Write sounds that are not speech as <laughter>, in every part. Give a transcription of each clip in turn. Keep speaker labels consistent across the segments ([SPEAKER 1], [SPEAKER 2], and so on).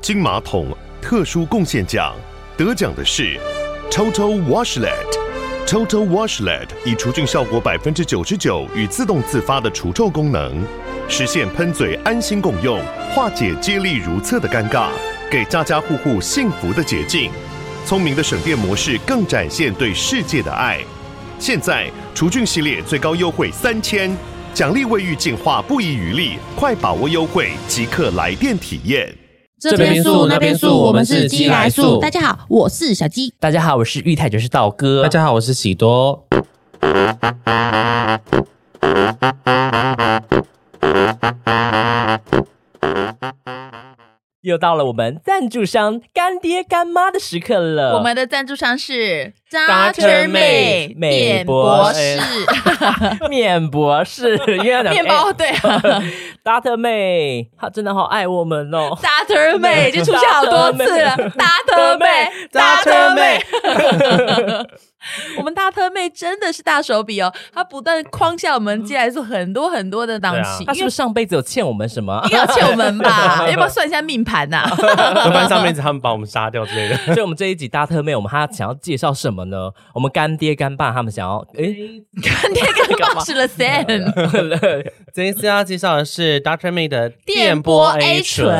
[SPEAKER 1] 金马桶特殊贡献奖，得奖的是 Toto Washlet。Toto Washlet 以除菌效果百分之九十九与自动自发的除臭功能，实现喷嘴安心共用，化解接力如厕的尴尬，给家家户户幸福的捷径。聪明的省电模式更展现对世界的爱。现在除菌系列最高优惠三千，奖励卫浴净化不遗余力，快把握优惠，即刻来电体验。
[SPEAKER 2] 这边素那边素我们是鸡来素
[SPEAKER 3] 大家好，我是小鸡。
[SPEAKER 4] 大家好，我是玉泰爵士道哥。
[SPEAKER 2] 大家好，我是喜多。
[SPEAKER 4] 又到了我们赞助商干爹干妈的时刻了。
[SPEAKER 3] 我们的赞助商是
[SPEAKER 4] 搭车妹
[SPEAKER 3] 面
[SPEAKER 4] 美
[SPEAKER 3] 博
[SPEAKER 4] 博哎
[SPEAKER 3] 士
[SPEAKER 4] 士面博士，因为要讲
[SPEAKER 3] 面包
[SPEAKER 4] 哎
[SPEAKER 3] 对 <laughs> 啊
[SPEAKER 4] Dart 妹，她真的好爱我们哦。
[SPEAKER 3] 搭车妹就出现好多次了，搭车妹，搭车妹。我们大特妹真的是大手笔哦，她不但框下我们寄来做很多很多的档期，
[SPEAKER 4] 啊她是
[SPEAKER 3] 因
[SPEAKER 4] 不
[SPEAKER 3] 为
[SPEAKER 4] 是上辈子有欠我们什么
[SPEAKER 3] 应？该有欠我们吧？要不要算一下命盘呐？ <laughs>
[SPEAKER 2] 要不然上辈子他们把我们杀掉之类的。
[SPEAKER 4] <laughs> 所以，我们这一集大特妹，我们她想要介绍什么呢？我们干爹干爸他们想要，诶，
[SPEAKER 3] 干爹跟爸是了 Sam
[SPEAKER 2] 这一次要介绍的是 Doctor May 的
[SPEAKER 3] 电波 A 醇，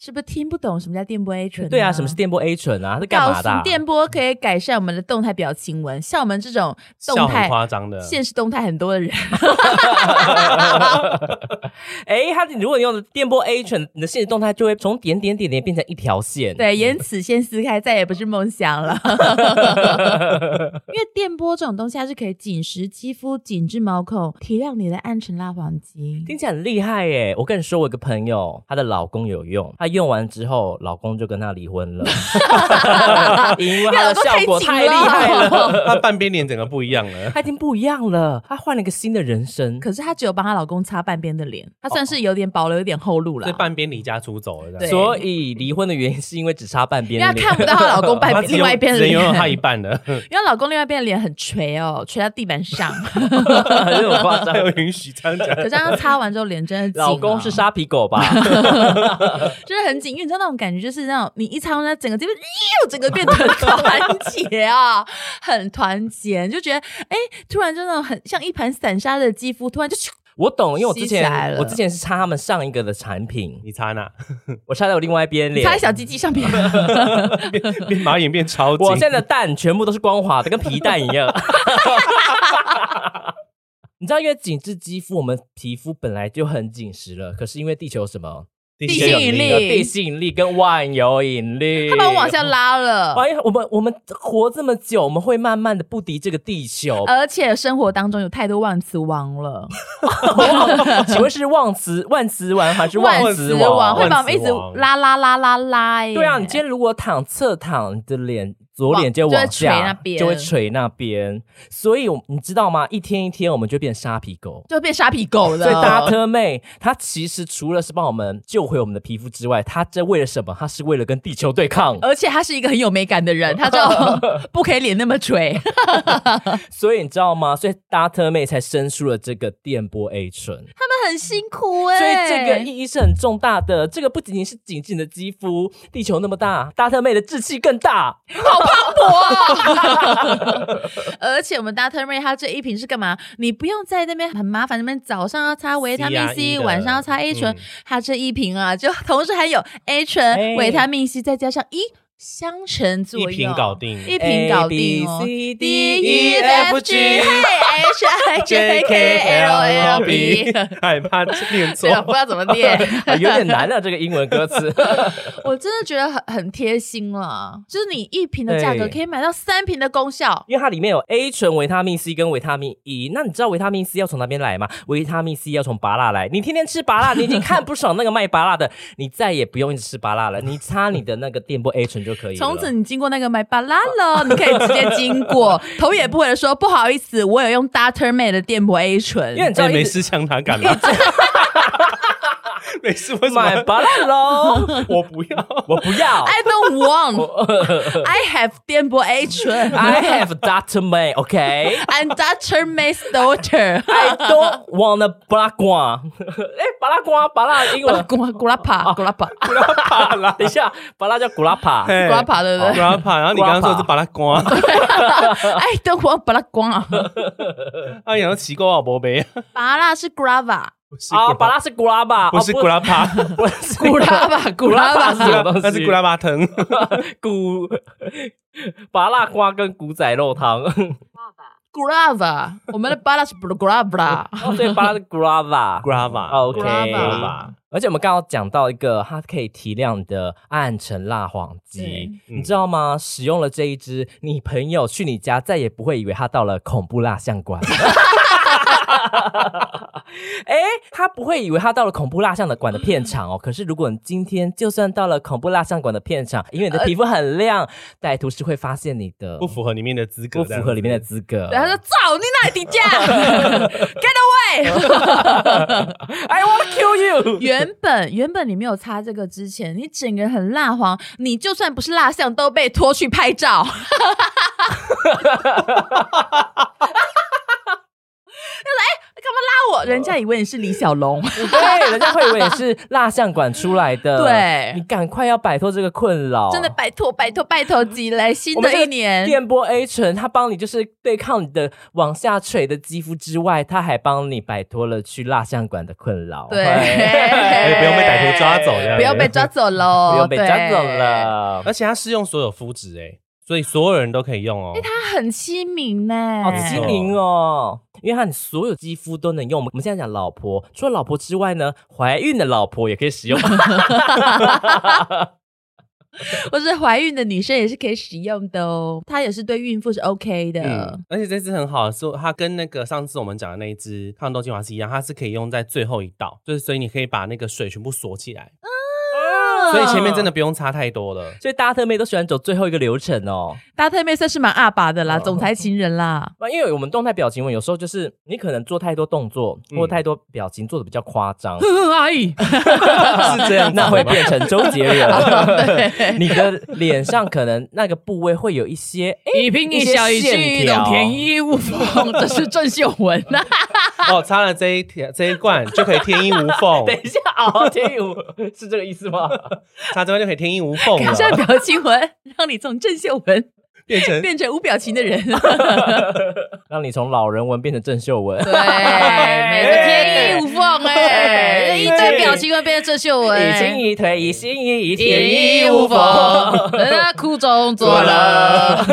[SPEAKER 3] 是不是听不懂什么叫电波 A 醇？
[SPEAKER 4] <laughs> 对啊，什么是电波 A 醇啊？它是干
[SPEAKER 3] 告
[SPEAKER 4] 嘛的啊、
[SPEAKER 3] 诉电波可以改善我们的动态表情纹，像我们这种
[SPEAKER 2] 笑
[SPEAKER 3] 动
[SPEAKER 2] 很
[SPEAKER 3] 态、
[SPEAKER 2] 夸张的，
[SPEAKER 3] 现实动态很多的人，
[SPEAKER 4] 嗯哎，它如果你用的电波 A 醇，你的现实动态就会从点点点点变成一条线。
[SPEAKER 3] 对，言辞先撕开，再也不是梦想
[SPEAKER 4] <laughs>
[SPEAKER 3] 了。因为电波这种东西，它是可以紧实肌肤、紧致毛孔，提亮你的暗沉拉黄肌。
[SPEAKER 4] 听起来很厉害耶！我跟你说，我有个朋友，她的老公有用，她用完之后，老公就跟她
[SPEAKER 3] <laughs>
[SPEAKER 4] 离婚了，因为她的效果太厉害了，
[SPEAKER 2] 他半边脸整个不一样了。
[SPEAKER 4] 她已经不一样了，她换了一个新的人生。
[SPEAKER 3] 可是她只有帮她老公擦半边的脸，她
[SPEAKER 4] 哦
[SPEAKER 3] 算是有点保留一点后路了
[SPEAKER 2] 所以。半边离家出走了，这
[SPEAKER 3] 对
[SPEAKER 2] 样
[SPEAKER 4] 所以离婚的原因是因为只差半边
[SPEAKER 3] 因为她
[SPEAKER 4] 脸，
[SPEAKER 3] 看不到她老
[SPEAKER 4] <laughs>
[SPEAKER 3] 公半
[SPEAKER 2] 他
[SPEAKER 3] 边
[SPEAKER 2] 只
[SPEAKER 3] 另外一边的
[SPEAKER 2] 只
[SPEAKER 3] 脸，
[SPEAKER 2] 拥有他一
[SPEAKER 3] 因
[SPEAKER 2] 半的，
[SPEAKER 3] 为她老公另外一边的脸很垂哦，垂到地板
[SPEAKER 4] <laughs>
[SPEAKER 3] 上。
[SPEAKER 4] 这种夸张
[SPEAKER 2] 还。有允许这样讲
[SPEAKER 3] 可。 <laughs> 是她擦完之后脸真的紧啊
[SPEAKER 4] <laughs> 老公是沙皮
[SPEAKER 3] <laughs>
[SPEAKER 4] 狗吧？
[SPEAKER 3] 就是很紧，因为你知道那种感觉，就是那种你一擦完，它整个这边，呦，整个变得很团结啊，很团结，你就觉得哎，突然就那种很像一盘散沙的肌肤，突然就咻
[SPEAKER 4] 我懂，因为我之
[SPEAKER 3] 吸起来
[SPEAKER 4] 前
[SPEAKER 3] 了
[SPEAKER 4] 我之前是擦他们上一个的产品，
[SPEAKER 2] 你擦哪？
[SPEAKER 4] 我擦在我另外一边脸
[SPEAKER 3] 擦，在小鸡鸡上
[SPEAKER 4] <laughs>
[SPEAKER 3] 面，
[SPEAKER 2] 变变马眼变超紧
[SPEAKER 4] 我，现在的蛋全部都是光滑的，跟皮蛋一
[SPEAKER 3] <laughs>
[SPEAKER 4] 样。你知道，因为紧致肌肤，我们皮肤本来就很紧实了，可是因为地球什么
[SPEAKER 2] 地
[SPEAKER 3] 地心引力
[SPEAKER 4] 有地吸引力跟万有引力，
[SPEAKER 3] 它把我往下。拉了。
[SPEAKER 4] 哎，我们我们活这么久，我们会慢慢的不敌这个地球。
[SPEAKER 3] 而且生活当中有太多忘词王了，
[SPEAKER 4] <laughs> 请问是忘词万词王还是
[SPEAKER 3] <laughs>
[SPEAKER 4] 忘词
[SPEAKER 3] 王
[SPEAKER 4] 王？
[SPEAKER 3] 会把我们一直拉拉拉拉拉、哎，
[SPEAKER 4] 对啊，你今天如果躺侧躺，你的脸左脸就
[SPEAKER 3] 往
[SPEAKER 4] 往
[SPEAKER 3] 就会垂那
[SPEAKER 4] 下，
[SPEAKER 3] 边
[SPEAKER 4] 就会垂那边。所以我你知道吗？一天一天，我们就变沙皮狗。
[SPEAKER 3] 就变沙皮狗了。
[SPEAKER 4] 所以达特妹，她其实除了是帮我们救回我们的皮肤之外，她这为了什么？她是为了跟地球对抗。
[SPEAKER 3] 而且他是一个很有美感的人，
[SPEAKER 4] <laughs>
[SPEAKER 3] 他就不可以脸那么垂。
[SPEAKER 4] 所以你知道吗？所以达特妹才生出了这个电波 A 醇。
[SPEAKER 3] 他们很辛苦哎、
[SPEAKER 4] 所以这个意义是很重大的。这个不仅仅是紧致你的肌肤，地球那么大，达特妹的志气更大。
[SPEAKER 3] 而且我们 Doctor Ray 它这一瓶是干嘛？你不用在那边很麻烦，那边早上要擦维他命
[SPEAKER 2] CRE
[SPEAKER 3] C，
[SPEAKER 2] 的
[SPEAKER 3] 晚上要擦 A 醇
[SPEAKER 2] 嗯，
[SPEAKER 3] 它这一瓶啊，就同时含有 A 醇、
[SPEAKER 4] 哎
[SPEAKER 3] 维他命 C，再加上一相乘作
[SPEAKER 2] 一
[SPEAKER 3] 用，
[SPEAKER 2] 瓶搞，定。
[SPEAKER 3] 一瓶搞定哦
[SPEAKER 4] A。B
[SPEAKER 3] D
[SPEAKER 4] C D
[SPEAKER 3] E
[SPEAKER 4] E
[SPEAKER 3] F
[SPEAKER 4] F
[SPEAKER 3] G
[SPEAKER 4] G
[SPEAKER 3] H。I J K L L
[SPEAKER 2] <laughs>
[SPEAKER 3] B，
[SPEAKER 2] 害怕
[SPEAKER 3] 这
[SPEAKER 2] 念错
[SPEAKER 3] 个。不知道怎么念，
[SPEAKER 4] <laughs> 啊有点难啊，这个英文歌词。
[SPEAKER 3] 我真的觉得很很贴心了。就是你一瓶的价格
[SPEAKER 4] 对
[SPEAKER 3] 可以买到三瓶的功效，
[SPEAKER 4] 因为它里面有 A 醇、维他命 C 跟维他命 E。那你知道维他命 C 要从哪边来吗？维他命 C 要从拔蜡来。你天天吃拔蜡，你已经看不爽那个卖拔蜡的，你再也不用一直吃拔蜡了，你擦你的那个电波 A 醇就可以了。
[SPEAKER 3] 从此你经过那个买巴拉喽， <laughs> 你可以直接经
[SPEAKER 4] <laughs>
[SPEAKER 3] 过，头也不回的说不好意思，我有
[SPEAKER 2] 哎
[SPEAKER 3] 用 Doctor May 的电波 A 醇
[SPEAKER 4] 因。为你知
[SPEAKER 2] 这
[SPEAKER 4] 道
[SPEAKER 2] 没
[SPEAKER 4] 一直。
[SPEAKER 2] 事，呛他干嘛？ <laughs> 没事，为什
[SPEAKER 4] 买
[SPEAKER 2] 么？
[SPEAKER 4] 芭乐喽！
[SPEAKER 2] 我不要，
[SPEAKER 4] 我不要
[SPEAKER 3] I don't
[SPEAKER 4] <laughs>
[SPEAKER 3] want. I have 颠簸 H <laughs>
[SPEAKER 4] ，I have Doctor May，OK、
[SPEAKER 3] and Dr. May's
[SPEAKER 4] <laughs>
[SPEAKER 3] daughter.
[SPEAKER 4] I don't wanna 巴拉瓜， <laughs> 哎，巴拉瓜，巴拉
[SPEAKER 3] <laughs>
[SPEAKER 4] 英
[SPEAKER 3] 古拉
[SPEAKER 4] 文，
[SPEAKER 3] 古拉古拉
[SPEAKER 4] <laughs>
[SPEAKER 3] 帕古拉帕古
[SPEAKER 4] 等一下，巴拉叫古拉帕，
[SPEAKER 2] 哎
[SPEAKER 3] 拉帕对不
[SPEAKER 4] 哦
[SPEAKER 3] 对？
[SPEAKER 2] 拉
[SPEAKER 4] <laughs>
[SPEAKER 2] 啊帕，然后你刚刚说的是把它
[SPEAKER 3] <laughs>
[SPEAKER 2] 刮，
[SPEAKER 3] 哎，等我把它光
[SPEAKER 4] <laughs>
[SPEAKER 3] 了。
[SPEAKER 2] <laughs> 啊，然后奇怪啊，宝贝，
[SPEAKER 3] 巴拉是 grava，
[SPEAKER 2] 不是
[SPEAKER 4] 啊，哦巴拉哦是古拉吧，
[SPEAKER 2] 不是古拉帕，
[SPEAKER 4] <laughs> 不是
[SPEAKER 3] 古拉
[SPEAKER 4] <laughs>
[SPEAKER 3] 吧，古拉
[SPEAKER 4] 古拉
[SPEAKER 3] 吧，
[SPEAKER 4] 什么东西
[SPEAKER 2] 那是古拉巴藤，
[SPEAKER 4] 古 <laughs> 巴拉瓜跟古仔肉汤，
[SPEAKER 3] 古拉吧。我们的巴拉是布拉古拉布拉，
[SPEAKER 4] 哦所以巴哦嗯拉是古拉
[SPEAKER 2] <laughs>
[SPEAKER 4] 吧
[SPEAKER 2] 古。拉巴，
[SPEAKER 4] OK，
[SPEAKER 3] Grava
[SPEAKER 4] 而且我们刚刚讲到一个，它可以提亮的暗沉蜡黄鸡，
[SPEAKER 2] 对
[SPEAKER 4] 你知道吗？使用了这一支，你朋友去你家再也不会以为他到了恐怖蜡像馆。 <laughs> 哎、他不会以为他到了恐怖蜡像的馆的片场哦。可是如果你今天就算到了恐怖蜡像馆的片场，因为你的皮肤很亮，歹徒是会发现你的，
[SPEAKER 2] 不符合里面的资格，
[SPEAKER 4] 不符合里面的资格。
[SPEAKER 3] 然后说走，你哪底
[SPEAKER 4] <laughs>
[SPEAKER 3] 价 <laughs> ？Get away！
[SPEAKER 4] I want to kill you。
[SPEAKER 3] 原本原本你没有擦这个之前，你整个人很蜡黄，你就算不是蜡像都被拖去拍照。就是哎、哎干嘛拉我？人家以为你是李小龙，
[SPEAKER 4] 哦 <laughs> 对，人家会以为你是蜡像馆出来的。
[SPEAKER 3] 对
[SPEAKER 4] 你赶快要摆脱这个困扰。
[SPEAKER 3] 真的拜托拜托拜托几嘞！新
[SPEAKER 4] 我们
[SPEAKER 3] 的
[SPEAKER 4] 这个
[SPEAKER 3] 一年，
[SPEAKER 4] 电波 A 醇，它帮你就是对抗你的往下垂的肌肤之外，它还帮你摆脱了去蜡像馆的困扰。
[SPEAKER 3] 对
[SPEAKER 4] <laughs> 哎
[SPEAKER 2] 不用被歹徒抓走这样
[SPEAKER 3] 不要被抓走喽，
[SPEAKER 4] <laughs> 不用被抓走
[SPEAKER 3] 对。
[SPEAKER 4] 了。
[SPEAKER 2] 而且它适用所有肤质哎，所以所有人都可以用哦。
[SPEAKER 4] 哎
[SPEAKER 3] 它很亲民呢，
[SPEAKER 4] 好机灵哦，因为它你所有肌肤都能用。我们现在讲老婆，除了老婆之外呢，怀孕的老婆也可以使用。 <laughs>
[SPEAKER 3] 或是怀孕的女生也是可以使用的哦，它也是对孕妇是 OK 的。
[SPEAKER 2] 嗯，而且这支很好，是它跟那个上次我们讲的那一支抗痘精华是一样，它是可以用在最后一道，就是所以你可以把那个水全部锁起来，
[SPEAKER 4] 嗯
[SPEAKER 2] 所
[SPEAKER 3] 嗯
[SPEAKER 2] 以前面真的不用擦太
[SPEAKER 4] <laughs>
[SPEAKER 2] 多了。
[SPEAKER 4] 所以大家特妹都喜欢走最后一个流程哦。
[SPEAKER 3] 大特妹算是蛮阿爸的啦，总裁情人啦。
[SPEAKER 4] 那因为我们动态表情纹有时候就是你可能做太多动作或
[SPEAKER 2] 嗯
[SPEAKER 4] 太多表情做的比较夸 <laughs> 张，
[SPEAKER 3] <laughs> 阿姨，
[SPEAKER 4] 是这样，那会变成周杰 <laughs>
[SPEAKER 3] 哦对
[SPEAKER 4] 伦。 <laughs> 你的脸上可能那个部位会有一些，哎
[SPEAKER 3] 一颦
[SPEAKER 4] 一笑一举一动天
[SPEAKER 3] 衣无缝，这是郑秀 <laughs> 文呐、
[SPEAKER 2] 哦，擦了这一条这一罐就可以天衣无
[SPEAKER 4] <laughs>
[SPEAKER 2] 缝，
[SPEAKER 4] 等一下哦，天宇我是这个意思吗？ <laughs>
[SPEAKER 2] 擦这罐就可以天衣无缝
[SPEAKER 3] 改
[SPEAKER 2] 了，
[SPEAKER 3] 善表情纹，让你从郑秀文
[SPEAKER 2] 变成
[SPEAKER 3] 变成无表情的人。
[SPEAKER 4] 让你从老人纹变成郑秀文。
[SPEAKER 3] <laughs> 对，每个天衣无缝哎、 <laughs>
[SPEAKER 4] 哎
[SPEAKER 3] 一堆表情纹变成郑秀
[SPEAKER 4] <laughs>
[SPEAKER 3] 文、
[SPEAKER 4] 一
[SPEAKER 3] 哎
[SPEAKER 4] 心一腿，一心一意，
[SPEAKER 3] 天衣无缝，
[SPEAKER 4] <laughs>
[SPEAKER 3] 人家苦中作 <laughs> 乐。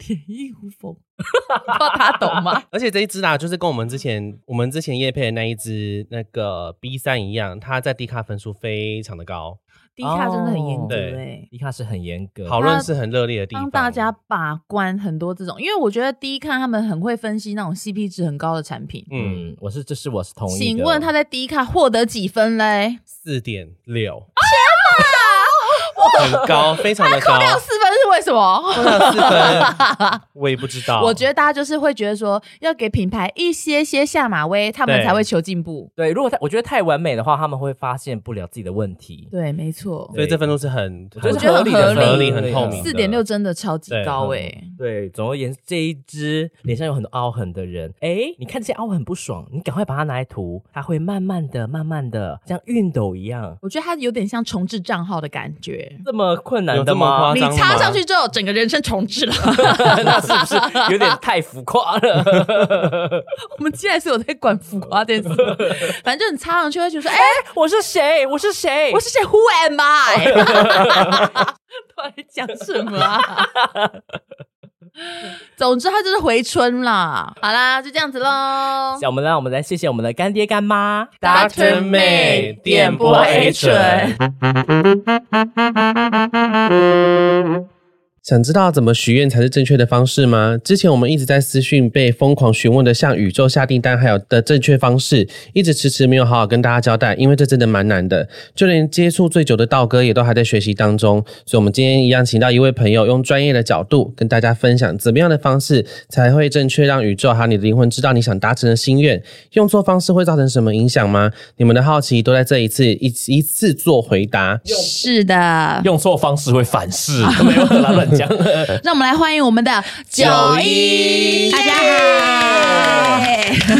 [SPEAKER 3] 天衣无 <laughs> 缝，不知道他懂吗？
[SPEAKER 2] 而且这一支啦，就是跟我们之前我们之前叶配的那一支那个 B 三一样，它在 D 卡分数非常的高，
[SPEAKER 3] 低卡真的很严格
[SPEAKER 2] 对
[SPEAKER 3] 哎、
[SPEAKER 4] 一看是很严格，
[SPEAKER 2] 讨论是很热烈的地
[SPEAKER 3] 帮
[SPEAKER 2] 方。
[SPEAKER 3] 大家把关很多这种，因为我觉得第一看他们很会分析那种 CP 值很高的产品。
[SPEAKER 2] 嗯，
[SPEAKER 4] 嗯，我是这是我是同意的。
[SPEAKER 3] 请问他在第一看获得几分嘞？
[SPEAKER 2] 四点六，
[SPEAKER 3] 哦
[SPEAKER 2] 很高，非常的高，
[SPEAKER 3] 掉四分是为什么？
[SPEAKER 2] 扣掉四分，我也不知道。
[SPEAKER 3] 我觉得大家就是会觉得说，要给品牌一些些下马威，他们
[SPEAKER 2] 对
[SPEAKER 3] 才会求进步。
[SPEAKER 4] 对，如果太我觉得太完美的话，他们会发现不了自己的问题。
[SPEAKER 3] 对，没错，
[SPEAKER 2] 所以这分数是很，
[SPEAKER 4] 我觉
[SPEAKER 3] 我
[SPEAKER 4] 得
[SPEAKER 3] 觉得
[SPEAKER 4] 合理的，
[SPEAKER 3] 很合理
[SPEAKER 2] 合理很透明
[SPEAKER 3] 四点六。真的超级
[SPEAKER 2] 啊对啊
[SPEAKER 3] 高哎、
[SPEAKER 4] 对，总而言之，这一只脸上有很多凹痕的人，哎，你看这些凹痕不爽，你赶快把它拿来涂，它会慢慢的、慢慢的，像熨斗一样，
[SPEAKER 3] 我觉得它有点像重置账号的感觉。
[SPEAKER 4] 这么困
[SPEAKER 2] 有
[SPEAKER 4] 难
[SPEAKER 2] 这
[SPEAKER 4] 的
[SPEAKER 2] 么
[SPEAKER 4] 吗
[SPEAKER 2] 夸？
[SPEAKER 3] 你
[SPEAKER 2] 张
[SPEAKER 3] 插
[SPEAKER 2] 吗
[SPEAKER 3] 上去之后，整个人生重
[SPEAKER 2] <laughs>
[SPEAKER 3] 置了。
[SPEAKER 4] <laughs> 那是不是有点太浮夸了？ <laughs>
[SPEAKER 3] 我们既然是有在管浮夸这
[SPEAKER 2] <laughs>
[SPEAKER 3] 件事，反正你插上去会觉得说，哎、
[SPEAKER 4] 我是谁？我是谁？
[SPEAKER 3] 我是谁？Who am I？到底讲什么啊？总之，他就是回春啦。好啦，就这样子喽。
[SPEAKER 4] 小我们让我们来谢谢我们的干爹干妈
[SPEAKER 3] Dr. May 电波 A 醇
[SPEAKER 2] 想知道怎么许愿才是正确的方式吗？之前我们一直在私讯被疯狂询问的向宇宙下订单，还有的正确方式，一直迟迟没有好好跟大家交代，因为这真的蛮难的。就连接触最久的道哥也都还在学习当中，所以我们今天一样请到一位朋友，用专业的角度跟大家分享怎么样的方式才会正确让宇宙还有你的灵魂知道你想达成的心愿。用错方式会造成什么影响吗？你们的好奇都在这一次一一次做回答。
[SPEAKER 5] 是的，
[SPEAKER 4] 用错方式会反 <laughs> 噬，没有啦，乱讲。
[SPEAKER 5] 让我们来欢迎我们的九一，大家好， <laughs>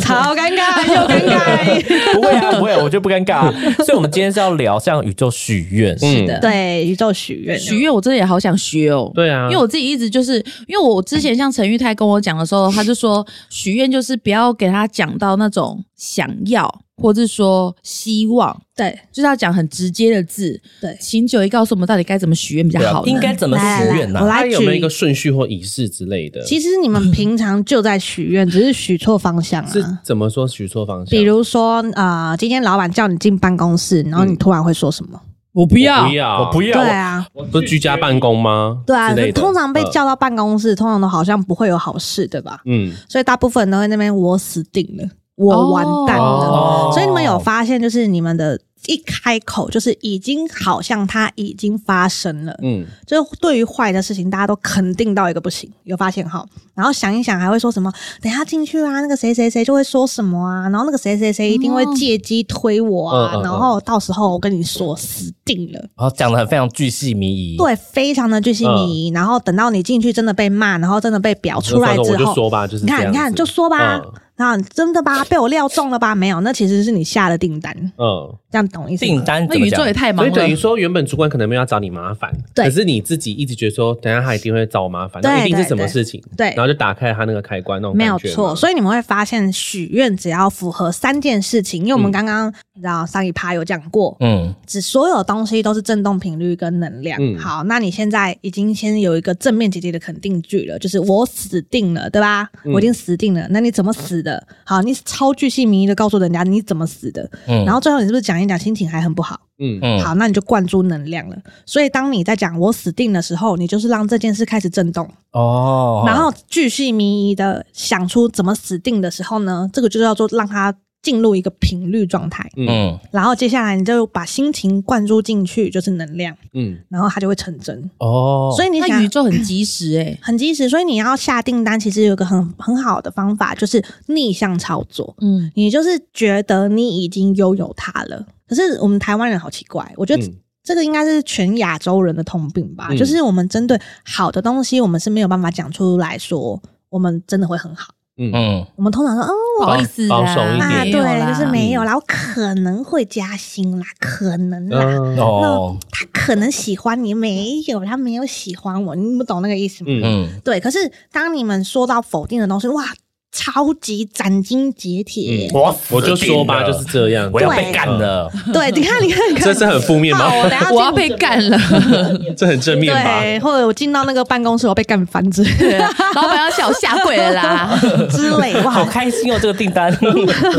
[SPEAKER 6] 超尴尬又尴尬。
[SPEAKER 4] 不会啊，不会啊，我就不尴尬啊、所以，我们今天是要聊向宇宙许愿。嗯
[SPEAKER 2] 是
[SPEAKER 5] 的
[SPEAKER 6] 对，宇宙许愿，
[SPEAKER 5] 许愿，我真的也好想学哦。
[SPEAKER 2] 对啊，
[SPEAKER 5] 因为我自己一直就是，因为我之前像陈玉泰跟我讲的时 <laughs> 候，他就说许愿就是不要给他讲到那种想要，或是说希望，
[SPEAKER 6] 对
[SPEAKER 5] 就是要讲很直接的字。
[SPEAKER 6] 对
[SPEAKER 5] 请九一告诉我们到底该怎么许愿比较好呢？
[SPEAKER 7] 应该怎么
[SPEAKER 6] 来
[SPEAKER 7] 许
[SPEAKER 6] 来
[SPEAKER 7] 愿
[SPEAKER 6] 来，
[SPEAKER 7] 呢、
[SPEAKER 6] 我
[SPEAKER 7] 啊？
[SPEAKER 2] 它
[SPEAKER 6] 来
[SPEAKER 2] 有没有一
[SPEAKER 6] 举
[SPEAKER 2] 个。顺序或仪式之类的？
[SPEAKER 6] 其实你们平常就在许愿，只是许错方
[SPEAKER 4] 嗯
[SPEAKER 6] 向
[SPEAKER 2] <laughs> 是
[SPEAKER 6] 啊。
[SPEAKER 2] 怎么说许错方向？
[SPEAKER 6] 比如说，呃，今天老板叫你进办公室，然后你突然会说什么？
[SPEAKER 5] 我
[SPEAKER 2] 嗯
[SPEAKER 5] 不
[SPEAKER 2] 我
[SPEAKER 5] 要
[SPEAKER 2] 不，要，
[SPEAKER 4] 我不要
[SPEAKER 6] 对，啊，
[SPEAKER 2] 不是居家办公吗？
[SPEAKER 6] 对啊
[SPEAKER 2] 之类，的
[SPEAKER 6] 通常被
[SPEAKER 2] 呃
[SPEAKER 6] 叫到办公室，通常都好像不会有好事，对吧？
[SPEAKER 2] 嗯，
[SPEAKER 6] 所以大部分人都会那边我死定了，我完蛋了。
[SPEAKER 4] 哦
[SPEAKER 6] 所以你们有发现，就是你们的一开口，就是已经好像它已经发生了，
[SPEAKER 2] 嗯，
[SPEAKER 6] 就是对于坏的事情，大家都肯定到一个不行，有发现哈？然后想一想，还会说什么？等一下进去啊，那个谁谁谁就会说什么啊，然后那个谁谁谁一定会借机推我啊，
[SPEAKER 2] 嗯嗯嗯
[SPEAKER 6] 然后到时候我跟你说死定了，
[SPEAKER 4] 哦
[SPEAKER 7] 然后讲的非常巨细靡遗。，
[SPEAKER 6] 对，非常的巨细靡遗。然后等到你进去真的被骂，然后真的被表出来
[SPEAKER 2] 那
[SPEAKER 6] 之
[SPEAKER 2] 我就
[SPEAKER 6] 后，
[SPEAKER 2] 说吧，就是
[SPEAKER 6] 你
[SPEAKER 2] 这
[SPEAKER 6] 看
[SPEAKER 2] 样
[SPEAKER 6] 你看
[SPEAKER 2] 子
[SPEAKER 6] 就说吧，
[SPEAKER 2] 嗯
[SPEAKER 6] 然后你真的吧，被我料中了吧？没有，那其实是你下的订单，
[SPEAKER 2] 嗯，
[SPEAKER 6] 这样懂意思
[SPEAKER 7] 订
[SPEAKER 6] 吗？
[SPEAKER 7] 单
[SPEAKER 5] 那
[SPEAKER 7] 怎么
[SPEAKER 5] 宇宙
[SPEAKER 7] 讲
[SPEAKER 5] 也？太忙
[SPEAKER 2] 所以等于
[SPEAKER 5] 了。
[SPEAKER 2] 说，原本主管可能没有要找你麻烦，
[SPEAKER 6] 对
[SPEAKER 2] 可是你自己一直觉得说，等一下他一定会找我麻烦，
[SPEAKER 6] 对
[SPEAKER 2] 那一定是什么
[SPEAKER 6] 对
[SPEAKER 2] 事情，
[SPEAKER 6] 对
[SPEAKER 2] 然后就打开了他那个开关，那种
[SPEAKER 6] 没有
[SPEAKER 2] 感觉
[SPEAKER 6] 错，
[SPEAKER 2] 嘛
[SPEAKER 6] 所以你们会发现，许愿只要符合三件事情，因为我
[SPEAKER 2] 嗯
[SPEAKER 6] 们刚刚、你知道上一趴有讲过，
[SPEAKER 7] 嗯，
[SPEAKER 6] 指所有东西都是振动频率跟能量。
[SPEAKER 2] 嗯
[SPEAKER 6] 好，那你现在已经先有一个正面积极的肯定句了，就是我死定了，对吧？
[SPEAKER 2] 嗯
[SPEAKER 6] 我已经死定了。那你怎么死的？好，你超巨细靡遗的告诉人家你怎么死的，
[SPEAKER 7] 嗯
[SPEAKER 6] 然后最后你是不是讲一讲心情还很不好？
[SPEAKER 2] 嗯
[SPEAKER 7] 嗯
[SPEAKER 6] 好，那你就灌注能量了。所以当你在讲我死定的时候，你就是让这件事开始震动。
[SPEAKER 7] 哦，
[SPEAKER 6] 然后巨细靡遗的想出怎么死定的时候呢，这个就叫做让它进入一个频率状态，
[SPEAKER 2] 嗯
[SPEAKER 7] 嗯，
[SPEAKER 6] 然后接下来你就把心情灌注进去，就是能量，
[SPEAKER 2] 嗯
[SPEAKER 6] 然后它就会成真。
[SPEAKER 7] 哦，
[SPEAKER 6] 所以你
[SPEAKER 5] 那
[SPEAKER 6] 想
[SPEAKER 5] 宇宙很及时哎、
[SPEAKER 6] 很及时，所以你要下订单，其实有一个很很好的方法，就是逆向操作。
[SPEAKER 5] 嗯，
[SPEAKER 6] 你就是觉得你已经拥有它了，可是我们台湾人好奇怪，我觉得
[SPEAKER 2] 嗯
[SPEAKER 6] 这个应该是全亚洲人的通病吧，
[SPEAKER 2] 嗯
[SPEAKER 6] 就是我们针对好的东西，我们是没有办法讲出来说我们真的会很好。
[SPEAKER 2] 嗯
[SPEAKER 7] 嗯，
[SPEAKER 6] 我们通常说，嗯，
[SPEAKER 5] 不好意思啦，
[SPEAKER 2] 保守一
[SPEAKER 6] 啊，
[SPEAKER 2] 点
[SPEAKER 5] 没有啦
[SPEAKER 6] 对，就是没有啦，我可能会加薪啦，可能啦，
[SPEAKER 2] 嗯
[SPEAKER 6] <laughs>
[SPEAKER 7] 哦，
[SPEAKER 6] 他可能喜欢你，没有，他没有喜欢我，你不懂那个意思吗？
[SPEAKER 2] 嗯
[SPEAKER 7] 嗯，
[SPEAKER 6] 对，可是当你们说到否定的东西，哇，超级斩钉截铁，
[SPEAKER 4] 我
[SPEAKER 2] 嗯我就说吧，
[SPEAKER 4] 死定
[SPEAKER 2] 就
[SPEAKER 4] 了
[SPEAKER 2] 是这样，
[SPEAKER 4] 我要被
[SPEAKER 6] 对
[SPEAKER 4] 干了。
[SPEAKER 6] <laughs> 对，你看，你看，你看，
[SPEAKER 2] 嗯这是很负面吗
[SPEAKER 6] <laughs> 好？啊我等下
[SPEAKER 5] 我要
[SPEAKER 6] 进
[SPEAKER 5] 被干 <laughs> 了，
[SPEAKER 2] <laughs> 这很正面吧？
[SPEAKER 6] 对，或者我进到那个办公室，我被干翻之
[SPEAKER 5] 啊老板要叫我下跪了啦。
[SPEAKER 6] 之类，
[SPEAKER 7] 好
[SPEAKER 6] 哇，
[SPEAKER 7] 开心哦，这个订
[SPEAKER 6] <laughs>
[SPEAKER 7] 单。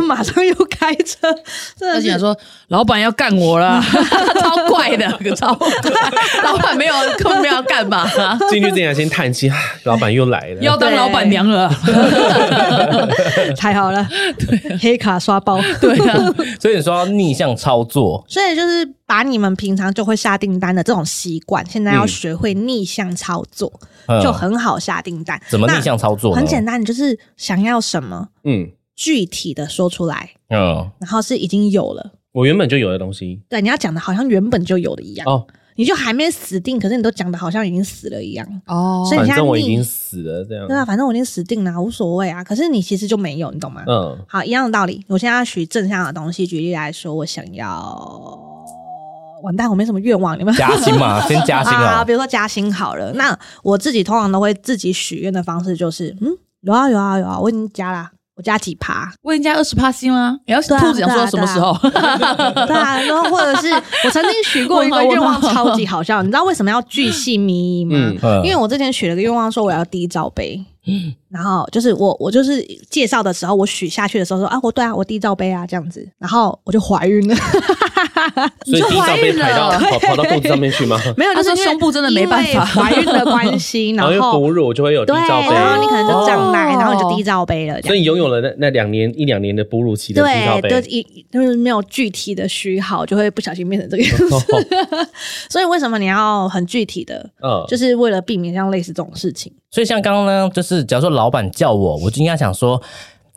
[SPEAKER 6] 马上又开车，真
[SPEAKER 5] 而
[SPEAKER 6] 的
[SPEAKER 5] 且
[SPEAKER 6] 是
[SPEAKER 5] 说老板要干我
[SPEAKER 6] <laughs>
[SPEAKER 5] 了， <laughs> 超怪的，超怪。老板没有，根本没有要干嘛，
[SPEAKER 2] 进去之前还先叹气，啊老板又来了，
[SPEAKER 5] 要当老板娘了。
[SPEAKER 6] 太好了，黑卡刷包。
[SPEAKER 5] 对啊，
[SPEAKER 7] 所以你说要逆向操作，
[SPEAKER 6] 所以就是把你们平常就会下订单的这种习惯，现在要学会逆向操作，
[SPEAKER 7] 嗯
[SPEAKER 6] 就很好下订单。
[SPEAKER 7] 怎么逆向操作呢？
[SPEAKER 6] 那很简单，你就是想要什么
[SPEAKER 2] 嗯，
[SPEAKER 6] 具体的说出来，
[SPEAKER 7] 嗯，
[SPEAKER 6] 然后是已经有了。
[SPEAKER 2] 我原本就有的东西
[SPEAKER 6] 对，你要讲的好像原本就有的一样，
[SPEAKER 2] 哦，
[SPEAKER 6] 你就还没死定，可是你都讲的好像已经死了一样。
[SPEAKER 5] 哦
[SPEAKER 6] 所以
[SPEAKER 2] 反
[SPEAKER 6] 你现在
[SPEAKER 2] 正我已
[SPEAKER 6] 逆
[SPEAKER 2] 经死了，这样
[SPEAKER 6] 对，啊，反正我已经死定了，无所谓啊。可是你其实就没有，你懂吗？
[SPEAKER 2] 嗯，
[SPEAKER 6] 好，一样的道理。我现在要许正向的东西，举例来说，我想要完蛋，我没什么愿望，你们
[SPEAKER 7] 加薪
[SPEAKER 6] <laughs>
[SPEAKER 7] 嘛，先加薪
[SPEAKER 6] 啊，
[SPEAKER 7] 啊。
[SPEAKER 6] 比如说加薪好了，那我自己通常都会自己许愿的方式就是，嗯，有啊有啊有啊，我已经加啦，我加几趴， <laughs>
[SPEAKER 5] 问人家二十趴薪啦，也要
[SPEAKER 6] 对啊
[SPEAKER 5] 兔子想说什么时候？ <laughs>
[SPEAKER 6] 对啊，然后或者是我曾经许过一个
[SPEAKER 5] 问号
[SPEAKER 6] 愿
[SPEAKER 5] 问
[SPEAKER 6] 望
[SPEAKER 5] 号
[SPEAKER 6] 超级好笑，你知道为什么要巨细靡遗吗？
[SPEAKER 2] 嗯
[SPEAKER 7] 嗯
[SPEAKER 6] 因为我之前许了个愿望，说我要低罩杯，然后就是我我就是介绍的时候，我许下去的时候说啊，我对啊，我缔罩杯啊这样子，然后我就怀孕了，
[SPEAKER 2] 所以
[SPEAKER 3] 就
[SPEAKER 2] 第一张
[SPEAKER 3] 怀
[SPEAKER 2] 被
[SPEAKER 3] 孕
[SPEAKER 2] 排到
[SPEAKER 3] 了
[SPEAKER 2] 跑跑到肚子上面去吗？
[SPEAKER 6] <laughs>
[SPEAKER 2] <laughs>
[SPEAKER 6] 没有，
[SPEAKER 3] 他
[SPEAKER 6] 就
[SPEAKER 3] 说
[SPEAKER 6] 是因为
[SPEAKER 3] 胸部真的没办法
[SPEAKER 6] 因为怀孕的关系，然
[SPEAKER 2] 然后又
[SPEAKER 6] 后
[SPEAKER 2] 哺乳就会有低
[SPEAKER 6] 对，
[SPEAKER 2] 罩杯，
[SPEAKER 6] 然后你可能就胀奶，
[SPEAKER 3] 哦
[SPEAKER 6] 然后你就低罩杯了，这
[SPEAKER 2] 所以
[SPEAKER 6] 样。
[SPEAKER 2] 你拥有了那那两年一两年的哺乳期的低罩杯。
[SPEAKER 6] 对，就一就是没有具体的虚号，就会不小心变成这个样子。所以为什么你要很具体的？
[SPEAKER 2] <laughs> 嗯，
[SPEAKER 6] <laughs> 就是为了避免像类似这种事情。
[SPEAKER 4] 所以像刚刚呢，就是假如说老板叫我，我就应该想说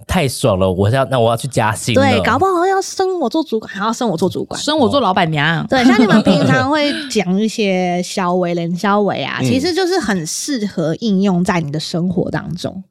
[SPEAKER 4] 太爽了，我要那我要去加薪了。
[SPEAKER 6] 对，搞不好要升我做主管，还要升我做主管。
[SPEAKER 3] 生我做老板娘，
[SPEAKER 6] 对，像你们平常会讲一些消维、连消维
[SPEAKER 2] 嗯
[SPEAKER 6] 啊，其实就是很适合应用在你的生活当中。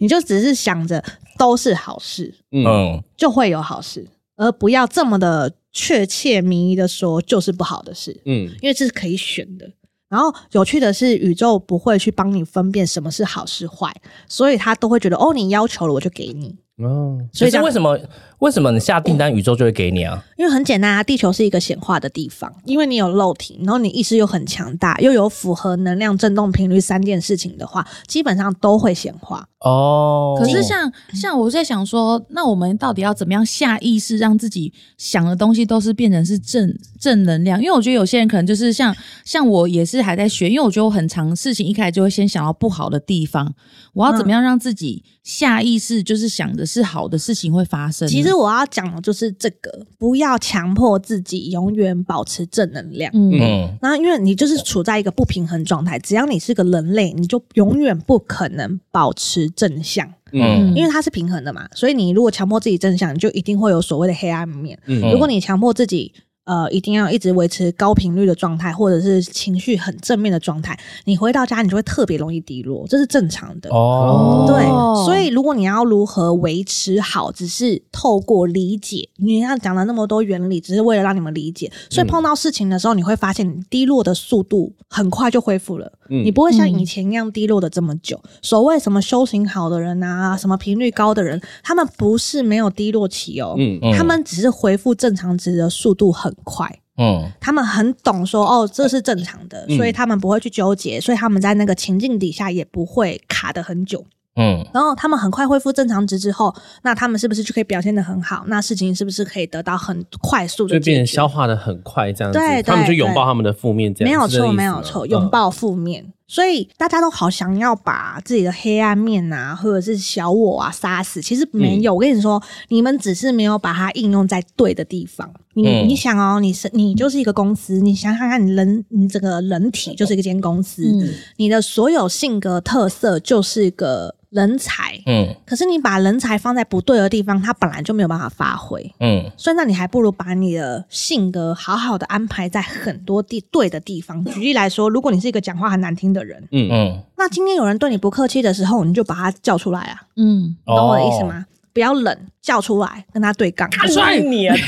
[SPEAKER 6] 你就只是想着都是好事，
[SPEAKER 4] 嗯，
[SPEAKER 6] 就会有好事，而不要这么的确切迷疑的说就是不好的事，
[SPEAKER 2] 嗯，
[SPEAKER 6] 因为这是可以选的。然后有趣的是，宇宙不会去帮你分辨什么是好是坏，所以他都会觉得哦，你要求了我就给你。
[SPEAKER 2] 哦，
[SPEAKER 6] 所
[SPEAKER 4] 可
[SPEAKER 6] 以这
[SPEAKER 4] 是
[SPEAKER 6] 样
[SPEAKER 4] 为什么为什么你下订单宇宙就会给你啊？
[SPEAKER 6] 因为很简单啊，地球是一个显化的地方，因为你有肉体，然后你意识又很强大，又有符合能量振动频率三件事情的话，基本上都会显化。
[SPEAKER 4] 哦，
[SPEAKER 3] 可是像像我在想说，那我们到底要怎么样下意识让自己想的东西都是变成是正正能量？因为我觉得有些人可能就是像像我也是还在学，因为我觉得我很长事情一开始就会先想到不好的地方，我要怎么样让自己下意识就是想的是好的事情会发生呢？
[SPEAKER 6] 其实我要讲的就是这个，不要强迫自己永远保持正能量。
[SPEAKER 3] 嗯，
[SPEAKER 4] 嗯，
[SPEAKER 6] 那因为你就是处在一个不平衡状态，只要你是个人类，你就永远不可能保持正向，
[SPEAKER 4] 嗯
[SPEAKER 6] 因为它是平衡的嘛。所以你如果强迫自己正向，你就一定会有所谓的黑暗面。
[SPEAKER 2] 嗯
[SPEAKER 6] 如果你强迫自己，呃，一定要一直维持高频率的状态，或者是情绪很正面的状态，你回到家你就会特别容易低落，这是正常的。
[SPEAKER 4] 哦，
[SPEAKER 6] 对，所以如果你要如何维持好，只是透过理解，你要讲了那么多原理，只是为了让你们理解。所以碰到事情的时候，你会发现你低落的速度很快就恢复了，
[SPEAKER 2] 嗯
[SPEAKER 6] 你不会像以前一样低落的这么久。所谓什么修行好的人啊，什么频率高的人，他们不是没有低落期哦，
[SPEAKER 2] 嗯
[SPEAKER 4] 嗯
[SPEAKER 6] 他们只是恢复正常值的速度很快。
[SPEAKER 4] 嗯
[SPEAKER 6] 他们很懂说哦，这是正常的，所以他们不会去纠结，所以他们在那个情境底下也不会卡得很久。
[SPEAKER 4] 嗯
[SPEAKER 6] 然后他们很快恢复正常值之后，那他们是不是就可以表现得很好？那事情是不是可以得到很快速的
[SPEAKER 2] 就变
[SPEAKER 6] 解
[SPEAKER 2] 成
[SPEAKER 6] 决？
[SPEAKER 2] 消化的很快这样子，
[SPEAKER 6] 对对
[SPEAKER 2] 他们就拥抱他们的负面，这样
[SPEAKER 6] 没有
[SPEAKER 2] 是这个
[SPEAKER 6] 错，
[SPEAKER 2] 意思吗
[SPEAKER 6] 没有错，拥抱负面。所以大家都好想要把自己的黑暗面啊，或者是小我啊杀死。其实没
[SPEAKER 2] 嗯
[SPEAKER 6] 有，我跟你说，你们只是没有把它应用在对的地方。你、
[SPEAKER 4] 嗯
[SPEAKER 6] 你想哦，你是你就是一个公司，你想想看，你人你整个人体就是一间公司，
[SPEAKER 3] 嗯
[SPEAKER 6] 你的所有性格特色就是一个人才，
[SPEAKER 4] 嗯
[SPEAKER 6] 可是你把人才放在不对的地方，他本来就没有办法发挥，
[SPEAKER 4] 嗯
[SPEAKER 6] 所以那你还不如把你的性格好好的安排在很多地对的地方。举例来说，如果你是一个讲话很难听的人，
[SPEAKER 2] 嗯嗯
[SPEAKER 4] 嗯，
[SPEAKER 6] 那今天有人对你不客气的时候，你就把他叫出来啊，
[SPEAKER 3] 嗯，
[SPEAKER 4] 哦
[SPEAKER 6] 你懂我的意思吗？不要冷，叫出来跟他对杠，关
[SPEAKER 4] 帅你啊，鸡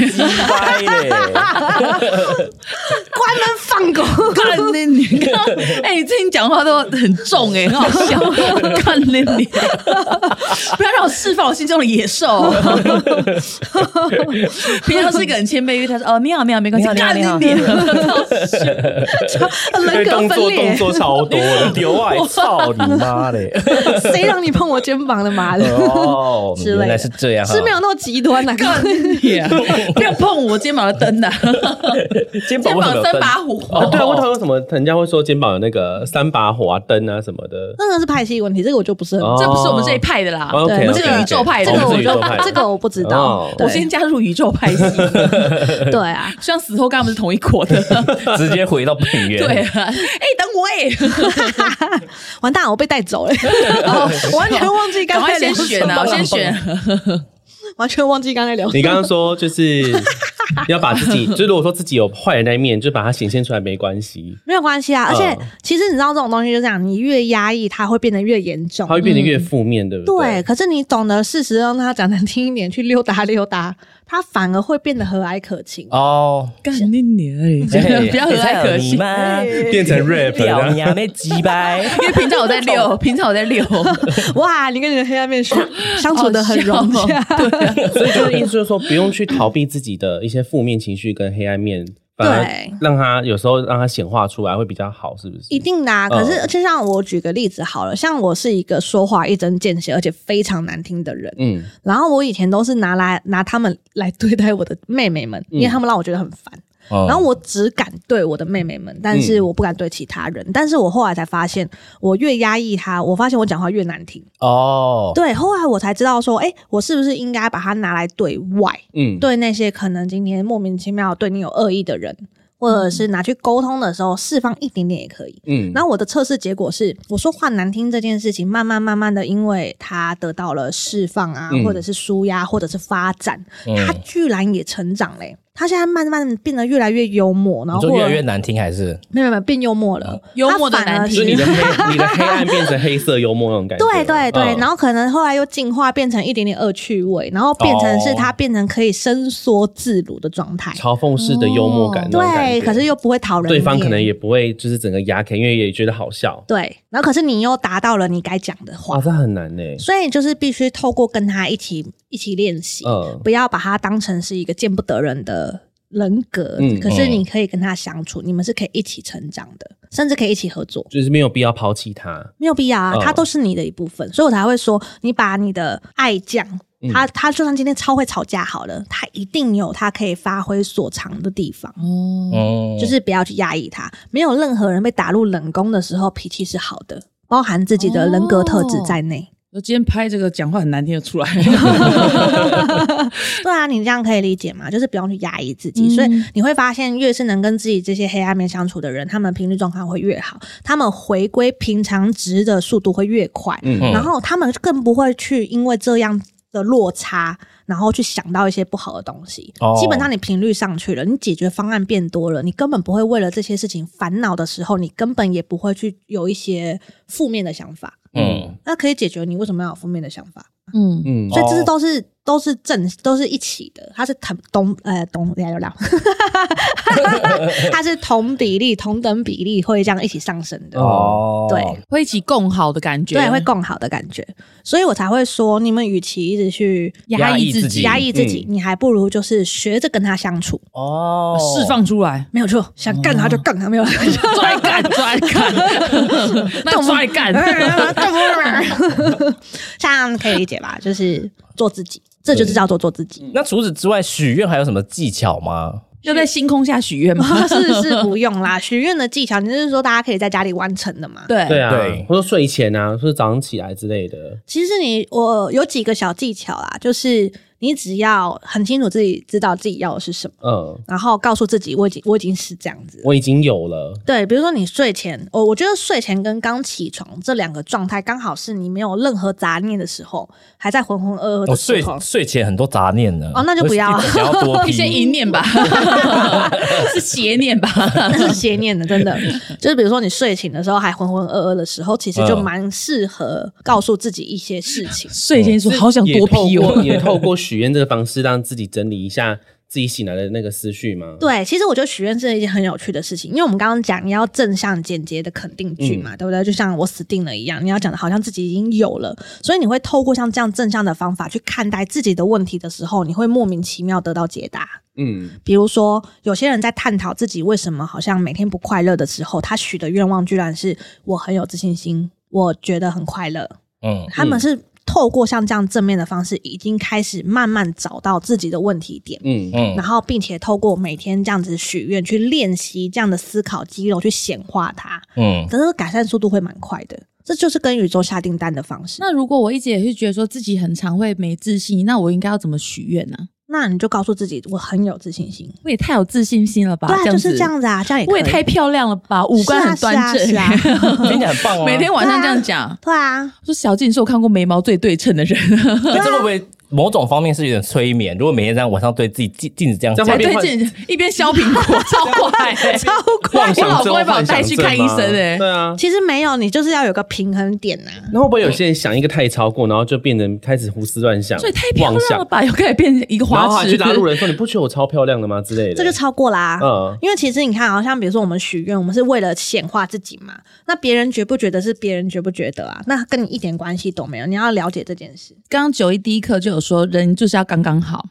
[SPEAKER 4] 掰 <laughs> 嘞！
[SPEAKER 6] 门放狗。
[SPEAKER 3] 干你你！ <laughs> 哎、你最近讲话都很重
[SPEAKER 2] <laughs>
[SPEAKER 3] 哎、很好笑。干你你！不要让我释放我心中的野
[SPEAKER 2] <laughs>
[SPEAKER 3] 兽。平常是一个很谦卑，因为他说：“哦，你好，你好，没关系。”
[SPEAKER 4] 你好
[SPEAKER 3] 干
[SPEAKER 4] 你
[SPEAKER 3] 你
[SPEAKER 4] 好
[SPEAKER 3] 你！
[SPEAKER 6] <laughs> <laughs> 人格
[SPEAKER 2] 动
[SPEAKER 6] 分
[SPEAKER 2] 作动
[SPEAKER 6] 裂，
[SPEAKER 2] 作超多
[SPEAKER 6] <laughs>
[SPEAKER 2] 的，
[SPEAKER 4] 牛啊！操你妈嘞！
[SPEAKER 6] 谁让你碰我肩膀的妈的？
[SPEAKER 4] 哦，
[SPEAKER 6] 之类的
[SPEAKER 4] 原来是这样哈，
[SPEAKER 6] 是没有那么极端的、
[SPEAKER 3] 干你
[SPEAKER 2] <laughs>
[SPEAKER 3] 啊！不要碰我肩膀的灯呐、啊
[SPEAKER 4] 肩
[SPEAKER 3] 肩
[SPEAKER 4] 为什
[SPEAKER 3] 膀
[SPEAKER 4] 么有
[SPEAKER 3] 三
[SPEAKER 4] 灯
[SPEAKER 3] 把火。
[SPEAKER 2] 哦，对啊，为什么为什么人家会说肩膀有那个三把火啊、灯啊什么的？
[SPEAKER 6] 那个是派系问题，这个我就不是很。
[SPEAKER 2] 哦
[SPEAKER 3] 这不是我们这一派的啦，
[SPEAKER 2] 哦，OK，
[SPEAKER 3] 我们这个
[SPEAKER 2] OK，OK
[SPEAKER 3] 宇宙派的。
[SPEAKER 6] 这个
[SPEAKER 2] 哦
[SPEAKER 6] 我
[SPEAKER 2] 是宇宙派
[SPEAKER 6] 就这个我不知道
[SPEAKER 2] 哦，
[SPEAKER 6] 对
[SPEAKER 3] 我先加入宇宙
[SPEAKER 2] <laughs>
[SPEAKER 3] 派系，
[SPEAKER 6] 对啊，
[SPEAKER 3] <laughs> 虽然死后跟他们是同一国的。
[SPEAKER 4] <laughs> 直接回到本源。
[SPEAKER 3] 对，啊，哎、等我哎、
[SPEAKER 6] 完蛋，我被带走了，我哦 <laughs> 完全忘记
[SPEAKER 3] 赶
[SPEAKER 6] 刚才
[SPEAKER 3] 快
[SPEAKER 6] 聊
[SPEAKER 3] 先
[SPEAKER 6] 什
[SPEAKER 3] 选啊，
[SPEAKER 6] 么
[SPEAKER 3] 我先选。
[SPEAKER 6] 完全忘记刚才聊什么。
[SPEAKER 2] 你刚刚说就是
[SPEAKER 6] <laughs>
[SPEAKER 2] 要把自己，就如果说自己有坏的那一面，就把它显现出来没关系，
[SPEAKER 6] 没有关系啊，而且
[SPEAKER 2] 嗯
[SPEAKER 6] 其实你知道这种东西就这样，你越压抑它会变得越严重
[SPEAKER 2] 它。会变得越负面，对不
[SPEAKER 6] 对，？可是你懂得适时让它讲难听一点，去溜达溜达，它反而会变得和蔼可亲。
[SPEAKER 4] 哦，
[SPEAKER 3] 干你娘嘞！
[SPEAKER 5] 哎
[SPEAKER 3] <laughs> 不要和蔼可亲。
[SPEAKER 4] 吗？
[SPEAKER 2] 变成 rap
[SPEAKER 4] 屌
[SPEAKER 2] 了
[SPEAKER 4] 你还没鸡掰，
[SPEAKER 3] 因为平常我在
[SPEAKER 5] <laughs>
[SPEAKER 3] 溜，平常我在溜，
[SPEAKER 5] 哦
[SPEAKER 6] 哇，你跟你的黑暗面相相处的很融洽，
[SPEAKER 2] 所以就是意思就是说，不用去逃避自己的一些负面情绪跟黑暗面，反
[SPEAKER 6] 对
[SPEAKER 2] 而让它有时候让它显化出来会比较好，是不是？
[SPEAKER 6] <laughs> 一定的、啊。
[SPEAKER 2] 嗯
[SPEAKER 6] 可是就像我举个例子好了，像我是一个说话一针见血，而且非常难听的人。
[SPEAKER 2] 嗯，
[SPEAKER 6] 然后我以前都是拿来拿他们来对待我的妹妹们，
[SPEAKER 2] 嗯
[SPEAKER 6] 因为他们让我觉得很烦。
[SPEAKER 4] 嗯
[SPEAKER 6] 然后我只敢对我的妹妹们，但是我不敢对其他人。但是我后来才发现，我越压抑她，我发现我讲话越难听。
[SPEAKER 4] 哦，
[SPEAKER 6] 对，后来我才知道说，哎，我是不是应该把它拿来对外，
[SPEAKER 2] 嗯，
[SPEAKER 6] 对那些可能今天莫名其妙对你有恶意的人，或者是拿去沟通的时候释放一点点也可以。
[SPEAKER 2] 嗯，
[SPEAKER 6] 然后我的测试结果是，我说话难听这件事情，慢慢慢慢的，因为他得到了释放啊，
[SPEAKER 2] 嗯
[SPEAKER 6] 或者是舒压，或者是发展，
[SPEAKER 4] 嗯
[SPEAKER 6] 他居然也成长嘞、他现在慢慢变得越来越幽默，然
[SPEAKER 4] 你
[SPEAKER 6] 后
[SPEAKER 4] 说
[SPEAKER 6] 或
[SPEAKER 4] 越
[SPEAKER 6] 者
[SPEAKER 4] 来越难听还是？
[SPEAKER 6] 没有没有变幽默了，
[SPEAKER 5] 幽默的
[SPEAKER 6] 他反而
[SPEAKER 2] 嗯
[SPEAKER 5] 难
[SPEAKER 2] 就是
[SPEAKER 5] 听
[SPEAKER 2] 你的黑，你的黑暗变成黑色幽默那种感觉。
[SPEAKER 6] 对对对，
[SPEAKER 2] 嗯
[SPEAKER 6] 然后可能后来又进化变成一点点恶趣味，然后变成
[SPEAKER 2] 哦
[SPEAKER 6] 是他变成可以伸缩自如的状态，
[SPEAKER 2] 嘲讽式的幽默
[SPEAKER 3] 哦
[SPEAKER 2] 感那种感
[SPEAKER 6] 对，
[SPEAKER 2] 觉，
[SPEAKER 6] 可是又不会讨人
[SPEAKER 2] 对方
[SPEAKER 6] 厌
[SPEAKER 2] 可能也不会就是整个牙啃，因为也觉得好笑。
[SPEAKER 6] 对，然后可是你又达到了你该讲的话
[SPEAKER 2] 哇，，这很难呢。
[SPEAKER 6] 所以就是必须透过跟他一起一起练习，
[SPEAKER 2] 嗯，
[SPEAKER 6] 不要把他当成是一个见不得人的人格。
[SPEAKER 2] 嗯
[SPEAKER 6] 可是你可以跟他相处，你们是可以一起成长的，甚至可以一起合作，
[SPEAKER 2] 就是没有必要抛弃他。
[SPEAKER 6] 没有必要啊，
[SPEAKER 2] 嗯
[SPEAKER 6] 他都是你的一部分。所以我才会说，你把你的爱将。
[SPEAKER 2] 嗯
[SPEAKER 6] 他他就算今天超会吵架好了，他一定有他可以发挥所长的地方，
[SPEAKER 5] 哦，
[SPEAKER 4] 嗯，
[SPEAKER 6] 就是不要去压抑他。没有任何人被打入冷宫的时候脾气是好的，包含自己的人格特
[SPEAKER 2] 哦
[SPEAKER 6] 质在内。
[SPEAKER 3] 那今天拍这个讲话很难听的出来，
[SPEAKER 6] <laughs> 对啊，你这样可以理解吗？就是不用去压抑自己，
[SPEAKER 5] 嗯
[SPEAKER 6] 所以你会发现，越是能跟自己这些黑暗面相处的人，他们频率状况会越好，他们回归平常值的速度会越快，
[SPEAKER 2] 嗯
[SPEAKER 6] 然后他们更不会去因为这样。的落差，然后去想到一些不好的东西。
[SPEAKER 4] 哦
[SPEAKER 6] 基本上你频率上去了，你解决方案变多了，你根本不会为了这些事情烦恼的时候，你根本也不会去有一些负面的想法。
[SPEAKER 4] 嗯
[SPEAKER 6] 那可以解决，你为什么要有负面的想法？
[SPEAKER 5] 嗯，
[SPEAKER 2] 嗯，
[SPEAKER 6] 所以这是
[SPEAKER 4] 哦
[SPEAKER 6] 都是、都是正都是一起的，它是同同呃同聊聊， <laughs> 它是同比例同等比例会这样一起上升的，
[SPEAKER 4] 哦，
[SPEAKER 6] 对
[SPEAKER 5] 会一起共好的感觉，
[SPEAKER 6] 对，会更好的感觉，所以我才会说，你们与其一直去
[SPEAKER 5] 压抑
[SPEAKER 4] 自
[SPEAKER 5] 自
[SPEAKER 4] 己嗯
[SPEAKER 5] 己，
[SPEAKER 6] 压抑自己，你还不如就是学着跟他相处，
[SPEAKER 4] 哦，
[SPEAKER 3] 释放出来，
[SPEAKER 6] 没有错，想干他就干他，没有。
[SPEAKER 5] 哦
[SPEAKER 3] 抓一干，抓一
[SPEAKER 5] <laughs>
[SPEAKER 3] 干，那抓一干，
[SPEAKER 6] <laughs>
[SPEAKER 5] 嗯
[SPEAKER 6] 这样可以理解吧？就是做自己，这就是叫做做自己。
[SPEAKER 4] 那除此之外，许愿还有什么技巧吗？
[SPEAKER 3] 要在星空下许愿吗？
[SPEAKER 6] <laughs> 是是不用啦，许愿的技巧，你就是说大家可以在家里完成的嘛？
[SPEAKER 3] 对
[SPEAKER 2] 对啊
[SPEAKER 4] 对，
[SPEAKER 2] 或者睡前啊，或者早上起来之类的。
[SPEAKER 6] 其实你我有几个小技巧啦，就是你只要很清楚自己知道自己要的是什么，
[SPEAKER 2] 嗯，
[SPEAKER 6] 然后告诉自己我已经我已经是这样子了。
[SPEAKER 2] 我已经有了。
[SPEAKER 6] 对，比如说你睡前，我我觉得睡前跟刚起床这两个状态，刚好是你没有任何杂念的时候，还在浑浑噩噩
[SPEAKER 4] 我
[SPEAKER 6] 的时
[SPEAKER 4] 哦睡
[SPEAKER 6] 候。
[SPEAKER 4] 睡前很多杂念呢。
[SPEAKER 6] 哦那就不要啊
[SPEAKER 4] 我一直想要
[SPEAKER 3] <laughs>
[SPEAKER 4] 多
[SPEAKER 3] 一些
[SPEAKER 4] 批
[SPEAKER 3] 淫念吧，是邪念吧？
[SPEAKER 6] 那 <laughs> 是邪念的，真
[SPEAKER 4] <laughs>
[SPEAKER 6] 的。就是比如说你睡醒的时候还浑浑噩噩的时候，其实就
[SPEAKER 4] 嗯
[SPEAKER 6] 蛮适合告诉自己一些事情。
[SPEAKER 3] 睡前说好想
[SPEAKER 2] 也
[SPEAKER 3] 多
[SPEAKER 2] 透
[SPEAKER 3] 批
[SPEAKER 2] 过
[SPEAKER 3] 哦，
[SPEAKER 2] <laughs> 也透过许愿这个方式，让自己整理一下自己醒来的那个思绪吗？
[SPEAKER 6] 对，其实我觉得许愿是一件很有趣的事情，因为我们刚刚讲你要正向简洁的肯定句嘛，对不对？就像我死定了一样，你要讲的好像自己已经有了，所以你会透过像这样正向的方法去看待自己的问题的时候，你会莫名其妙得到解答。
[SPEAKER 2] 嗯，
[SPEAKER 6] 比如说，有些人在探讨自己为什么好像每天不快乐的时候，他许的愿望居然是我很有自信心，我觉得很快乐。
[SPEAKER 4] 嗯，
[SPEAKER 6] 他们是透过像这样正面的方式，已经开始慢慢找到自己的问题点。
[SPEAKER 2] 嗯
[SPEAKER 4] 嗯
[SPEAKER 6] 然后并且透过每天这样子许愿去练习这样的思考肌肉去显化它，
[SPEAKER 4] 嗯，
[SPEAKER 6] 可是改善速度会蛮快的。这就是跟宇宙下订单的方式。那
[SPEAKER 5] 那如果我一直也是觉得说自己很常会没自信，那我应该要怎么许愿啊呢？
[SPEAKER 6] 那你就告诉自己，我很有自信心。
[SPEAKER 5] 我也太有自信心了吧？
[SPEAKER 6] 对啊，
[SPEAKER 5] 这样
[SPEAKER 6] 就
[SPEAKER 5] 子
[SPEAKER 6] 是这样子啊，这样也可以。
[SPEAKER 5] 我也太漂亮了吧，五官很端正。
[SPEAKER 6] 是啊，是啊是啊
[SPEAKER 4] 听起来很棒啊。
[SPEAKER 3] <laughs> 每天晚上这样讲。
[SPEAKER 6] 对啊，
[SPEAKER 3] 我说小静是我看过眉毛最对称 <laughs> 的人，
[SPEAKER 4] 哎这会不会某种方面是有点催眠？如果每天这样晚上对自己镜镜子这样
[SPEAKER 2] 这
[SPEAKER 4] 讲
[SPEAKER 2] 样，
[SPEAKER 3] 才
[SPEAKER 2] 会
[SPEAKER 3] 对劲，一边削苹 <laughs> 果，超快、超
[SPEAKER 2] 妄
[SPEAKER 3] 我
[SPEAKER 2] 想
[SPEAKER 3] 老
[SPEAKER 2] 症
[SPEAKER 3] 公会把我
[SPEAKER 2] 幻想
[SPEAKER 3] 带去
[SPEAKER 2] 症
[SPEAKER 3] 看医
[SPEAKER 2] 吗
[SPEAKER 3] 生哎、
[SPEAKER 2] 对啊。
[SPEAKER 6] <laughs> 其实没有，你就是要有个平衡点啊呐、
[SPEAKER 2] 那会不会有些人想一个太超过，然后就变成开始胡思乱想，
[SPEAKER 3] 所以太漂
[SPEAKER 2] 妄
[SPEAKER 3] 亮了
[SPEAKER 2] 想，
[SPEAKER 3] 吧，又开始变成一个
[SPEAKER 2] 然后
[SPEAKER 3] 花
[SPEAKER 2] 还
[SPEAKER 3] 痴
[SPEAKER 2] 去
[SPEAKER 3] 子
[SPEAKER 2] 拉路人说你不觉得我超漂亮的吗之类的？
[SPEAKER 6] 这就超过啦、
[SPEAKER 2] 嗯
[SPEAKER 6] 因为其实你看，啊好像比如说我们许愿，我们是为了显化自己嘛，那别人觉不觉得是别人觉不觉得啊？那跟你一点关系都没有，你要了解这件事。
[SPEAKER 5] 刚刚九一第一课就
[SPEAKER 3] 有
[SPEAKER 5] 有
[SPEAKER 3] 说，人就是要刚刚好。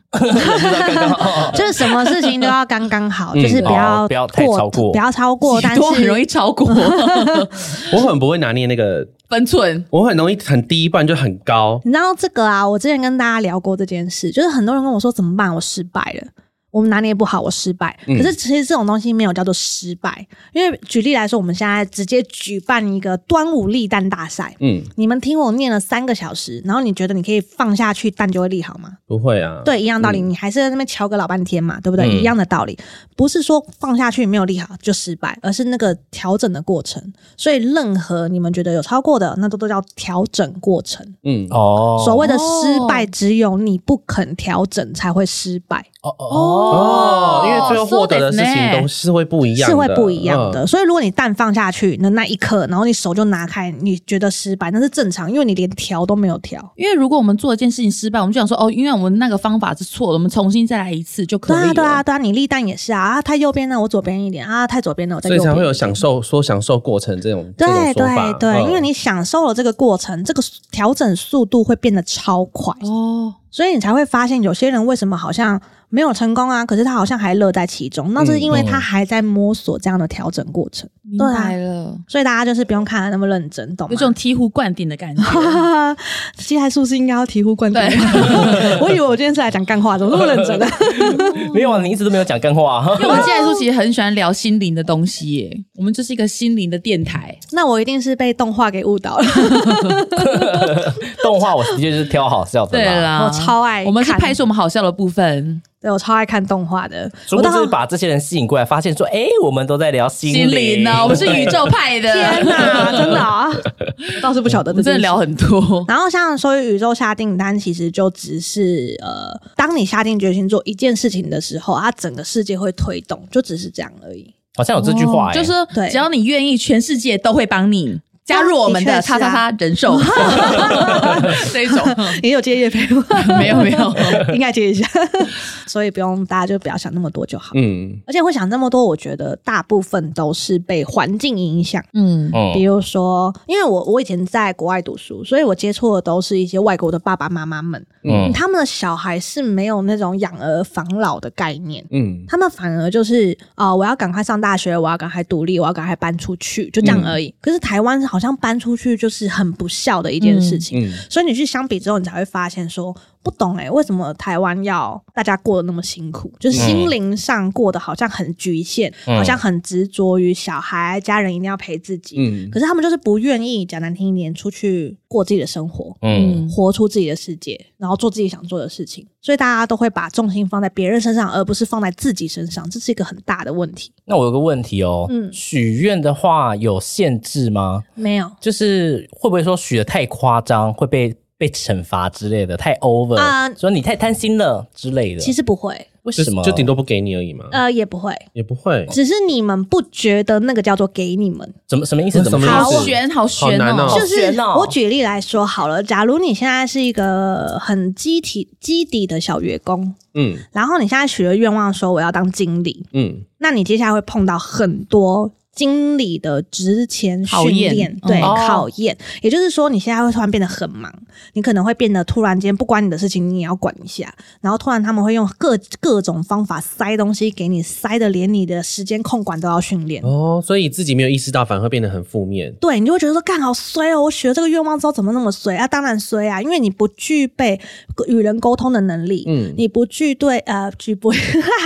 [SPEAKER 6] 就是什么事情都要刚刚
[SPEAKER 3] <laughs>
[SPEAKER 6] 好，
[SPEAKER 2] 嗯
[SPEAKER 6] 就是不要
[SPEAKER 4] 哦不要太超过
[SPEAKER 6] 不要超过，但
[SPEAKER 3] 许多很容易
[SPEAKER 6] 是
[SPEAKER 3] 超
[SPEAKER 6] <laughs>
[SPEAKER 3] 过
[SPEAKER 2] 我很不会拿捏那个，
[SPEAKER 3] 分寸。
[SPEAKER 2] 我很容易很低，不然就很高。
[SPEAKER 6] 你知道这个啊？我之前跟大家聊过这件事，就是很多人跟我说怎么办，我失败了。我们拿捏不好，我失败。
[SPEAKER 2] 嗯
[SPEAKER 6] 可是其实这种东西没有叫做失败，因为举例来说，我们现在直接举办一个端午立蛋大赛，
[SPEAKER 2] 嗯，
[SPEAKER 6] 你们听我念了三个小时，然后你觉得你可以放下去蛋就会立好吗？
[SPEAKER 2] 不会啊。，
[SPEAKER 6] 对，一样道理，你还是在那边敲个老半天嘛，对不对？
[SPEAKER 2] 嗯
[SPEAKER 6] 一样的道理，不是说放下去没有立好就失败，而是那个调整的过程。所以，任何你们觉得有超过的，那都都叫调整过程。
[SPEAKER 2] 嗯，
[SPEAKER 4] 哦
[SPEAKER 6] 所谓的失败，
[SPEAKER 3] 哦
[SPEAKER 6] 只有你不肯调整才会失败，
[SPEAKER 4] 哦哦，
[SPEAKER 2] 哦，因为最后
[SPEAKER 3] so
[SPEAKER 2] 获得的事
[SPEAKER 3] that's
[SPEAKER 2] 情
[SPEAKER 3] nice
[SPEAKER 2] 都是会不一样的，
[SPEAKER 6] 是会不一样的。
[SPEAKER 2] 嗯
[SPEAKER 6] 所以，如果你蛋放下去那那一刻，然后你手就拿开，你觉得失败，那是正常，因为你连调都没有调。
[SPEAKER 3] 因为如果我们做一件事情失败，我们就想说哦，因为我们那个方法是错的，我们重新再来一次就可
[SPEAKER 6] 对
[SPEAKER 3] 以
[SPEAKER 6] 啊，
[SPEAKER 3] 了。
[SPEAKER 6] 对啊，对啊，你立蛋也是啊，啊，太右边了，我左边一点啊，太左边了，我再
[SPEAKER 2] 所以
[SPEAKER 6] 右边
[SPEAKER 2] 才
[SPEAKER 6] 一
[SPEAKER 2] 会有
[SPEAKER 6] 点
[SPEAKER 2] 享受说享受过程这种这
[SPEAKER 6] 对
[SPEAKER 2] 种说
[SPEAKER 6] 对
[SPEAKER 2] 法，
[SPEAKER 6] 对，
[SPEAKER 2] 嗯
[SPEAKER 6] 因为你享受了这个过程，这个速调整速度会变得超快，
[SPEAKER 3] 哦，
[SPEAKER 6] 所以你才会发现有些人为什么好像没有成功啊，可是他好像还乐在其中，那是因
[SPEAKER 2] 嗯
[SPEAKER 6] 为他还在摸索这样的调整过程。
[SPEAKER 3] 明
[SPEAKER 6] 对啊
[SPEAKER 3] 白了，
[SPEAKER 6] 所以大家就是不用看的那么认真，懂吗
[SPEAKER 3] 有？
[SPEAKER 6] <laughs>
[SPEAKER 3] 种醍醐灌顶的感觉。
[SPEAKER 6] 接下来是不是应该要醍醐灌顶
[SPEAKER 3] 对？
[SPEAKER 6] <laughs> 我以为我今天是来讲干话，怎么那么认真呢？ <laughs>
[SPEAKER 4] 没有啊，你一直都没有讲干话
[SPEAKER 3] <laughs>
[SPEAKER 4] 啊。
[SPEAKER 3] <laughs> 因为我们接下来说其实很喜欢聊心灵的东西耶，我们就是一个心灵的电台。
[SPEAKER 6] 那我一定是被动画给误导了。 <laughs>
[SPEAKER 4] 动画我的确是挑好笑的
[SPEAKER 3] 对
[SPEAKER 4] 啦，
[SPEAKER 3] 啦，
[SPEAKER 6] 我超爱看
[SPEAKER 3] 我们是拍出我们好笑的部分。
[SPEAKER 6] 对我超爱看动画的，
[SPEAKER 4] 殊
[SPEAKER 6] 我
[SPEAKER 4] 不
[SPEAKER 6] 到
[SPEAKER 4] 知把这些人吸引过来，发现说，哎，我们都在聊心
[SPEAKER 3] 心灵哦呢，我们是宇宙派的。
[SPEAKER 2] 啊
[SPEAKER 6] 天哪，真的啊！我倒是不晓
[SPEAKER 3] 我
[SPEAKER 6] 得这
[SPEAKER 3] 们真
[SPEAKER 6] 件
[SPEAKER 3] 的
[SPEAKER 6] 事
[SPEAKER 3] 聊很多。
[SPEAKER 6] 然后像所以宇宙下订单，其实就只是呃，当你下定决心做一件事情的时候，它整个世界会推动，就只是这样而 <laughs> 已。
[SPEAKER 4] 好像有这句话，哎
[SPEAKER 3] 嗯就是说
[SPEAKER 6] 对
[SPEAKER 3] 只要你愿意，全世界都会帮你。加入我们的
[SPEAKER 6] 的确是
[SPEAKER 3] 叉
[SPEAKER 6] 啊
[SPEAKER 3] 叉叉人
[SPEAKER 6] <laughs>
[SPEAKER 3] 寿这一种，
[SPEAKER 6] 也有接业配吗？
[SPEAKER 3] 没有没有，
[SPEAKER 6] <laughs> 应该接一下，所以不用大家就不要想那么多就好。
[SPEAKER 2] 嗯，
[SPEAKER 6] 而且会想这么多，我觉得大部分都是被环境影响。
[SPEAKER 3] 嗯，
[SPEAKER 6] 比如说，因为我我以前在国外读书，所以我接触的都是一些外国的爸爸妈妈们，
[SPEAKER 4] 嗯
[SPEAKER 6] 他们的小孩是没有那种养儿防老的概念。
[SPEAKER 2] 嗯
[SPEAKER 6] 他们反而就是啊、呃我要赶快上大学，我要赶快独立，我要赶快搬出去，就这样
[SPEAKER 2] 嗯
[SPEAKER 6] 而已。可是台湾好像搬出去就是很不孝的一件事情，
[SPEAKER 2] 嗯
[SPEAKER 6] 所以你去相比之后，你才会发现说不懂哎、为什么台湾要大家过得那么辛苦？就是心灵上过得好像很局限，
[SPEAKER 4] 嗯
[SPEAKER 6] 好像很执着于小孩、家人一定要陪自己，
[SPEAKER 2] 嗯
[SPEAKER 6] 可是他们就是不愿意讲难听一点，出去过自己的生活。
[SPEAKER 4] 嗯，
[SPEAKER 6] 活出自己的世界，然后做自己想做的事情，所以大家都会把重心放在别人身上，而不是放在自己身上，这是一个很大的问题。
[SPEAKER 4] 那我有个问题哦，
[SPEAKER 6] 嗯
[SPEAKER 4] 许愿的话有限制吗？
[SPEAKER 6] 没有
[SPEAKER 4] 就是会不会说许的太夸张会被被惩罚之类的，太 over，、
[SPEAKER 6] 啊
[SPEAKER 4] 说你太贪心了之类的？
[SPEAKER 6] 其实不会，
[SPEAKER 4] 为
[SPEAKER 2] 就
[SPEAKER 4] 什么？
[SPEAKER 2] 就顶多不给你而已嘛，
[SPEAKER 6] 呃，也不会，
[SPEAKER 4] 哦
[SPEAKER 2] 也不会。
[SPEAKER 6] 只是你们不觉得那个叫做给你们。
[SPEAKER 4] 怎么什么意思？
[SPEAKER 2] 嗯什
[SPEAKER 4] 怎么
[SPEAKER 2] 么
[SPEAKER 4] 意
[SPEAKER 2] 意
[SPEAKER 4] 思
[SPEAKER 2] 思
[SPEAKER 3] 好悬好
[SPEAKER 2] 好
[SPEAKER 3] 悬
[SPEAKER 2] 难哦
[SPEAKER 6] 就
[SPEAKER 4] 好
[SPEAKER 6] 是
[SPEAKER 4] 悬哦
[SPEAKER 6] 我举例来说好了，假如你现在是一个很基体基底的小员工，
[SPEAKER 2] 嗯
[SPEAKER 6] 然后你现在许了愿望说我要当经理，
[SPEAKER 2] 嗯
[SPEAKER 6] 那你接下来会碰到很多经理的职前
[SPEAKER 3] 考
[SPEAKER 6] 训
[SPEAKER 3] 验
[SPEAKER 6] 练，
[SPEAKER 3] 嗯
[SPEAKER 6] 对、
[SPEAKER 3] 哦
[SPEAKER 6] 考验，也就是说，你现在会突然变得很忙，你可能会变得突然间不管你的事情，你也要管一下，然后突然他们会用各各种方法塞东西给你，塞的连你的时间控管都要训练。
[SPEAKER 2] 哦，所以自己没有意识到，反而会变得很负面。
[SPEAKER 6] 对，你就会觉得说，干好衰哦！我许了这个愿望之后，怎么那么衰啊？当然衰啊，因为你不具备与人沟通的能力，
[SPEAKER 2] 嗯
[SPEAKER 6] 你不具对呃具备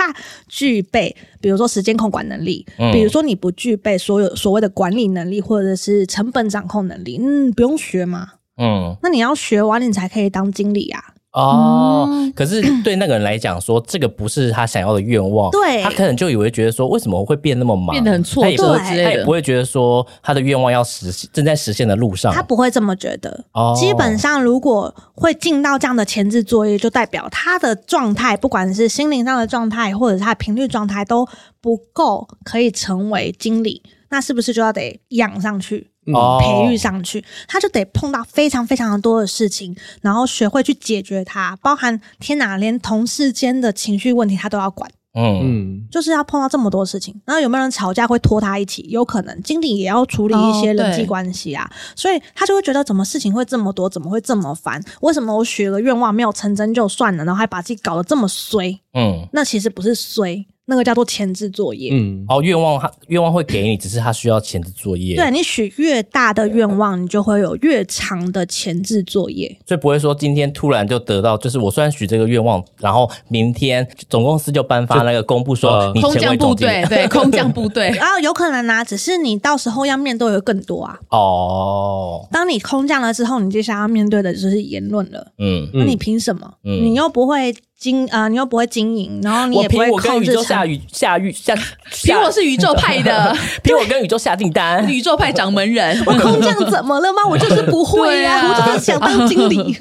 [SPEAKER 6] <laughs> 具备，比如说时间控管能力，比如说你不具备所有所谓的管理能力或者是成本掌控能力，嗯，不用学嘛，
[SPEAKER 4] 嗯
[SPEAKER 6] 那你要学完你才可以当经理啊。
[SPEAKER 4] 哦，
[SPEAKER 3] 嗯
[SPEAKER 4] 可是对那个人来讲说，这个不是他想要的愿望，
[SPEAKER 6] 对
[SPEAKER 4] 他可能就以为觉得说，为什么会变那么忙，
[SPEAKER 3] 变得很挫
[SPEAKER 4] 他也不
[SPEAKER 3] 折
[SPEAKER 4] 会
[SPEAKER 3] 之类
[SPEAKER 4] 他也
[SPEAKER 3] 的
[SPEAKER 4] 不。会觉得说他的愿望要实现，正在实现的路上。
[SPEAKER 6] 他不会这么觉得。
[SPEAKER 4] 哦
[SPEAKER 6] 基本上，如果会进到这样的前置作业，就代表他的状态，不管是心灵上的状态，或者是他的频率状态，都不够可以成为经理。那是不是就要得养上去？嗯
[SPEAKER 4] 哦
[SPEAKER 6] 培育上去，他就得碰到非常非常多的事情，然后学会去解决它，包含天哪，连同事间的情绪问题他都要管。
[SPEAKER 4] 嗯，
[SPEAKER 2] 嗯，
[SPEAKER 6] 就是要碰到这么多事情，然后有没有人吵架会拖他一起？有可能经理也要处理一些
[SPEAKER 3] 哦
[SPEAKER 6] 人际
[SPEAKER 3] 对
[SPEAKER 6] 关系啊，所以他就会觉得怎么事情会这么多，怎么会这么烦？为什么我许了愿望没有成真就算了，然后还把自己搞得这么衰？
[SPEAKER 4] 嗯，
[SPEAKER 6] 那其实不是衰，那个叫做前置作业。 <laughs>
[SPEAKER 2] 嗯，
[SPEAKER 4] 哦，愿望他愿望会给你，只是他需要前置作业，
[SPEAKER 6] 对，你许越大的愿望，你就会有越长的前置作业。
[SPEAKER 4] 所以不会说今天突然就得到，就是我虽然许这个愿望，然后明天总公司就颁发那个公布说
[SPEAKER 2] 呃
[SPEAKER 4] 你
[SPEAKER 3] 空
[SPEAKER 4] 成
[SPEAKER 3] 降
[SPEAKER 4] 为
[SPEAKER 3] 部
[SPEAKER 4] 总经理
[SPEAKER 3] 队，对，空降部队，
[SPEAKER 6] 然后有可能啊，只是你到时候要面对的更多啊。
[SPEAKER 4] 哦，
[SPEAKER 6] 当你空降了之后，你接下来要面对的就是言论了。
[SPEAKER 4] 嗯，
[SPEAKER 6] 那你凭什么？
[SPEAKER 4] 嗯
[SPEAKER 6] 你又不会经啊、你又不会经营，然后你
[SPEAKER 4] 我
[SPEAKER 6] 也不
[SPEAKER 4] 凭
[SPEAKER 6] 会
[SPEAKER 4] 我跟
[SPEAKER 6] 控
[SPEAKER 4] 宇
[SPEAKER 6] 制
[SPEAKER 4] 宙下
[SPEAKER 6] <laughs> 成。
[SPEAKER 4] 雨下雨下，
[SPEAKER 3] 凭
[SPEAKER 4] 凭
[SPEAKER 3] 我是宇宙派
[SPEAKER 4] <laughs>
[SPEAKER 3] 的
[SPEAKER 4] 凭我跟宇宙下订单，
[SPEAKER 3] 宇宙派掌门人，
[SPEAKER 6] 我空降怎么了吗？我就是不会呀、
[SPEAKER 3] 对啊
[SPEAKER 6] 我就是想当
[SPEAKER 4] <laughs>
[SPEAKER 6] 经理。啊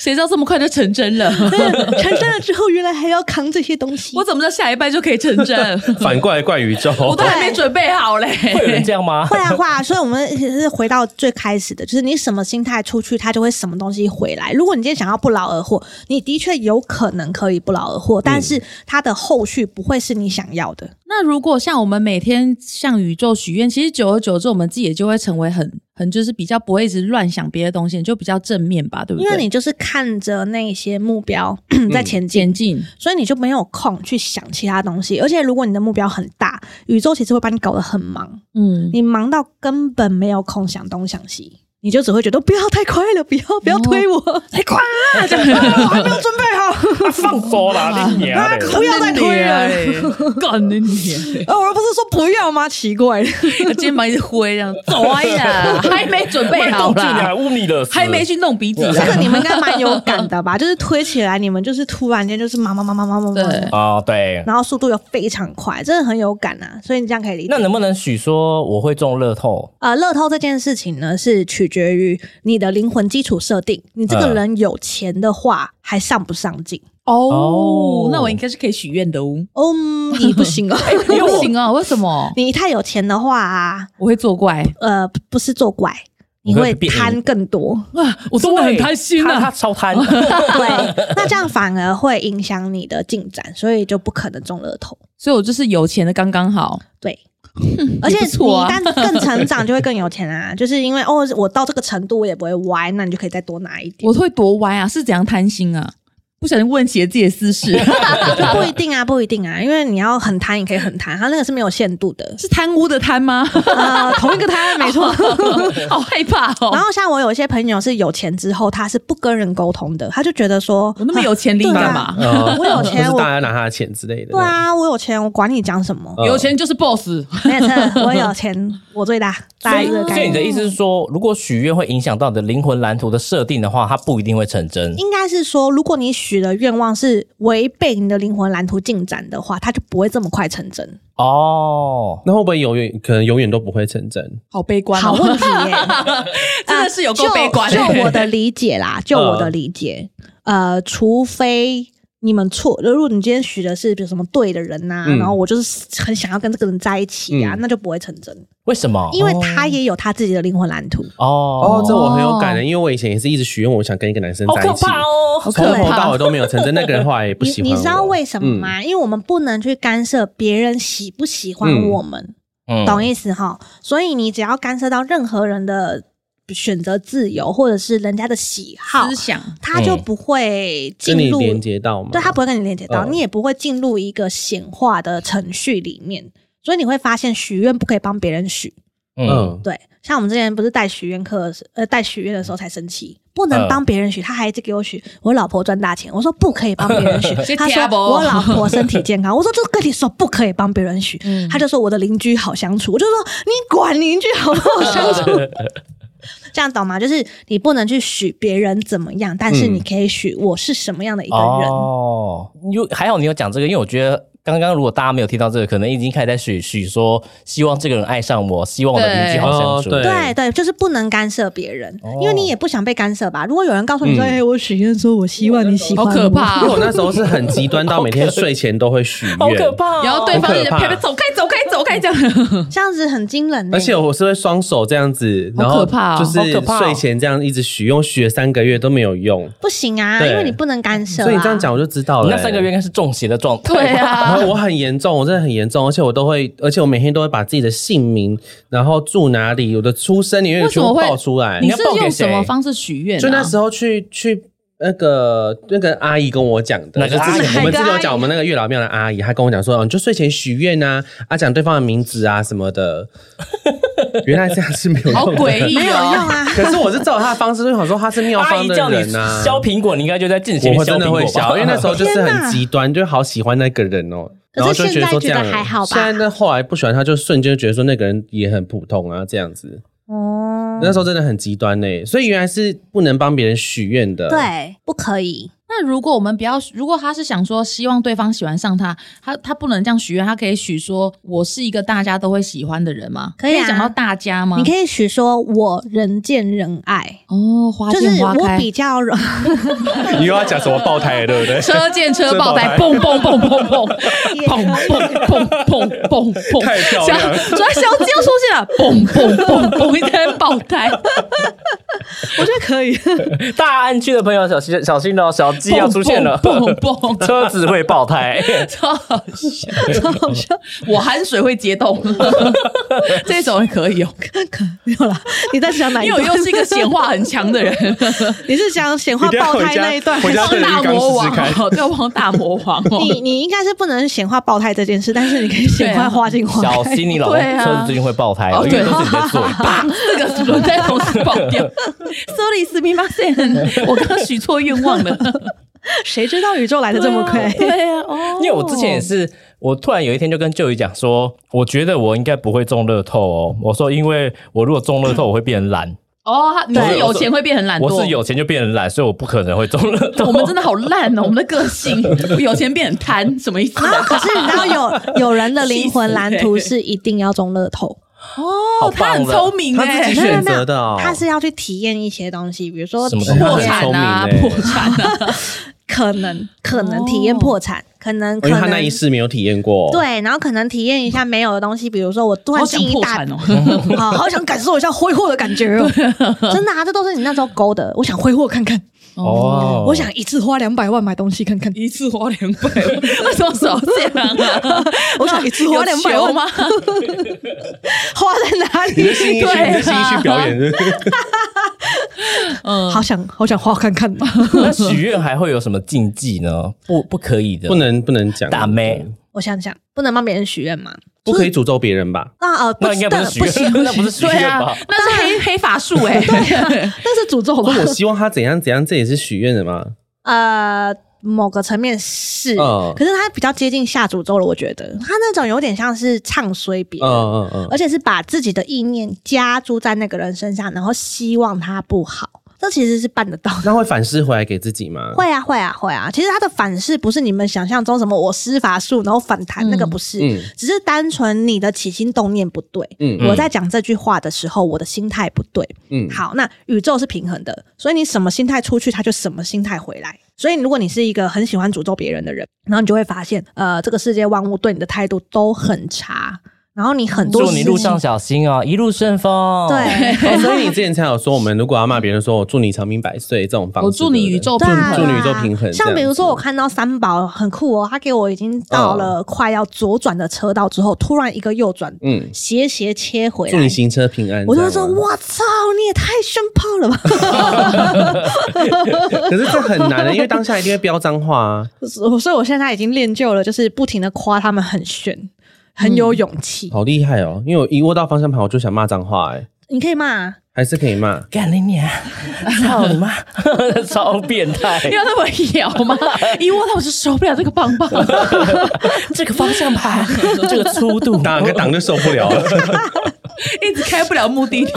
[SPEAKER 3] 谁知道这么快就成真了？
[SPEAKER 6] <laughs> 成真了之后，原来还要扛这些东西。
[SPEAKER 3] 我怎么知道下一拜就可以成真？
[SPEAKER 4] <laughs>
[SPEAKER 2] 反过来怪宇宙，
[SPEAKER 3] 我都还没准备好嘞。
[SPEAKER 4] <laughs> 会有人这样吗？
[SPEAKER 6] 会啊会啊，所以我们其实是回到最开始的，就是你什么心态出去，它就会什么东西回来。如果你今天想要不劳而获，你的确有可能可以不劳而
[SPEAKER 4] 嗯
[SPEAKER 6] 获，但是它的后续不会是你想要的。
[SPEAKER 3] <laughs> 那如果像我们每天向宇宙许愿，其实久而久之，我们自己也就会成为很很就是比较不会一直乱想别的东西，你就比较正面吧，对不
[SPEAKER 6] 因
[SPEAKER 3] 对？
[SPEAKER 6] 为你就是看着那些目标
[SPEAKER 4] 嗯
[SPEAKER 6] 在前进，
[SPEAKER 3] 前进，
[SPEAKER 6] 所以你就没有空去想其他东西。而且如果你的目标很大，宇宙其实会把你搞得很忙，
[SPEAKER 3] 嗯，
[SPEAKER 6] 你忙到根本没有空想东想西。你就只会觉得不要太快了，不要不要推我，嗯 <laughs> 太快了，这样啊我还没有准备好，
[SPEAKER 2] <laughs>
[SPEAKER 7] 放手啦，你娘的！
[SPEAKER 6] <laughs> 不要再推了。
[SPEAKER 3] 了，干你娘！
[SPEAKER 6] 啊，我不是说不要吗？奇 <laughs> 怪，
[SPEAKER 3] 肩膀一直挥，这样 <laughs> 走啊呀，还没准
[SPEAKER 4] <laughs>
[SPEAKER 3] 备好
[SPEAKER 7] 动静啊，
[SPEAKER 3] 啦，
[SPEAKER 7] 污你了，
[SPEAKER 3] 还没去弄鼻子
[SPEAKER 6] 这
[SPEAKER 3] 啊
[SPEAKER 6] 个你们应该蛮有感的吧？就是推起来，你们就是突然间就是忙忙忙忙忙忙忙
[SPEAKER 3] 对
[SPEAKER 6] 忙，
[SPEAKER 4] 哦，对，
[SPEAKER 6] 然后速度又非常快，真的很有感啊。所以你这样可以理
[SPEAKER 4] 那
[SPEAKER 6] 解。
[SPEAKER 4] 能不能许说我会中乐透？
[SPEAKER 6] 呃，乐透这件事情呢，是取决于你的灵魂基础设定。你这个
[SPEAKER 4] 嗯
[SPEAKER 6] 人有钱的话，还上不上进？
[SPEAKER 3] 哦，那我应该是可以许愿的哦。
[SPEAKER 6] 嗯，你
[SPEAKER 3] <laughs>
[SPEAKER 6] 不行哦， <laughs>
[SPEAKER 3] 不行啊，为什么？
[SPEAKER 6] 你太有钱的话啊，
[SPEAKER 3] 我会作怪
[SPEAKER 6] 呃，不是作怪，你
[SPEAKER 4] 你会
[SPEAKER 6] 会
[SPEAKER 4] 变
[SPEAKER 6] 贪更
[SPEAKER 3] <laughs>
[SPEAKER 6] 多。
[SPEAKER 3] 啊！我真的很贪心
[SPEAKER 7] 他他
[SPEAKER 3] 啊！
[SPEAKER 7] 超贪，
[SPEAKER 6] 对，那这样反而会影响你的进展，所以就不可能中乐透。
[SPEAKER 3] <laughs> 所以我就是有钱的刚刚好。
[SPEAKER 6] 对，
[SPEAKER 3] <laughs>
[SPEAKER 6] 而且
[SPEAKER 3] 也
[SPEAKER 6] 你
[SPEAKER 3] 不错啊
[SPEAKER 6] 一旦更成长，就会更有钱
[SPEAKER 3] <laughs>
[SPEAKER 6] 啊！就是因为哦，我到这个程度，我也不会歪，那你就可以再多拿一点
[SPEAKER 3] 我。会多歪啊？是怎样贪心啊？不小心问起了自己的私事，。
[SPEAKER 6] 就不一定啊，不一定啊，因为你要很贪，也可以很贪，它那个是没有限度的
[SPEAKER 3] 是贪污的贪 <laughs> 吗？
[SPEAKER 6] 呃，同一个贪，没错。
[SPEAKER 3] 好害怕哦！
[SPEAKER 6] <laughs> 然后像我有一些朋友是有钱之后，他是不跟人沟通的，他就觉得说哎
[SPEAKER 3] 我那么有钱理你干嘛？
[SPEAKER 6] 对啊 <laughs> 我有
[SPEAKER 2] 呃或
[SPEAKER 6] 钱，
[SPEAKER 2] 是大
[SPEAKER 6] 我
[SPEAKER 2] 家拿他的钱之类的，
[SPEAKER 6] 对，啊，我有钱，我管你讲什么，
[SPEAKER 2] 嗯
[SPEAKER 3] 有钱就是 boss，
[SPEAKER 6] <laughs> 没有错，我有钱，我最大，大
[SPEAKER 4] 所
[SPEAKER 6] 概
[SPEAKER 4] 以，
[SPEAKER 6] 这个概
[SPEAKER 4] 哦所以你的
[SPEAKER 6] 念。
[SPEAKER 4] 意思是说，如果许愿会影响到你的灵魂蓝图的设定的话，它不一定会成真。
[SPEAKER 6] 应该是说，如果你许的愿望是违背你的灵魂蓝图进展的话，它就不会这么快成真。
[SPEAKER 4] 哦，
[SPEAKER 2] 那会不会永远可能永远都不会成真？
[SPEAKER 3] 好啊悲观
[SPEAKER 6] 好
[SPEAKER 3] 哦！
[SPEAKER 6] 问题耶、
[SPEAKER 3] <laughs> 真的是有够悲观
[SPEAKER 6] 啊就。
[SPEAKER 3] 的
[SPEAKER 6] 就
[SPEAKER 2] <laughs>
[SPEAKER 6] 我的理解啦，就我的理解，
[SPEAKER 2] 嗯
[SPEAKER 6] 呃，除非你们错，如果你今天许的是比如什么对的人呐、
[SPEAKER 2] 嗯
[SPEAKER 6] 然后我就是很想要跟这个人在一起啊，
[SPEAKER 2] 嗯
[SPEAKER 6] 那就不会成真，
[SPEAKER 4] 为什么？
[SPEAKER 6] 因为他也有他自己的灵魂蓝图。
[SPEAKER 4] 哦
[SPEAKER 2] 哦，这我很有感的，因为我以前也是一直许愿，我想跟一个男生
[SPEAKER 7] 好
[SPEAKER 2] 在一
[SPEAKER 7] 可
[SPEAKER 2] 起，
[SPEAKER 7] 怕哦！
[SPEAKER 3] 好
[SPEAKER 2] 从
[SPEAKER 3] 可
[SPEAKER 2] 头到
[SPEAKER 3] 怕
[SPEAKER 2] 尾！都没有成真。那个人后来也不喜欢
[SPEAKER 6] 你
[SPEAKER 2] 我嗯
[SPEAKER 6] 你知道为什么吗？因为我们不能去干涉别人喜不喜欢我们，
[SPEAKER 4] 嗯
[SPEAKER 6] 懂意思哈？所以你只要干涉到任何人的选择自由，或者是人家的喜好
[SPEAKER 3] 思，想
[SPEAKER 6] 他就不会
[SPEAKER 2] 跟
[SPEAKER 6] 进
[SPEAKER 2] 你
[SPEAKER 6] 入。
[SPEAKER 2] 连接到吗？
[SPEAKER 6] 对，他不会跟你连接到，
[SPEAKER 2] 嗯
[SPEAKER 6] 你也不会进入一个显化的程序里面，所以你会发现许愿不可以帮别人许。
[SPEAKER 4] 嗯，
[SPEAKER 2] 嗯，
[SPEAKER 6] 对，像我们之前不是带许愿课的时，呃，带许愿的时候才生气，不能帮别人许，他还一直给我许，我老婆赚大钱，我说不可以帮别人许
[SPEAKER 3] 这，
[SPEAKER 6] 他
[SPEAKER 3] 听不
[SPEAKER 6] 说我老婆身体健康，我说就跟你说不可以帮别人许，
[SPEAKER 3] 嗯
[SPEAKER 6] 他就说我的邻居好相处，我就说你管邻居好不好相
[SPEAKER 3] 嗯
[SPEAKER 6] 处。这样懂吗？就是你不能去许别人怎么样，但是
[SPEAKER 2] 嗯
[SPEAKER 6] 你可以许我是什么样的一个人。
[SPEAKER 4] 哦，你就还好你有讲这个，因为我觉得。刚刚如果大家没有听到这个，可能已经开始在许许说，希望这个人爱上我，希望我的邻居好相处。
[SPEAKER 2] 对哦
[SPEAKER 6] 对对，就是不能干涉别人，
[SPEAKER 4] 哦
[SPEAKER 6] 因为你也不想被干涉吧。如果有人告诉你说：“哎、我许愿说我希望你喜
[SPEAKER 3] 好
[SPEAKER 6] 欢我。”
[SPEAKER 3] 可怕
[SPEAKER 2] 因为我
[SPEAKER 3] 哦！
[SPEAKER 6] <laughs>
[SPEAKER 2] 那时候是很极端，到每天睡前都会许愿，
[SPEAKER 7] 好可怕哦！
[SPEAKER 3] 然后对方
[SPEAKER 2] 好可
[SPEAKER 3] 也
[SPEAKER 2] 怕
[SPEAKER 3] 啪啪走开，走开，走开，该这样。
[SPEAKER 6] 这样子很惊人呢、
[SPEAKER 2] 而且我是会双手这样子，然后
[SPEAKER 3] 可怕哦
[SPEAKER 2] 就是
[SPEAKER 7] 好可怕哦
[SPEAKER 2] 睡前这样一直许用，许了三个月都没有用，
[SPEAKER 6] 不行啊，
[SPEAKER 2] 对
[SPEAKER 6] 因为你不能干涉、啊。
[SPEAKER 2] 所以你这样讲我就知道
[SPEAKER 4] 你
[SPEAKER 2] 了、
[SPEAKER 4] 那三个月应
[SPEAKER 2] 欸。
[SPEAKER 4] 该是中邪的状态。
[SPEAKER 3] 对
[SPEAKER 2] 然
[SPEAKER 3] 啊
[SPEAKER 2] 后，我很严重，我真的很严重，而且我都会，而且我每天都会把自己的姓名，然后住哪里，我的出生年月日
[SPEAKER 3] 为什
[SPEAKER 2] 全
[SPEAKER 3] 么
[SPEAKER 2] 部
[SPEAKER 3] 会
[SPEAKER 2] 报出来
[SPEAKER 3] 你。
[SPEAKER 4] 要
[SPEAKER 3] 是
[SPEAKER 4] 报给
[SPEAKER 3] 用什么
[SPEAKER 4] 谁
[SPEAKER 3] 方式许愿啊？
[SPEAKER 2] 就那时候去去那个那个阿姨跟我讲的，
[SPEAKER 4] 哪个
[SPEAKER 2] 就之 <laughs>
[SPEAKER 4] 阿姨
[SPEAKER 2] 前我们之
[SPEAKER 5] 哪个
[SPEAKER 2] 前有
[SPEAKER 5] 阿姨
[SPEAKER 2] 讲我们那个月老庙的阿姨，她跟我讲说，哦，你就睡前许愿啊，啊讲对方的名字啊什
[SPEAKER 4] <laughs>
[SPEAKER 2] 么的。原来这样是没有
[SPEAKER 3] 好
[SPEAKER 2] 用的，
[SPEAKER 3] 诡异
[SPEAKER 6] 没有用
[SPEAKER 3] 哦。
[SPEAKER 6] 啊，
[SPEAKER 2] 可是我是照他的方式，就想说他是妙
[SPEAKER 4] 阿
[SPEAKER 2] 方
[SPEAKER 4] 姨
[SPEAKER 2] 的
[SPEAKER 4] 叫你
[SPEAKER 2] 人啊呐、
[SPEAKER 4] 削苹果，你应该就在镜子前
[SPEAKER 2] 我
[SPEAKER 4] 面
[SPEAKER 2] 会
[SPEAKER 4] 削
[SPEAKER 2] 真的
[SPEAKER 4] 苹
[SPEAKER 2] 会
[SPEAKER 4] 果吧
[SPEAKER 2] 削，因为那
[SPEAKER 4] <laughs>
[SPEAKER 2] 时候就是
[SPEAKER 6] 天哪
[SPEAKER 2] 很极端，就好喜欢那个人哦、然后就觉得说这样
[SPEAKER 6] 可是现在觉得还好吧
[SPEAKER 2] 现在那后来不喜欢他，就瞬间觉得说那个人也很普通啊，这样子。
[SPEAKER 6] 哦，
[SPEAKER 2] 那时候真的很极端呢、所以原来是不能帮别人许愿的。，
[SPEAKER 6] 对，不可以。
[SPEAKER 3] 那如果我们不要，如果他是想说希望对方喜欢上他，他他不能这样许愿，他可以许说我是一个大家都会喜欢的人吗？
[SPEAKER 6] 可以啊
[SPEAKER 3] 讲到大家吗？
[SPEAKER 6] 你可以许说“我人见人爱
[SPEAKER 3] 哦，”，花
[SPEAKER 6] 就是
[SPEAKER 3] 见花
[SPEAKER 6] 我
[SPEAKER 3] 开，
[SPEAKER 6] 比较容， <laughs>
[SPEAKER 1] 你又要讲什么爆胎了，对不对？
[SPEAKER 3] 车见车爆
[SPEAKER 6] <laughs>
[SPEAKER 3] 胎，
[SPEAKER 1] 车
[SPEAKER 3] 砰砰砰砰砰，
[SPEAKER 6] 也
[SPEAKER 3] 砰砰砰砰砰砰，
[SPEAKER 1] 太漂亮了
[SPEAKER 3] 小主要小鸡又出现了，砰砰砰砰，一直在爆胎，
[SPEAKER 6] <laughs> 我觉得
[SPEAKER 3] <laughs>
[SPEAKER 6] 可以。 <laughs>
[SPEAKER 7] 大安区的朋友小心小心哦，小鸡
[SPEAKER 3] 砰
[SPEAKER 7] 要出现了，
[SPEAKER 3] 砰
[SPEAKER 4] <laughs>
[SPEAKER 3] 砰砰，
[SPEAKER 7] 车子会爆胎。
[SPEAKER 3] <laughs> 超好笑，超好笑，我含水会结冻，这种人可以哦，
[SPEAKER 6] 没有啦，你在想哪一
[SPEAKER 3] 因为
[SPEAKER 6] 段？
[SPEAKER 3] 我又是一个显化很强的人，
[SPEAKER 6] <laughs> 你是想显化
[SPEAKER 1] 一定要
[SPEAKER 6] 爆
[SPEAKER 1] 回
[SPEAKER 6] 胎
[SPEAKER 1] 家
[SPEAKER 6] 那一段？
[SPEAKER 1] 回家
[SPEAKER 6] 还
[SPEAKER 1] 对
[SPEAKER 6] 是
[SPEAKER 1] 着
[SPEAKER 3] 大
[SPEAKER 1] 浴缸
[SPEAKER 3] 魔
[SPEAKER 1] 试试
[SPEAKER 3] 王
[SPEAKER 1] 看。
[SPEAKER 3] 哦， <laughs> 对，王大魔王哦，
[SPEAKER 6] <laughs> 你你应该是不能显化爆胎这件事，但是你
[SPEAKER 3] <laughs>
[SPEAKER 6] 可以显
[SPEAKER 3] 对啊
[SPEAKER 6] 化花镜花
[SPEAKER 4] 小
[SPEAKER 6] 开。
[SPEAKER 4] 心你老公
[SPEAKER 3] 对啊
[SPEAKER 4] 车子最近会爆胎
[SPEAKER 3] 哦
[SPEAKER 4] 哦，因为
[SPEAKER 3] 对
[SPEAKER 4] 都是你
[SPEAKER 3] <laughs>
[SPEAKER 4] 的嘴。
[SPEAKER 3] 啪，四个轮胎同时爆掉，sorry，斯密马森，我刚刚许错愿望了，
[SPEAKER 6] 谁知道宇宙来的这么快？
[SPEAKER 3] 对啊，哦，
[SPEAKER 4] 因为我之前也是，我突然有一天就跟舅姨讲说，我觉得我应该不会中乐透哦。我说，因为我如果中乐透，我会变懒。
[SPEAKER 3] 哦，他你
[SPEAKER 4] 对
[SPEAKER 3] 是有钱会变很懒惰，
[SPEAKER 4] 我是有钱就变懒，所以我不可能会中乐透。
[SPEAKER 3] 我们真的好烂哦，我们的个
[SPEAKER 4] <laughs>
[SPEAKER 3] 性，有钱变很贪，什么意思啊？ <laughs>
[SPEAKER 6] 啊！可是你知道有有人的灵魂蓝图是一定要中乐透，
[SPEAKER 3] 哦，
[SPEAKER 4] 啊
[SPEAKER 3] 他很聪明
[SPEAKER 2] 他自
[SPEAKER 3] 哎
[SPEAKER 2] 己，选择的哦、
[SPEAKER 6] 他是要去体验一些东西，比如说
[SPEAKER 4] 什么
[SPEAKER 6] 体
[SPEAKER 4] 东西
[SPEAKER 6] 验
[SPEAKER 3] 破产啊，
[SPEAKER 2] 他很聪明欸
[SPEAKER 3] 破产
[SPEAKER 6] <laughs>
[SPEAKER 3] 啊，
[SPEAKER 6] 可能可能
[SPEAKER 3] 哦
[SPEAKER 6] 体验破产，可能
[SPEAKER 2] <laughs>
[SPEAKER 6] 可
[SPEAKER 2] 哦因为
[SPEAKER 6] 能
[SPEAKER 2] 他那一世没有体验过。，
[SPEAKER 6] 对，然后可能体验一下没有的东西，比如说我突然
[SPEAKER 3] 好想
[SPEAKER 6] 进一
[SPEAKER 3] 破
[SPEAKER 6] 大
[SPEAKER 3] 产哦，
[SPEAKER 6] 啊， <laughs> 好想感受一下挥霍的感觉
[SPEAKER 3] <laughs>
[SPEAKER 6] 哦！真的啊，这都是你那时候勾的。我想挥霍看看，
[SPEAKER 4] <laughs>
[SPEAKER 2] <laughs>
[SPEAKER 4] 哦，
[SPEAKER 6] 我想一次花两百万买东西看看，
[SPEAKER 3] 一次花两百，为什么少这样啊？
[SPEAKER 6] 我想一次花两百
[SPEAKER 3] <laughs> 有
[SPEAKER 6] 万
[SPEAKER 3] 吗？
[SPEAKER 6] 花在哪
[SPEAKER 1] 你的
[SPEAKER 6] 里？
[SPEAKER 1] 新一区，
[SPEAKER 3] 对啊
[SPEAKER 1] 你的新一区表演是不是
[SPEAKER 3] 嗯，
[SPEAKER 6] 好想好想花看看，
[SPEAKER 4] 那许愿还会有什么禁忌呢？不，不可以的，
[SPEAKER 2] <laughs> 不能不能讲
[SPEAKER 4] 打妹。
[SPEAKER 6] 我想想，不能帮别人许愿吗？
[SPEAKER 2] 不可以诅咒别人吧？
[SPEAKER 6] 啊呃，不
[SPEAKER 4] 那应该不是许
[SPEAKER 6] 不行，
[SPEAKER 4] 愿，那不是
[SPEAKER 3] <laughs>
[SPEAKER 4] 许
[SPEAKER 3] 对
[SPEAKER 4] 愿
[SPEAKER 3] 啊
[SPEAKER 4] 吧？，
[SPEAKER 3] 那是黑黑法术
[SPEAKER 6] <laughs>
[SPEAKER 3] 哎，
[SPEAKER 6] 啊但是诅咒吧
[SPEAKER 2] 说？我希望他怎样怎样，这也是许愿的
[SPEAKER 6] <laughs>
[SPEAKER 2] 嘛。
[SPEAKER 6] 呃，某个层面是，
[SPEAKER 2] 嗯
[SPEAKER 6] 可是它比较接近下诅咒了。我觉得它那种有点像是唱衰别
[SPEAKER 2] 嗯
[SPEAKER 6] 人。
[SPEAKER 2] 嗯嗯。
[SPEAKER 6] 而且是把自己的意念加注在那个人身上，然后希望他不好，这其实是办得
[SPEAKER 4] 嗯
[SPEAKER 6] 到的。
[SPEAKER 2] 那会反噬回来给自己吗？
[SPEAKER 6] 会啊，会啊，会啊！其实他的反噬不是你们想象中什么我施法术然后反弹，
[SPEAKER 3] 嗯
[SPEAKER 6] 那个不是，
[SPEAKER 2] 嗯
[SPEAKER 6] 只是单纯你的起心动念不对。
[SPEAKER 2] 嗯
[SPEAKER 6] 我在讲这句话的时候，我的心态不对。
[SPEAKER 2] 嗯
[SPEAKER 6] 好，那宇宙是平衡的，所以你什么心态出去，它就什么心态回来。所以，如果你是一个很喜欢诅咒别人的人，然后你就会发现，呃，这个世界万物对你的态度都很差，然后你很多
[SPEAKER 4] 祝
[SPEAKER 6] 事
[SPEAKER 4] 你
[SPEAKER 6] 情
[SPEAKER 4] 路上小心哦，一路顺风。
[SPEAKER 6] 对，
[SPEAKER 2] 哦，所以你之前才有说，我们如果要骂别人，说我祝你长命百岁这种方式，
[SPEAKER 3] 我祝你宇宙
[SPEAKER 2] 对
[SPEAKER 3] 平
[SPEAKER 2] 不对
[SPEAKER 6] 啊
[SPEAKER 2] <laughs> 祝
[SPEAKER 3] 衡。
[SPEAKER 2] 你宇宙平衡。
[SPEAKER 6] 像比如说，我
[SPEAKER 2] 这样子
[SPEAKER 6] 看到三宝很酷哦，他给我已经到了快要左转的车道之后，突然一个右转，
[SPEAKER 2] 哦嗯，
[SPEAKER 6] 斜斜切回
[SPEAKER 2] 祝
[SPEAKER 6] 来
[SPEAKER 2] 你。行车平安。
[SPEAKER 6] 我就会
[SPEAKER 2] 这
[SPEAKER 6] 说
[SPEAKER 2] 样：“吗
[SPEAKER 6] 我操，你也太炫炮了吧！
[SPEAKER 2] 可是这很难的，因为当下一定会飙脏话啊，
[SPEAKER 6] 所以我现在已经练就了，就是不停的夸他们很炫，很有勇气。
[SPEAKER 2] 好厉害哦！因为我一握到方向盘，我就想骂脏话，哎，
[SPEAKER 6] 你可以骂，啊
[SPEAKER 2] 还是可以骂。
[SPEAKER 4] 干你娘！操你妈！ <laughs> 超
[SPEAKER 3] <laughs>
[SPEAKER 4] 变态！
[SPEAKER 3] 要那么摇
[SPEAKER 2] <laughs>
[SPEAKER 3] 吗？一握到我就受不了这个棒棒，这个方向
[SPEAKER 2] <laughs>
[SPEAKER 3] 盘，
[SPEAKER 4] 这个粗度，
[SPEAKER 2] 打个档就受不了了，
[SPEAKER 3] 一直开不了目的地，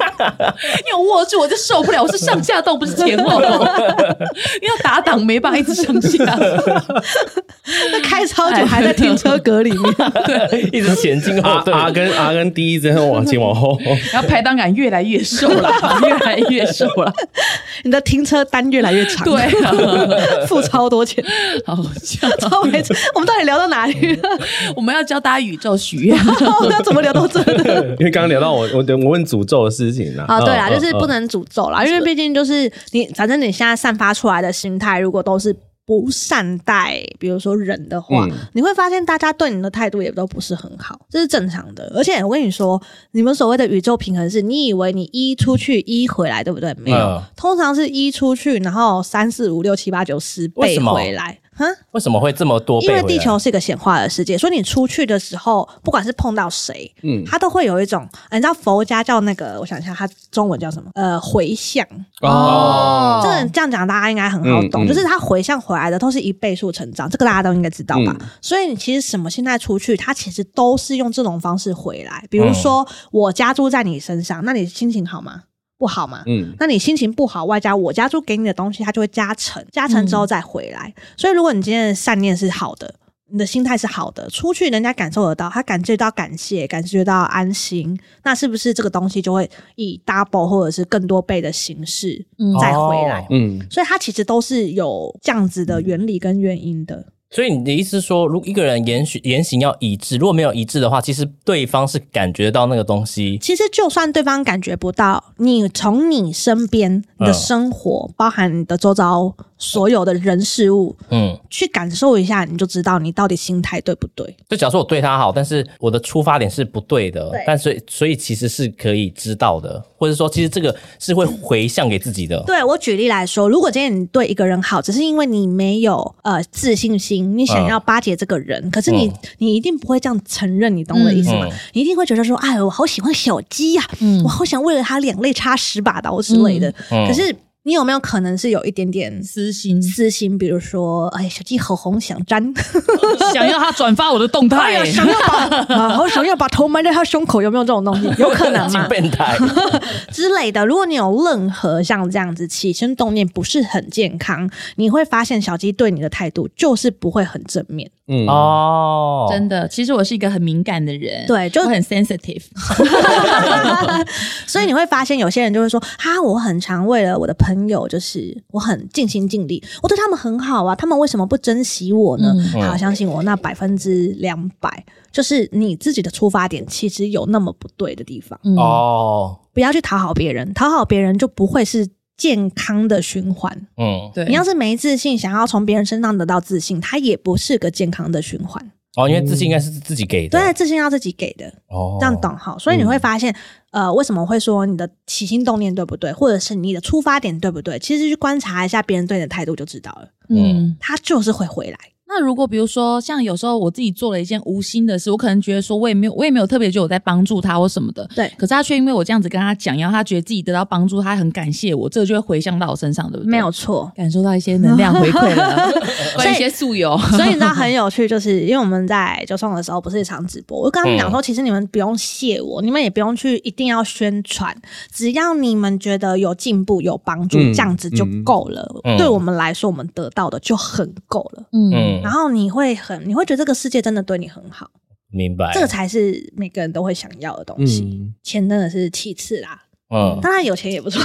[SPEAKER 3] <laughs> 因为握住我就受不了，我是
[SPEAKER 2] <laughs>
[SPEAKER 3] 上下动，不是前后动，因为打挡没办法一直上下。
[SPEAKER 6] 他开超久还在停车格里面，
[SPEAKER 4] <laughs> 一直前进后
[SPEAKER 2] 阿
[SPEAKER 4] 退。
[SPEAKER 2] 阿跟阿跟第一针往前往后，
[SPEAKER 3] 然后排档杆越来越瘦
[SPEAKER 2] <laughs>
[SPEAKER 3] 了，越来越瘦了，
[SPEAKER 6] 你的停车单越来越长，
[SPEAKER 3] 对，啊
[SPEAKER 6] 付超多钱，
[SPEAKER 3] <laughs> 好像
[SPEAKER 6] 超没钱。我们到底聊到哪里了？ <laughs>
[SPEAKER 3] 我们要教大家宇宙许愿，
[SPEAKER 6] 我们要怎么聊到这的？
[SPEAKER 2] 因为刚刚聊到我我我问诅咒的事情啦。
[SPEAKER 6] 啊，对啦，
[SPEAKER 2] 嗯
[SPEAKER 6] 就是不。
[SPEAKER 2] 嗯嗯
[SPEAKER 6] 能诅咒啦，因为毕竟就是你，反正你现在散发出来的心态，如果都是不善待，比如说人的话，
[SPEAKER 2] 嗯
[SPEAKER 6] 你会发现大家对你的态度也都不是很好，这是正常的。而且我跟你说，你们所谓的宇宙平衡是，你以为你一出去一回来，对不对？没有，
[SPEAKER 4] 嗯
[SPEAKER 6] 通常是一出去，然后三四五六七八九十
[SPEAKER 4] 为
[SPEAKER 6] 倍
[SPEAKER 4] 什么
[SPEAKER 6] 回来。哈，
[SPEAKER 4] 为什么会这么多啊倍
[SPEAKER 6] 因
[SPEAKER 4] 回来？
[SPEAKER 6] 为地球是一个显化的世界，所以你出去的时候，不管是碰到谁，嗯，他都会有一种，呃你知道佛家叫那个，我想一下，它中文叫什么？呃，回向。
[SPEAKER 3] 哦
[SPEAKER 6] 这个这样讲大家应该很好
[SPEAKER 2] 嗯
[SPEAKER 6] 懂，
[SPEAKER 2] 嗯
[SPEAKER 6] 就是它回向回来的都是一倍数成长，这个大家都应该知道吧？
[SPEAKER 2] 嗯
[SPEAKER 6] 所以你其实什么心态出去，它其实都是用这种方式回来。比如
[SPEAKER 2] 哦
[SPEAKER 6] 说我加注在你身上，那你心情好吗？不好吗？
[SPEAKER 2] 嗯，
[SPEAKER 6] 那你心情不好，外加我加注给你的东西，它就会加成，加成之后再回来。所以如果你今天的善念是好的，你的心态是好的，出去人家感受得到，他感觉到感谢，感觉到安心，那是不是这个东西就会以 double 或者是更多倍的形式
[SPEAKER 3] 嗯
[SPEAKER 6] 再回来？
[SPEAKER 4] 哦
[SPEAKER 2] 嗯，
[SPEAKER 6] 所以它其实都是有这样子的原理跟原因的。
[SPEAKER 4] 所以你的意思是说，如果一个人言行言行要一致，如果没有一致的话，其实对方是感觉到那个东西。
[SPEAKER 6] 其实就算对方感觉不到，你从你身边、你的
[SPEAKER 4] 嗯
[SPEAKER 6] 生活，包含你的周遭所有的人事物，
[SPEAKER 4] 嗯，
[SPEAKER 6] 去感受一下，你就知道你到底心态对不对。
[SPEAKER 4] 就假如说我对他好，但是我的出发点是不对的，但所以所以其实是可以知道的，或者说其实这个是会回向给自己的。
[SPEAKER 6] 对我举例来说，如果今天你对一个人好，只是因为你没有呃自信心，你想要巴结这个人，可是你、
[SPEAKER 4] 嗯
[SPEAKER 6] 你一定不会这样承认，你懂我的意思吗？
[SPEAKER 4] 嗯
[SPEAKER 6] 你一定会觉得说，哎，我好喜欢小鸡呀、
[SPEAKER 3] 嗯
[SPEAKER 6] 我好想为了他两肋插十把刀之类的。
[SPEAKER 4] 嗯
[SPEAKER 6] 可是你有没有可能是有一点点
[SPEAKER 3] 私心
[SPEAKER 6] 私心？比如说，哎，小鸡好红，想粘。
[SPEAKER 3] <laughs> 想要他转发我的动
[SPEAKER 6] <laughs> 哎
[SPEAKER 3] 态
[SPEAKER 6] 呀，，想要把、 <laughs> 啊、好想要把头埋在他胸口，有没有这种东
[SPEAKER 4] <laughs>
[SPEAKER 6] 西？有可能吗？
[SPEAKER 4] 变 <laughs> 态，
[SPEAKER 6] 之类的。如果你有任何像这样子起心动念不是很健康，你会发现小鸡对你的态度就是不会很正面。 <laughs>
[SPEAKER 2] 嗯
[SPEAKER 4] 哦，
[SPEAKER 3] 真的，其实我是一个很敏感的人，
[SPEAKER 6] 对就
[SPEAKER 3] 我很
[SPEAKER 6] <laughs>
[SPEAKER 3] sensitive，
[SPEAKER 6] 所以你会发现有些人就会说：“哈，我很常为了我的朋友，就是我很尽心尽力，我对他们很好啊，他们为什么不珍惜我呢？”
[SPEAKER 3] 嗯
[SPEAKER 6] 好，相信我，那百分之两百就是你自己的出发点其实有那么不对的地方。
[SPEAKER 3] 嗯，
[SPEAKER 4] 哦，
[SPEAKER 6] 不要去讨好别人，讨好别人就不会是健康的循环。
[SPEAKER 4] 嗯，
[SPEAKER 3] 对，
[SPEAKER 6] 你要是没自信，想要从别人身上得到自信，它也不是个健康的循环。
[SPEAKER 4] 哦，因为自信应该是自己给的，
[SPEAKER 6] 对，，自信要自己给的，
[SPEAKER 4] 哦，
[SPEAKER 6] 这样懂哈。所以你会发现，呃，为什么会说你的起心动念对不对，或者是你的出发点对不对？其实去观察一下别人对你的态度就知道了，
[SPEAKER 3] 嗯。
[SPEAKER 6] 他就是会回来。
[SPEAKER 3] 那如果比如说，像有时候我自己做了一件无心的事，我可能觉得说我也没有，我也没有特别觉得我在帮助他或什么的，
[SPEAKER 6] 对
[SPEAKER 3] 可是他却因为我这样子跟他讲，然后他觉得自己得到帮助，他很感谢我，这个就会回向到我身上，对不对？
[SPEAKER 6] 没有错，
[SPEAKER 3] 感受到一些能量回馈 <laughs> 了，关于一些素友，
[SPEAKER 6] 所以你知道很有趣，就是因为我们在九送的时候不是一场直播，我就跟他们讲说，其实你们不用谢我，你们也不用去一定要宣传，只要你们觉得有进步、有帮助，
[SPEAKER 2] 嗯
[SPEAKER 6] 这样子就够了。
[SPEAKER 4] 嗯
[SPEAKER 6] 对我们来说，我们得到的就很够了。
[SPEAKER 3] 嗯，
[SPEAKER 4] 嗯
[SPEAKER 6] 然，后你会很，你会觉得这个世界真的对你很好，
[SPEAKER 4] 明白，
[SPEAKER 6] 这个才是每个人都会想要的东西。
[SPEAKER 2] 嗯，
[SPEAKER 6] 钱真的是其次啦，
[SPEAKER 4] 嗯，
[SPEAKER 6] 当然有钱也
[SPEAKER 4] <laughs>
[SPEAKER 6] 不错。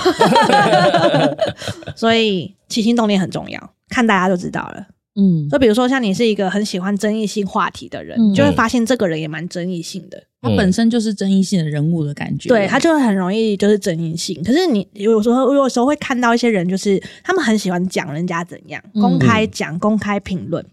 [SPEAKER 6] 所以起心动念很重要，看大家就知道了。
[SPEAKER 3] 嗯，
[SPEAKER 6] 就比如说，像你是一个很喜欢争议性话题的人，
[SPEAKER 3] 嗯
[SPEAKER 6] 你就会发现这个人也蛮争议性的。
[SPEAKER 3] 他本身就是争议性的人物的感觉，
[SPEAKER 6] 对，他就会很容易就是争议性。可是你有时候，我有时候会看到一些人，就是他们很喜欢讲人家怎样，
[SPEAKER 3] 嗯
[SPEAKER 6] 公开讲、公开评论。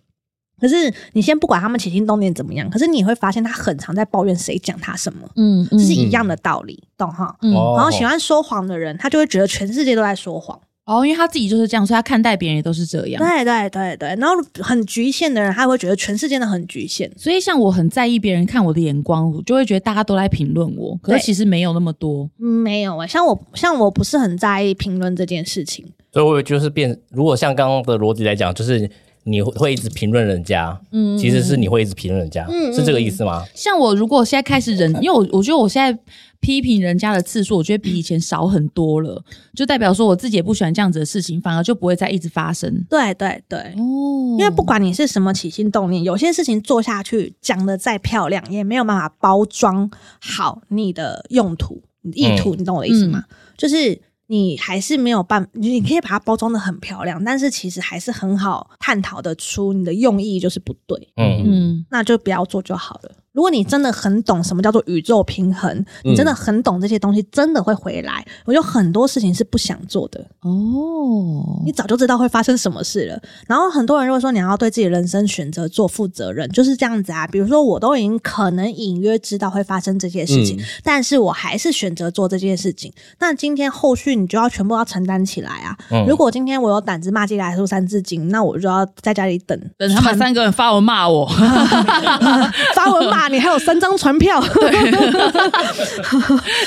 [SPEAKER 6] 可是你先不管他们起心动念怎么样，可是你会发现他很常在抱怨谁讲他什么，
[SPEAKER 3] 嗯
[SPEAKER 6] 这
[SPEAKER 3] 嗯
[SPEAKER 6] 是一样的道理，懂哈？
[SPEAKER 3] 嗯
[SPEAKER 4] 哦
[SPEAKER 6] 然后喜欢说谎的人，他就会觉得全世界都在说谎。
[SPEAKER 3] 哦，因为他自己就是这样，所以他看待别人也都是这样，
[SPEAKER 6] 对对对对，然后很局限的人，他会觉得全世界都很局限。
[SPEAKER 3] 所以像我很在意别人看我的眼光，我就会觉得大家都来评论我，可
[SPEAKER 6] 对
[SPEAKER 3] 是其实没有那么多。
[SPEAKER 6] 嗯没有哎、像我像我不是很在意评论这件事情，
[SPEAKER 4] 所以我就是变，如果像刚刚的逻辑来讲，就是你会一直评论人家，
[SPEAKER 3] 嗯
[SPEAKER 4] 其实是你会一直评论人家，
[SPEAKER 6] 嗯
[SPEAKER 4] 是这个意思吗？
[SPEAKER 3] 像我如果现在开始忍，因为我我觉得我现在批评人家的次数，我觉得比以前少很多了，就代表说我自己也不喜欢这样子的事情，反而就不会再一直发生。
[SPEAKER 6] 对对对，
[SPEAKER 3] 哦
[SPEAKER 6] 因为不管你是什么起心动念，有些事情做下去讲的再漂亮，也没有办法包装好你的用途、你的意图，你懂我的意思吗？就是你还是没有办法，你可以把它包装的很漂亮，但是其实还是很好探讨得出你的用意就是不对，
[SPEAKER 4] 嗯，
[SPEAKER 3] 嗯，
[SPEAKER 6] 那就不要做就好了。如果你真的很懂什么叫做宇宙平衡，你真的很懂这些东西，真的会回来。我有很多事情是不想做的，
[SPEAKER 3] 哦
[SPEAKER 6] 你，早就知道会发生什么事了。然后很多人如果说你要对自己人生选择做负责任，就是这样子啊。比如说，我都已经可能隐约知道会发生这些事情，
[SPEAKER 2] 嗯
[SPEAKER 6] 但是我还是选择做这件事情。那今天后续你就要全部要承担起来啊。
[SPEAKER 4] 嗯
[SPEAKER 6] 如果今天我有胆子骂进来说三字经，那我就要在家里等
[SPEAKER 3] 等他们三个人发文骂我， <laughs>
[SPEAKER 6] 发文骂你，还有三张传
[SPEAKER 3] <laughs>
[SPEAKER 6] 票。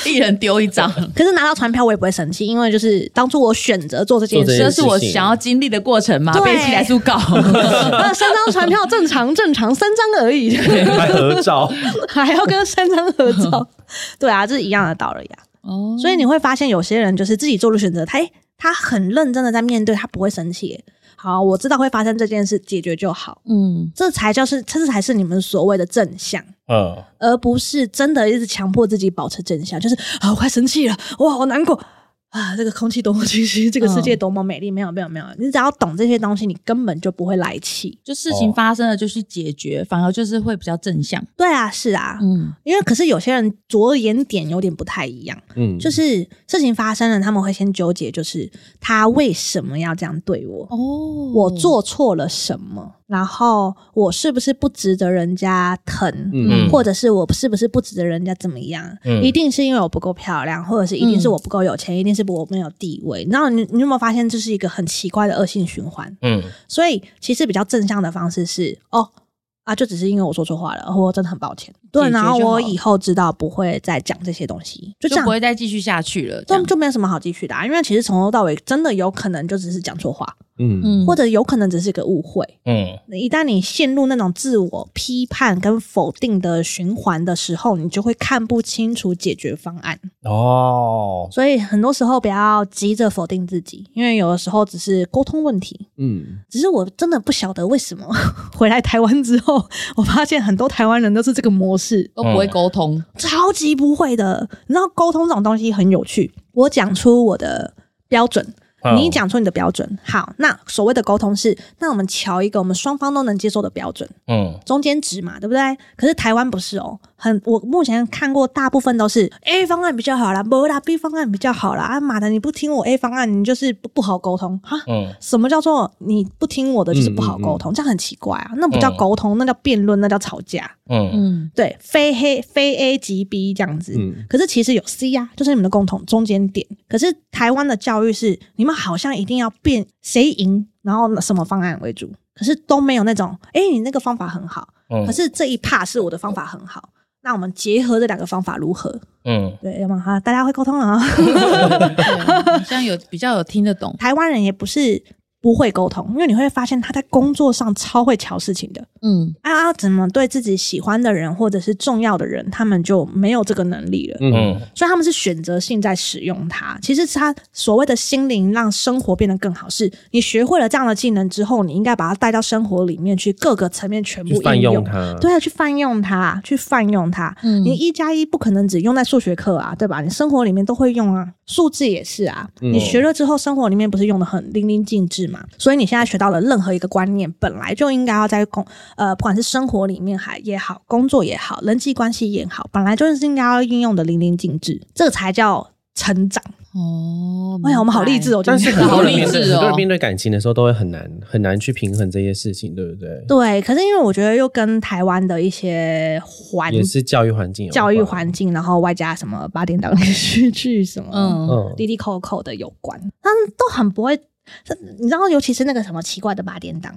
[SPEAKER 3] 一人丢一张，
[SPEAKER 6] 可是拿到传票我也不会生气，因为就是当初我选择做这件
[SPEAKER 2] 做这
[SPEAKER 6] 事
[SPEAKER 2] 件
[SPEAKER 3] 这是
[SPEAKER 2] 事
[SPEAKER 3] 我想要经历的过程嘛，
[SPEAKER 6] 对
[SPEAKER 3] 被起来诉告。
[SPEAKER 6] 那呃三张传票正常正常三张而已，
[SPEAKER 2] 拍合照，
[SPEAKER 6] <laughs> 还要跟三张合
[SPEAKER 2] <laughs>
[SPEAKER 6] 照，对啊，这是一样的道理啊。
[SPEAKER 3] <laughs>
[SPEAKER 2] 嗯
[SPEAKER 3] 哦
[SPEAKER 6] 所以你会发现有些人就是自己做出选择，他诶他很认真的在面对，他不会生气耶。好，我知道会发生这件事，解决就好，
[SPEAKER 3] 嗯，
[SPEAKER 6] 这才叫是，这才是你们所谓的正向。
[SPEAKER 4] 嗯，
[SPEAKER 6] 而不是真的一直强迫自己保持正向，就是啊，我快生气了，哇，好难过啊，这个空气多么清新，这个世界多么美丽，没有没有没有，你只要懂这些东西，你根本就不会来气。
[SPEAKER 3] 就事情发生了就去解决，反而就是会比较正向。
[SPEAKER 6] 对啊，是啊，
[SPEAKER 3] 嗯，
[SPEAKER 6] 因为可是有些人着眼点有点不太一样，
[SPEAKER 2] 嗯，
[SPEAKER 6] 就是事情发生了，他们会先纠结，就是他为什么要这样对我。
[SPEAKER 3] 哦，
[SPEAKER 6] 我做错了什么？然后我是不是不值得人家疼？
[SPEAKER 2] 嗯
[SPEAKER 6] 或者是我是不是不值得人家怎么样？
[SPEAKER 4] 嗯
[SPEAKER 6] 一定是因为我不够漂亮，或者是一定是我不够有钱，一定是我没有地位。然后你你有没有发现这是一个很奇怪的恶性循环？
[SPEAKER 4] 嗯，
[SPEAKER 6] 所以其实比较正向的方式是哦。啊，就只是因为我说错话了，哦我真的很抱歉。对，
[SPEAKER 3] 解决就
[SPEAKER 6] 然
[SPEAKER 3] 好
[SPEAKER 6] 后我以后知道不会再讲这些东西，就这
[SPEAKER 3] 就嗯
[SPEAKER 6] 样
[SPEAKER 3] 不，会再继续下去了。这
[SPEAKER 6] 就
[SPEAKER 3] 样
[SPEAKER 6] 就没有什么好继续的、啊。因为其实从头到尾，真的有可能就只是讲错话，
[SPEAKER 2] 嗯
[SPEAKER 3] 嗯
[SPEAKER 6] 或者有可能只是个误会。
[SPEAKER 4] 嗯，
[SPEAKER 6] 一旦你陷入那种自我批判跟否定的循环的时候，你就会看不清楚解决方案。
[SPEAKER 4] 哦，
[SPEAKER 6] 所以很多时候不要急着否定自己，因为有的时候只是沟通问题。
[SPEAKER 2] 嗯，
[SPEAKER 6] 只是我真的不晓得为什么回来台湾之后，我发现很多台湾人都是这个模式，
[SPEAKER 3] 都不会沟通。
[SPEAKER 6] 超级不会的。你知道沟通这种东西很有趣，我讲出我的标准，
[SPEAKER 4] 嗯
[SPEAKER 6] 你，讲出你的标准。好，那所谓的沟通是，那我们瞧一个我们双方都能接受的标准。
[SPEAKER 4] 嗯
[SPEAKER 6] 中间值嘛，对不对？可是台湾不是哦，很我目前看过大部分都是 A 方案比较好啦，不啦 B 方案比较好啦。啊妈的，你不听我 A 方案，你就是不不好沟通哈。
[SPEAKER 4] 嗯
[SPEAKER 6] 什么叫做你不听我的就是不好沟通？这样很奇怪啊，那不叫沟通，那叫辩论，那叫吵架。
[SPEAKER 4] 嗯
[SPEAKER 3] 嗯，
[SPEAKER 6] 对，非黑非 A 即 B 这样子。
[SPEAKER 2] 嗯
[SPEAKER 6] 可是其实有 C 呀、啊，就是你们的共同中间点。可是台湾的教育是，你们好像一定要变谁赢，然后什么方案为主，可是都没有那种，哎、你那个方法很好。
[SPEAKER 4] 嗯，
[SPEAKER 6] 可是这一 part 是我的方法很好，那我们结合这两个方法如何？
[SPEAKER 4] 嗯
[SPEAKER 6] 对，要么哈，大家会沟通了啊。
[SPEAKER 3] 嗯对，好像有比较有听得懂。
[SPEAKER 6] 台湾人也不是不会沟通，因为你会发现他在工作上超会瞧事情的。
[SPEAKER 3] 嗯，
[SPEAKER 6] 啊，要怎么对自己喜欢的人或者是重要的人，他们就没有这个能力了，
[SPEAKER 2] 嗯
[SPEAKER 4] 嗯
[SPEAKER 6] 所以他们是选择性在使用它。其实他所谓的心灵让生活变得更好，是你学会了这样的技能之后，你应该把它带到生活里面去，各个层面全部
[SPEAKER 2] 去泛
[SPEAKER 6] 应
[SPEAKER 2] 用它，
[SPEAKER 6] 对啊，去泛用它，去泛用它。
[SPEAKER 3] 嗯
[SPEAKER 6] 你一加一不可能只用在数学课啊，对吧？你生活里面都会用啊，数字也是啊。
[SPEAKER 2] 嗯
[SPEAKER 6] 你学了之后，生活里面不是用的很淋漓尽致嘛？所以你现在学到了任何一个观念，本来就应该要在工呃，不管是生活里面还也好，工作也好，人际关系也好，本来就是应该要应用的淋漓尽致，这才叫成长。
[SPEAKER 3] 哦，
[SPEAKER 6] 哎呀，我们 <laughs> 好励志
[SPEAKER 3] 哦。
[SPEAKER 6] 哦！
[SPEAKER 2] 但是
[SPEAKER 6] 今
[SPEAKER 2] 很
[SPEAKER 6] 天
[SPEAKER 2] 多人
[SPEAKER 3] 好
[SPEAKER 2] 面
[SPEAKER 3] 励
[SPEAKER 2] 对
[SPEAKER 3] 志
[SPEAKER 2] 很
[SPEAKER 3] 哦
[SPEAKER 2] 多人面对感情的时候，都会很难很难去平衡这些事情，对不对？
[SPEAKER 6] 对，可是因为我觉得又跟台湾的一些环
[SPEAKER 2] 也是教育环境有关，
[SPEAKER 6] 教育环境，然后外加什么八点档连续剧什么，嗯，
[SPEAKER 3] 嗯，
[SPEAKER 2] 嗯，
[SPEAKER 6] 滴滴扣扣的有关，他们都很不会。这你知道，尤其是那个什么奇怪的八点档，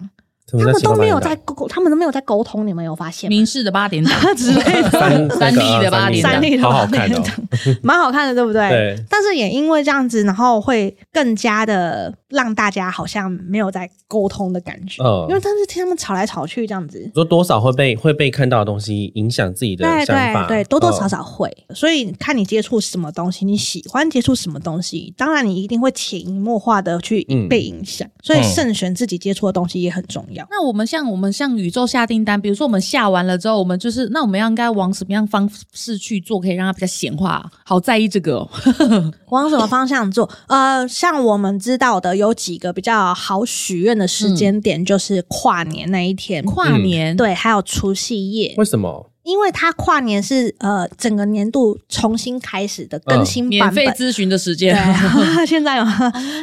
[SPEAKER 2] 他
[SPEAKER 6] 他们都没有在
[SPEAKER 2] 在
[SPEAKER 6] 沟，他们都没有在沟通，你们有发现吗？
[SPEAKER 3] 明视的八 <laughs> 点档
[SPEAKER 6] 之类的，
[SPEAKER 2] 三
[SPEAKER 3] 三立的吧
[SPEAKER 2] 立
[SPEAKER 6] 三立的
[SPEAKER 2] 好
[SPEAKER 6] 吧
[SPEAKER 2] 好看哦，
[SPEAKER 6] <laughs> 蛮好看的，对不对？
[SPEAKER 2] 对。
[SPEAKER 6] 但是也因为这样子，然后会更加的让大家好像没有在沟通的感觉，
[SPEAKER 2] 嗯
[SPEAKER 6] 因为但是听他们吵来吵去这样子，
[SPEAKER 2] 说多少会被会被看到的东西影响自己的
[SPEAKER 6] 对
[SPEAKER 2] 想法，
[SPEAKER 6] 对对，多多少
[SPEAKER 2] 嗯
[SPEAKER 6] 少会。所以看你接触什么东西，你喜欢接触什么东西，当然你一定会潜移默化的去
[SPEAKER 2] 嗯
[SPEAKER 6] 被影响。所以
[SPEAKER 4] 嗯
[SPEAKER 6] 慎选自己接触的东西也很重要。
[SPEAKER 3] 那我们像我们像宇宙下订单，比如说我们下完了之后，我们就是那我们要应该往什么样方式去做，可以让它比较显化啊？好在意这个、哦， <laughs>
[SPEAKER 2] <laughs>
[SPEAKER 6] 往什么方向做？呃，像我们知道的有几个比较好许愿的时
[SPEAKER 2] 嗯
[SPEAKER 6] 间点，就是跨年那一天。嗯
[SPEAKER 3] 跨年、，
[SPEAKER 6] 对，还有除夕夜，
[SPEAKER 2] 嗯为什么？
[SPEAKER 6] 因为它跨年是呃整个年度重新开始的
[SPEAKER 2] 嗯
[SPEAKER 6] 更新
[SPEAKER 3] 免
[SPEAKER 6] 版本
[SPEAKER 3] 费，咨询的时间
[SPEAKER 6] 对，啊 <laughs> 现在有，哦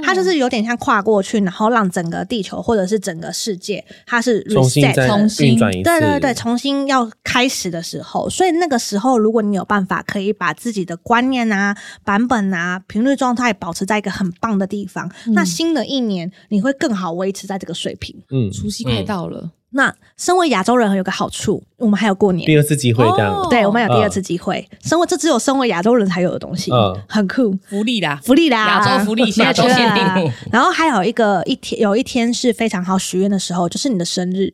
[SPEAKER 6] 它就是有点像跨过去，然后让整个地球或者是整个世界，它是
[SPEAKER 2] 重新
[SPEAKER 6] reset
[SPEAKER 2] 再
[SPEAKER 3] 重新
[SPEAKER 2] 运转一次，
[SPEAKER 6] 对对对，重新要开始的时候，所以那个时候，如果你有办法可以把自己的观念啊、版本啊、频率状态保持在一个很棒的地方，那新的一年你会更好维持在这个水平。
[SPEAKER 2] 嗯，
[SPEAKER 3] 除夕快到了，
[SPEAKER 6] 那身为亚洲人有个好处，我们还有过年，
[SPEAKER 2] 第二次机会这样，
[SPEAKER 6] 对，我们有第二次机会。身为这只有身为亚洲人才有的东西，
[SPEAKER 2] 嗯
[SPEAKER 6] 很酷。
[SPEAKER 3] 福利啦，
[SPEAKER 6] 福利啊啦，
[SPEAKER 3] 亚洲福利
[SPEAKER 6] 亚洲
[SPEAKER 3] 亚洲
[SPEAKER 2] 啊
[SPEAKER 3] 限
[SPEAKER 6] 定。然后还有一个一天，有一天是非常好许愿的时候，就是你的生日，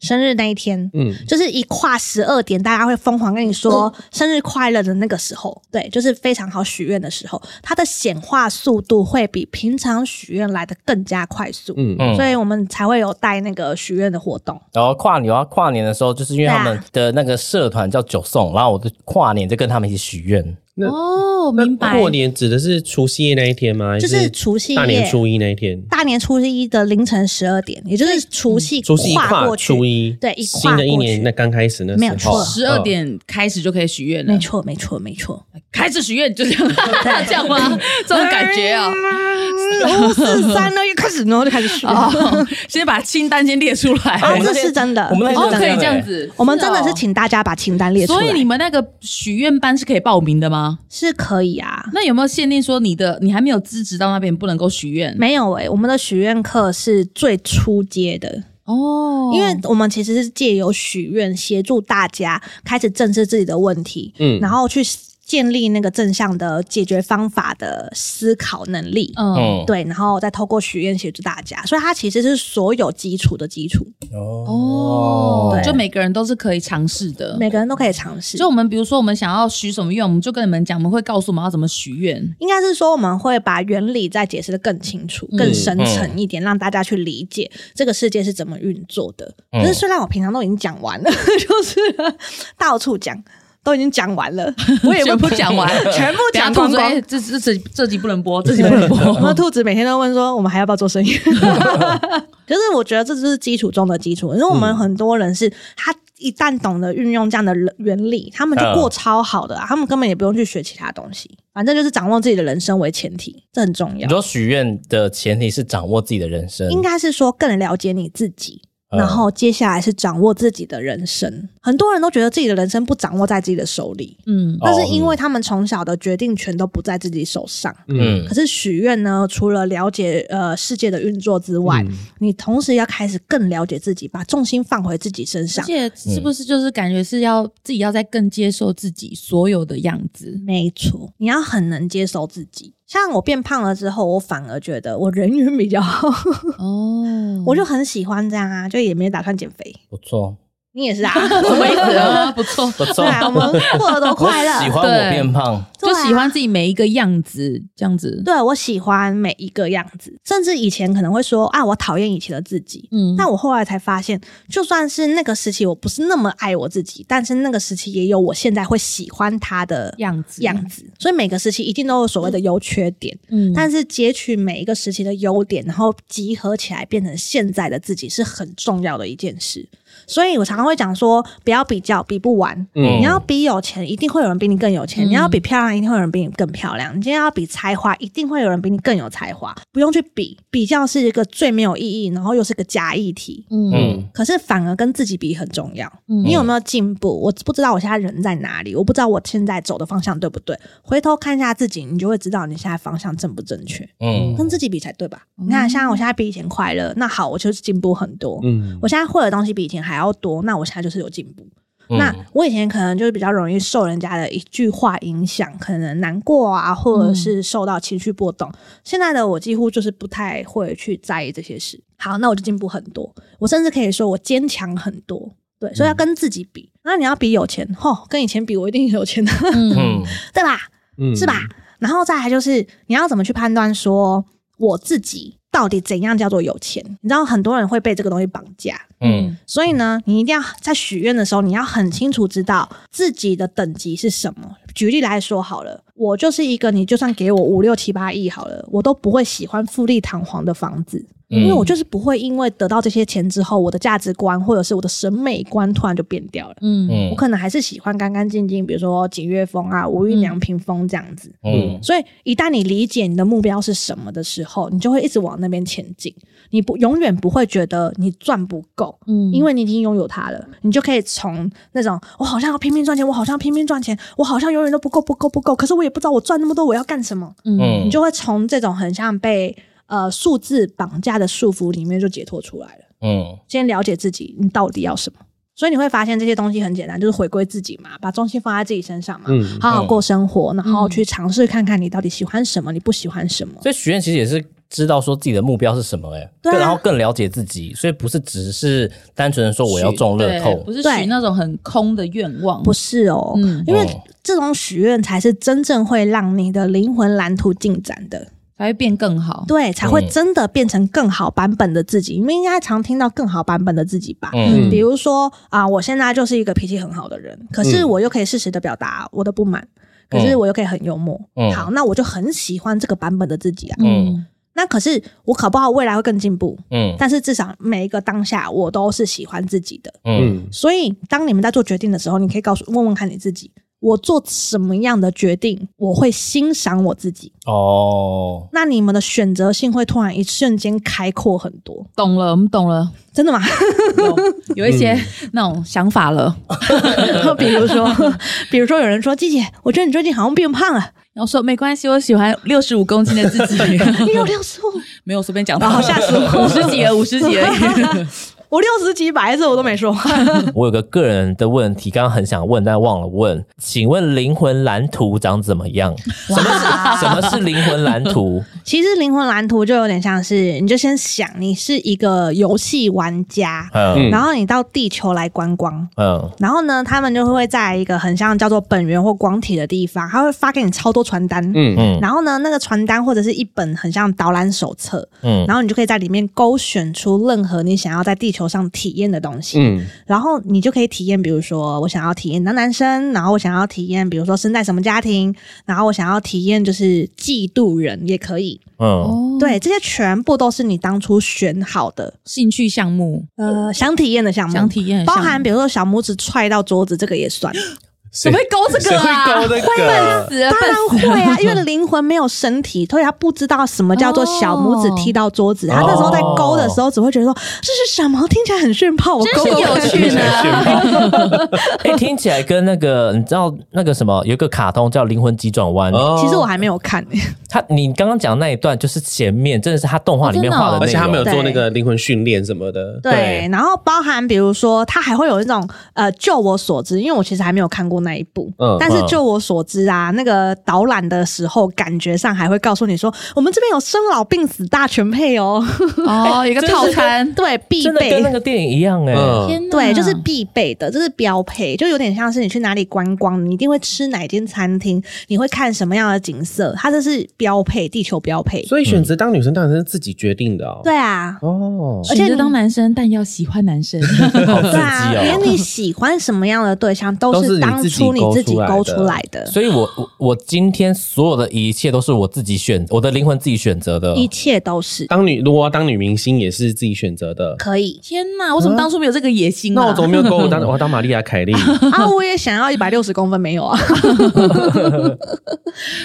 [SPEAKER 6] 生日那一天，
[SPEAKER 2] 嗯，
[SPEAKER 6] 就是一跨十二点，大家会疯狂跟你说生日快乐的那个时候，对，就是非常好许愿的时候，它的显化速度会比平常许愿来的更加快速。
[SPEAKER 2] 嗯
[SPEAKER 4] 嗯
[SPEAKER 6] 所以我们才会有带那个许愿的活动，
[SPEAKER 4] 然后跨年，然后跨年的时候，就是因为他
[SPEAKER 6] 对
[SPEAKER 4] 们
[SPEAKER 6] 啊
[SPEAKER 4] 的那个社团叫九颂，然后我就跨年就跟他们一起许愿。
[SPEAKER 2] 那
[SPEAKER 3] 哦，
[SPEAKER 2] 那
[SPEAKER 3] 明白。
[SPEAKER 2] 过年指的是除夕夜那一天吗？还
[SPEAKER 6] 就是除夕夜
[SPEAKER 2] 大年初一那一天，
[SPEAKER 6] 大年初一的凌晨十二点，也就是除夕
[SPEAKER 2] 除夕一
[SPEAKER 6] 跨
[SPEAKER 2] 跨
[SPEAKER 6] 过去，
[SPEAKER 2] 初一，
[SPEAKER 6] 对一跨
[SPEAKER 2] 新的一
[SPEAKER 6] 过
[SPEAKER 2] 年
[SPEAKER 6] 去
[SPEAKER 2] 那刚开始那时候
[SPEAKER 6] 没有错
[SPEAKER 3] 十二点开始就可以许愿了
[SPEAKER 6] 没，错，没错，没错。
[SPEAKER 3] 开始许愿就这样， <laughs> 这样吗？这种感觉啊、
[SPEAKER 6] 嗯五四三呢，又开始，然后就开始学。啊，
[SPEAKER 3] 哦， <laughs> 先把清单先列出来，
[SPEAKER 6] 这是哦真的，
[SPEAKER 4] 我们那
[SPEAKER 3] 哦，
[SPEAKER 4] 天
[SPEAKER 3] 可以这样子，
[SPEAKER 6] 我们真的
[SPEAKER 3] 哦
[SPEAKER 6] 是请大家把清单列出来，
[SPEAKER 3] 所以你们那个许愿班是可以报名的吗？
[SPEAKER 6] 是可以啊。
[SPEAKER 3] <laughs> 那有没有限定说你的你还没有资质到那边不能够许愿？
[SPEAKER 6] 没有欸诶、我们的许愿课是最初阶的，
[SPEAKER 3] 哦，
[SPEAKER 6] 因为我们其实是借由许愿协助大家开始正视自己的问题，
[SPEAKER 2] 嗯
[SPEAKER 6] 然后去建立那个正向的解决方法的思考能力，
[SPEAKER 3] 嗯
[SPEAKER 4] 嗯，
[SPEAKER 6] 对，然后再透过许愿协助大家，所以它其实是所有基础的基础，
[SPEAKER 4] 哦
[SPEAKER 3] 哦，
[SPEAKER 6] 对
[SPEAKER 3] 就每个人都是可以尝试的。
[SPEAKER 6] 每个人都可以尝试。
[SPEAKER 3] 哦就我们比如说我们想要许什么愿，我们就跟你们讲，我们会告诉我们要怎么许愿。
[SPEAKER 6] 应该是说我们会把原理再解释的更清楚、更深层一点，让大家去理解这个世界是怎么运作的。可是虽然我平常都已经讲完了， <laughs> 就是到处讲，都已经讲完了， <laughs> 我也
[SPEAKER 3] 全部讲完
[SPEAKER 6] <laughs> 全部
[SPEAKER 3] 等下
[SPEAKER 6] 讲
[SPEAKER 3] 兔
[SPEAKER 6] 光
[SPEAKER 3] 子，哎，
[SPEAKER 6] 光。
[SPEAKER 3] 这这这这集不能
[SPEAKER 6] <laughs>
[SPEAKER 3] 播，这集不能播。
[SPEAKER 6] 我们的兔子每天都问说，我们还要不要做生意？ <laughs> 可是我觉得这就是基础中的基础，因为我们很多人是他一旦懂得运用这样的原理，他们就过超好的啊、他们根本也不用去学其他东西，反正就是掌握自己的人生为前提，这很重要
[SPEAKER 4] 你。说许愿的前提是掌握自己的人生，
[SPEAKER 6] 应该是说更了解你自己，
[SPEAKER 4] 嗯
[SPEAKER 6] 然后接下来是掌握自己的人生。很多人都觉得自己的人生不掌握在自己的手里，
[SPEAKER 3] 嗯，
[SPEAKER 6] 那
[SPEAKER 4] 哦
[SPEAKER 6] 是因为他们从小的决定权都不在自己手上。
[SPEAKER 4] 嗯
[SPEAKER 6] 可是许愿呢，除了了解呃世界的运作之
[SPEAKER 4] 嗯
[SPEAKER 6] 外，你同时要开始更了解自己，把重心放回自己身
[SPEAKER 3] 而
[SPEAKER 6] 上。
[SPEAKER 3] 且是不是就是感觉是要自己要再更接受自己所有的样子？
[SPEAKER 6] 没错，你要很能接受自己。像我变胖了之后，我反而觉得我人缘比较好， <laughs>
[SPEAKER 3] 哦，
[SPEAKER 6] 我就很喜欢这样啊，就也没打算减肥。
[SPEAKER 4] 不错，
[SPEAKER 6] 你也是啊，
[SPEAKER 3] <laughs> 什么意思
[SPEAKER 6] <laughs>
[SPEAKER 3] 啊？不错，
[SPEAKER 4] 不错
[SPEAKER 6] 对，啊，我们过得多
[SPEAKER 4] 我
[SPEAKER 6] 快乐。
[SPEAKER 4] 喜欢我变胖，
[SPEAKER 6] 对
[SPEAKER 3] 就
[SPEAKER 6] 啊
[SPEAKER 3] 喜欢自己每一个样子，这样子。
[SPEAKER 6] 对我喜欢每一个样子，甚至以前可能会说啊，我讨厌以前的自己。
[SPEAKER 3] 嗯，
[SPEAKER 6] 但我后来才发现，就算是那个时期我不是那么爱我自己，但是那个时期也有我现在会喜欢他的
[SPEAKER 3] 样子
[SPEAKER 6] 样子。所以每个时期一定都有所谓的优缺点，
[SPEAKER 3] 嗯
[SPEAKER 6] 但是截取每一个时期的优点，然后集合起来变成现在的自己，是很重要的一件事。所以我常常常会讲说，不要比较，比不完。
[SPEAKER 2] 嗯
[SPEAKER 6] 你要比有钱，一定会有人比你更有钱；
[SPEAKER 3] 嗯
[SPEAKER 6] 你要比漂亮，一定会有人比你更漂亮；你今天要比才华，一定会有人比你更有才华。不用去比，比较是一个最没有意义，然后又是个假议题。
[SPEAKER 3] 嗯
[SPEAKER 4] 嗯，
[SPEAKER 6] 可是反而跟自己比很重要。
[SPEAKER 3] 嗯
[SPEAKER 6] 你有没有进步？我不知道我现在人在哪里，我不知道我现在走的方向对不对。回头看一下自己，你就会知道你现在方向正不正确。
[SPEAKER 4] 嗯
[SPEAKER 6] 跟自己比才对吧？你看，像我现在比以前快乐，那好，我就是进步很多。
[SPEAKER 2] 嗯
[SPEAKER 6] 我现在会的东西比以前还要多，那我现在就是有进步。嗯
[SPEAKER 4] 嗯
[SPEAKER 6] 那我以前可能就是比较容易受人家的一句话影响，可能难过啊，或者是受到情绪波动。现在的我几乎就是不太会去在意这些事。好，那我就进步很多，我甚至可以说我坚强很多。对，所以要跟自己比。那你要比有钱，吼，跟以前比，我一定有钱的， <laughs>
[SPEAKER 3] 嗯
[SPEAKER 4] 嗯
[SPEAKER 6] 对吧？
[SPEAKER 2] 嗯
[SPEAKER 6] 是吧？？然后再来就是你要怎么去判断说我自己到底怎样叫做有钱？你知道很多人会被这个东西绑架，
[SPEAKER 4] 嗯
[SPEAKER 6] 所以呢，你一定要在许愿的时候，你要很清楚知道自己的等级是什么。举例来说好了，我就是一个你就算给我五六七八亿好了，我都不会喜欢富丽堂皇的房子，
[SPEAKER 4] 嗯
[SPEAKER 6] 因为我就是不会因为得到这些钱之后，我的价值观或者是我的审美观突然就变掉了。
[SPEAKER 3] 嗯
[SPEAKER 4] 嗯
[SPEAKER 6] 我可能还是喜欢干干净净，比如说景月风啊、无印良品风这样子。
[SPEAKER 4] 嗯
[SPEAKER 6] 所以，一旦你理解你的目标是什么的时候，你就会一直往那边前进。你不永远不会觉得你赚不够，
[SPEAKER 3] 嗯
[SPEAKER 6] 因为你已经拥有它了。你就可以从那种我好像要拼命赚钱，我好像要拼命赚钱，我好像永远都不够，不够，不够。可是我也不知道我赚那么多我要干什么。
[SPEAKER 4] 嗯
[SPEAKER 6] 你就会从这种很像被呃数字绑架的束缚里面就解脱出来了。
[SPEAKER 4] 嗯
[SPEAKER 6] 先了解自己，你到底要什么。所以你会发现这些东西很简单，就是回归自己嘛，把重心放在自己身上嘛。
[SPEAKER 2] 嗯
[SPEAKER 6] 好好过生活，然
[SPEAKER 3] 嗯
[SPEAKER 6] 后去尝试看看你到底喜欢什么，你不喜欢什么。
[SPEAKER 4] 所以许愿其实也是知道说自己的目标是什么、欸，哎、
[SPEAKER 6] 对啊
[SPEAKER 4] 然后更了解自己，所以不是只是单纯的说我要中乐
[SPEAKER 3] 对
[SPEAKER 4] 透
[SPEAKER 3] 不，是
[SPEAKER 6] 对
[SPEAKER 3] 许那种很空的愿望，
[SPEAKER 6] 不是哦，
[SPEAKER 3] 嗯
[SPEAKER 6] 因为
[SPEAKER 4] 哦
[SPEAKER 6] 这种许愿才是真正会让你的灵魂蓝图进展的，
[SPEAKER 3] 才会变更好。
[SPEAKER 6] 对，才会
[SPEAKER 4] 嗯
[SPEAKER 6] 真的变成更好版本的自己。你们应该常听到更好版本的自己吧？
[SPEAKER 4] 嗯
[SPEAKER 6] 比如说啊、我现在就是一个脾气很好的人，可是
[SPEAKER 4] 嗯
[SPEAKER 6] 我又可以适时的表达我的不满，可是
[SPEAKER 4] 嗯
[SPEAKER 6] 我又可以很幽默。
[SPEAKER 4] 嗯
[SPEAKER 6] 好，那我就很喜欢这个版本的自己啊。
[SPEAKER 4] 嗯
[SPEAKER 6] 那可是我搞不好未来会更进步，
[SPEAKER 4] 嗯
[SPEAKER 6] 但是至少每一个当下我都是喜欢自己的。
[SPEAKER 4] 嗯
[SPEAKER 2] 嗯
[SPEAKER 6] 所以当你们在做决定的时候，你可以告诉问问看你自己。我做什么样的决定，我会欣赏我自己。
[SPEAKER 4] 哦，
[SPEAKER 6] 那你们的选择性会突然一瞬间开阔很多，
[SPEAKER 3] 懂了，我们懂了，
[SPEAKER 6] 真的吗？
[SPEAKER 3] 有有一些 <laughs> 那种想法了。
[SPEAKER 6] 比如说，比如说有人说：“季姐，我觉得你最近好像变胖了，
[SPEAKER 3] 然后说没关系，我喜欢六十五公斤的自
[SPEAKER 6] <laughs>
[SPEAKER 3] 己， <laughs>
[SPEAKER 6] 你有六十五，
[SPEAKER 3] 没有随便讲的，
[SPEAKER 6] 然后哦吓死我
[SPEAKER 3] 五十几了，五十几而已。
[SPEAKER 6] <laughs> 我六十几百字我都没说话。
[SPEAKER 4] 我有个个人的问题，刚刚很想问，但忘了问，请问灵魂蓝图长怎么样？什么啊是什么是灵魂蓝图？
[SPEAKER 6] <laughs> 其实灵魂蓝图就有点像是，你就先想你是一个游戏玩家，
[SPEAKER 2] 嗯
[SPEAKER 4] 嗯
[SPEAKER 6] 然后你到地球来观光，
[SPEAKER 4] 嗯
[SPEAKER 6] 然后呢，他们就会在一个很像叫做本源或光体的地方，他会发给你超多传单。
[SPEAKER 2] 嗯
[SPEAKER 4] 嗯
[SPEAKER 6] 然后呢，那个传单或者是一本很像导览手册，
[SPEAKER 4] 嗯
[SPEAKER 6] 然后你就可以在里面勾选出任何你想要在地球上体验的东西，
[SPEAKER 2] 嗯
[SPEAKER 6] 然后你就可以体验，比如说我想要体验当男生，然后我想要体验，比如说生在什么家庭，然后我想要体验就是嫉妒人也可以，
[SPEAKER 4] 嗯
[SPEAKER 3] 哦
[SPEAKER 6] 对，这些全部都是你当初选好的，
[SPEAKER 3] 兴趣项目，
[SPEAKER 6] 呃，想体验的项目，
[SPEAKER 3] 想体验的项
[SPEAKER 6] 包
[SPEAKER 3] 目
[SPEAKER 6] 含比如说小拇指踹到桌子这个也算，
[SPEAKER 3] 怎么会勾这个啊？
[SPEAKER 2] 谁会勾这个
[SPEAKER 3] 笨死了，
[SPEAKER 6] 当
[SPEAKER 3] 笨
[SPEAKER 6] 然
[SPEAKER 3] 死了。
[SPEAKER 6] 会啊，因为灵魂没有身体，所以他不知道什么叫做
[SPEAKER 3] 哦
[SPEAKER 6] 小拇指踢到桌子。他那时候在勾的时候，只会觉得说这是什么，听起来很炫炮，我
[SPEAKER 3] 真
[SPEAKER 6] 勾
[SPEAKER 3] 是
[SPEAKER 6] 勾
[SPEAKER 3] 有
[SPEAKER 6] 看
[SPEAKER 3] 趣
[SPEAKER 6] <laughs>
[SPEAKER 3] 呢，
[SPEAKER 4] 哎、嗯听起来跟那个你知道那个什么，有一个卡通叫《灵魂急转弯》，
[SPEAKER 2] 哦
[SPEAKER 6] 其实我还没有看， <laughs>
[SPEAKER 4] 他你刚刚讲那一段就是前面真的是他动画里面画的内容、
[SPEAKER 2] 而且他们有做
[SPEAKER 6] 对
[SPEAKER 2] 那个灵魂训练什么的，
[SPEAKER 6] 对，然后包含比如说，他还会有一种呃，就我所知，因为我其实还没有看过那一部，
[SPEAKER 2] 嗯
[SPEAKER 6] 但是就我所知啊，那个导览的时候，感觉上还会告诉你说，我们这边有生老病死大全配哦，
[SPEAKER 3] 哦，一个
[SPEAKER 6] <laughs>
[SPEAKER 3] 套餐，
[SPEAKER 6] 对，必
[SPEAKER 4] 真的跟那
[SPEAKER 6] 备。
[SPEAKER 4] 个电影一样哎、
[SPEAKER 2] 嗯，
[SPEAKER 3] 天哪
[SPEAKER 6] 对，就是必备的，这是标配，就有点像是你去哪里观光，你一定会吃哪间餐厅，你会看什么样的景色，它这是标配，地球标配。
[SPEAKER 2] 所以选择当女生当然是自己决定的哦。
[SPEAKER 6] 对啊，
[SPEAKER 2] 哦，
[SPEAKER 6] 而且
[SPEAKER 3] 选择
[SPEAKER 6] 你
[SPEAKER 3] 当男生，但要喜欢男生。
[SPEAKER 4] 好刺
[SPEAKER 6] 对啊，
[SPEAKER 4] 激哦、
[SPEAKER 6] 连你喜欢什么样的对象
[SPEAKER 2] 都
[SPEAKER 6] 都
[SPEAKER 2] 是
[SPEAKER 6] 是
[SPEAKER 2] 你
[SPEAKER 6] 当
[SPEAKER 2] 自己
[SPEAKER 6] 出你自己勾出来的，
[SPEAKER 4] 所以我我我今天所有的一切都是我自己选，我的灵魂自己选择的。
[SPEAKER 6] 一切都是
[SPEAKER 2] 当女如果要当女明星也是自己选择的，
[SPEAKER 6] 可以
[SPEAKER 3] 天哪，我怎么当初没有这个野心啊？
[SPEAKER 2] 那我怎么没有勾我当我要当玛丽亚凯莉？
[SPEAKER 6] 啊！我也想要一百六十公分，没有啊。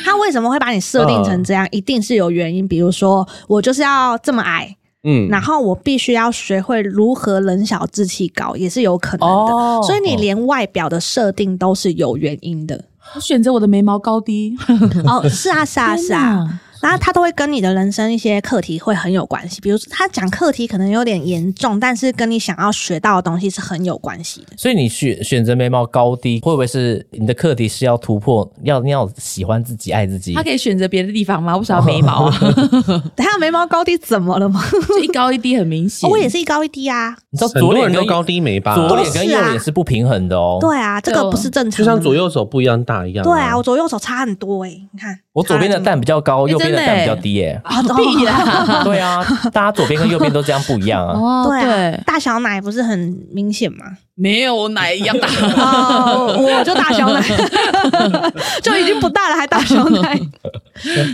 [SPEAKER 6] 他为什么会把你设定成这样？一定是有原因，比如说我就是要这么矮，
[SPEAKER 2] 嗯，
[SPEAKER 6] 然后我必须要学会如何冷小志气高，也是有可能的。
[SPEAKER 7] 哦
[SPEAKER 6] 所以你连外表的设定都是有原因的。
[SPEAKER 3] 我选择我的眉毛高低？
[SPEAKER 6] 哦，是啊，是啊，是
[SPEAKER 3] 天
[SPEAKER 6] 啊。
[SPEAKER 3] 哪，
[SPEAKER 6] 然后他都会跟你的人生一些课题会很有关系，比如说他讲课题可能有点严重，但是跟你想要学到的东西是很有关系的。
[SPEAKER 4] 所以你选选择眉毛高低，会不会是你的课题是要突破，要你要喜欢自己、爱自己
[SPEAKER 3] 他？可以选择别的地方吗？我不想要眉毛啊，
[SPEAKER 6] 等一下眉毛高低怎么了吗？
[SPEAKER 3] <laughs> 就一高一低很明显。
[SPEAKER 6] 哦我也是一高一低啊，
[SPEAKER 4] 你知道
[SPEAKER 2] 很
[SPEAKER 4] 左
[SPEAKER 2] 多
[SPEAKER 4] 脸
[SPEAKER 2] 人
[SPEAKER 4] 跟
[SPEAKER 2] 都高低眉吧，
[SPEAKER 4] 左
[SPEAKER 6] 都
[SPEAKER 4] 脸
[SPEAKER 6] 是啊
[SPEAKER 4] 跟右脸是不平衡的哦。，
[SPEAKER 6] 对啊，这个
[SPEAKER 3] 就
[SPEAKER 6] 不是正常的，
[SPEAKER 2] 就像左右手不一样大一样。
[SPEAKER 6] 对啊，我左右手差很多哎、你看。
[SPEAKER 4] 我左边的蛋比较高，
[SPEAKER 3] 哎
[SPEAKER 4] 右边的
[SPEAKER 3] 真的
[SPEAKER 4] 蛋比
[SPEAKER 3] 耶
[SPEAKER 4] 较低耶 <laughs>
[SPEAKER 6] 啊，
[SPEAKER 3] 屁啦！
[SPEAKER 4] 对啊，大家左边跟右边都这样不一样
[SPEAKER 3] <laughs>
[SPEAKER 4] 啊。
[SPEAKER 3] 哦，
[SPEAKER 6] 对啊，
[SPEAKER 3] 对，
[SPEAKER 6] 大小奶不是很明显吗？
[SPEAKER 3] 没有我奶一样大。
[SPEAKER 6] 哦，我就
[SPEAKER 4] <laughs>
[SPEAKER 6] 大小奶，就已经不大了，还大小奶，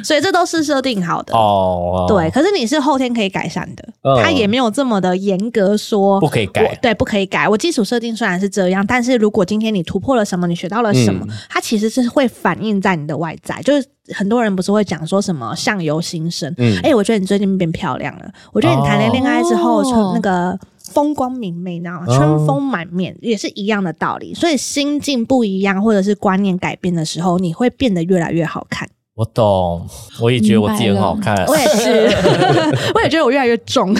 [SPEAKER 6] 所以这都是设定好的。
[SPEAKER 4] 哦，
[SPEAKER 6] 对，，可是你是后天可以改善的，
[SPEAKER 2] 嗯
[SPEAKER 6] 他也没有这么的严格说
[SPEAKER 4] 不可以
[SPEAKER 6] 我
[SPEAKER 4] 改。
[SPEAKER 6] 对，不可以改。我基础设定虽然是这样，但是如果今天你突破了什么，你学到了什
[SPEAKER 4] 嗯
[SPEAKER 6] 么，它其实是会反映在你的外在。就是很多人不是会讲说什么相由心生，
[SPEAKER 2] 嗯
[SPEAKER 6] 哎、我觉得你最近变漂亮了，我觉得你谈了恋爱之后，
[SPEAKER 3] 哦
[SPEAKER 6] 春那个风光明媚，你知道吗？
[SPEAKER 2] 哦
[SPEAKER 6] 春风满面、也是一样的道理。所以心境不一样，或者是观念改变的时候，你会变得越来越好看。
[SPEAKER 4] 我懂，我也觉得我自己很好看。
[SPEAKER 6] 我也
[SPEAKER 2] <laughs>
[SPEAKER 6] 是，我也觉得我越来越重。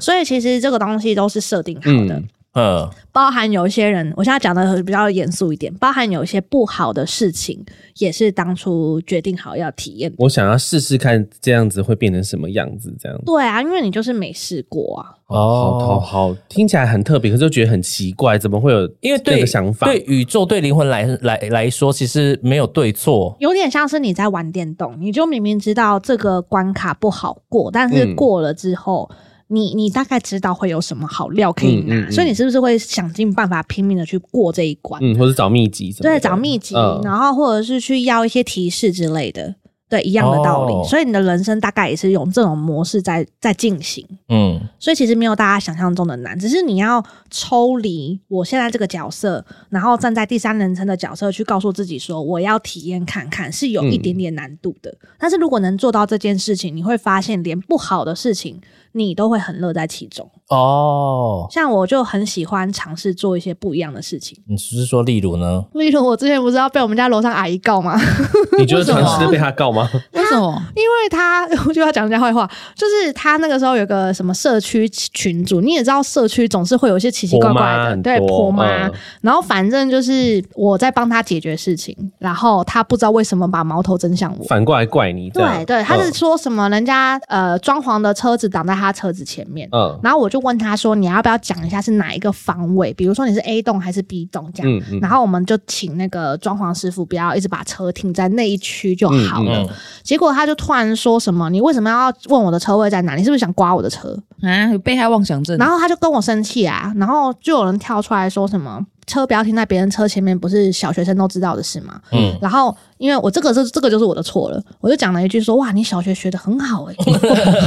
[SPEAKER 6] 所以其实这个东西都是设定好的。
[SPEAKER 2] 嗯
[SPEAKER 4] 嗯，
[SPEAKER 6] 包含有一些人，我现在讲的比较严肃一点，包含有一些不好的事情，也是当初决定好要体验的。
[SPEAKER 2] 我想要试试看这样子会变成什么样子，这样子。
[SPEAKER 6] 对啊，因为你就是没试过啊。
[SPEAKER 2] 好好
[SPEAKER 4] 哦，
[SPEAKER 2] 好，听起来很特别，可是又觉得很奇怪，怎么会有
[SPEAKER 4] 因为
[SPEAKER 2] 这
[SPEAKER 4] 对
[SPEAKER 2] 个想法？
[SPEAKER 4] 对宇宙、对灵魂来来来说，其实没有对错。
[SPEAKER 6] 有点像是你在玩电动，你就明明知道这个关卡不好过，但
[SPEAKER 2] 嗯
[SPEAKER 6] 是过了之后，你你大概知道会有什么好料可以拿，
[SPEAKER 2] 嗯嗯嗯
[SPEAKER 6] 所以你是不是会想尽办法拼命的去过这一关？
[SPEAKER 2] 嗯，或者找秘籍什么的？
[SPEAKER 6] 对，找秘籍，
[SPEAKER 2] 嗯
[SPEAKER 6] 然后或者是去要一些提示之类的。对，一样的道理，
[SPEAKER 4] 哦
[SPEAKER 6] 所以你的人生大概也是用这种模式在在进行。
[SPEAKER 4] 嗯，
[SPEAKER 6] 所以其实没有大家想象中的难，只是你要抽离我现在这个角色，然后站在第三人称的角色去告诉自己说，我要体验看看，是有一点点难度的。但是如果能做到这件事情，你会发现连不好的事情你都会很乐在其中。
[SPEAKER 4] 哦，
[SPEAKER 6] 像我就很喜欢尝试做一些不一样的事情。
[SPEAKER 4] 你是说例如呢？
[SPEAKER 6] 例如，我之前不是要被我们家楼上阿姨告吗？ <laughs>
[SPEAKER 2] 你觉得唐诗被他告吗？
[SPEAKER 3] <laughs> 为什么？
[SPEAKER 6] 因为他 <laughs> 我就要讲人家坏话，就是他那个时候有个什么社区群组，你也知道，社区总 <laughs> 是会有一些奇奇怪怪
[SPEAKER 2] 妈
[SPEAKER 6] 的，
[SPEAKER 2] 很
[SPEAKER 6] 对
[SPEAKER 2] 多
[SPEAKER 6] 婆妈。
[SPEAKER 2] 嗯
[SPEAKER 6] 然后反正就是我在帮他解决事情，然后他不知道为什么把矛头针向我。
[SPEAKER 2] 反过来怪你这样？
[SPEAKER 6] 对对，他是
[SPEAKER 2] 嗯
[SPEAKER 6] 说什么人家呃装潢的车子挡在他车子前 <laughs> 面，
[SPEAKER 2] 嗯
[SPEAKER 6] 然后我就问他说你要不要讲一下是哪一个方位，比如说你是 A 栋还是 B 栋这样。
[SPEAKER 2] 嗯嗯
[SPEAKER 6] 然后我们就请那个装潢师傅不要一直把车停在那一区就好了。
[SPEAKER 4] 嗯，
[SPEAKER 6] 结果他就突然说什么：“你为什么要问我的车位在哪？你是不是想刮我的车
[SPEAKER 3] 啊，有被害妄想？”
[SPEAKER 2] 嗯
[SPEAKER 3] 症。
[SPEAKER 6] 然后他就跟我生气啊，然后就有人跳出来说什么：“车不要停在别人车前面，不是小学生都知道的事吗？”
[SPEAKER 4] 嗯
[SPEAKER 6] 然后因为我这个是这个就是我的错了，我就讲了一句说：“哇，你小学学的很好
[SPEAKER 2] <laughs>
[SPEAKER 6] 诶、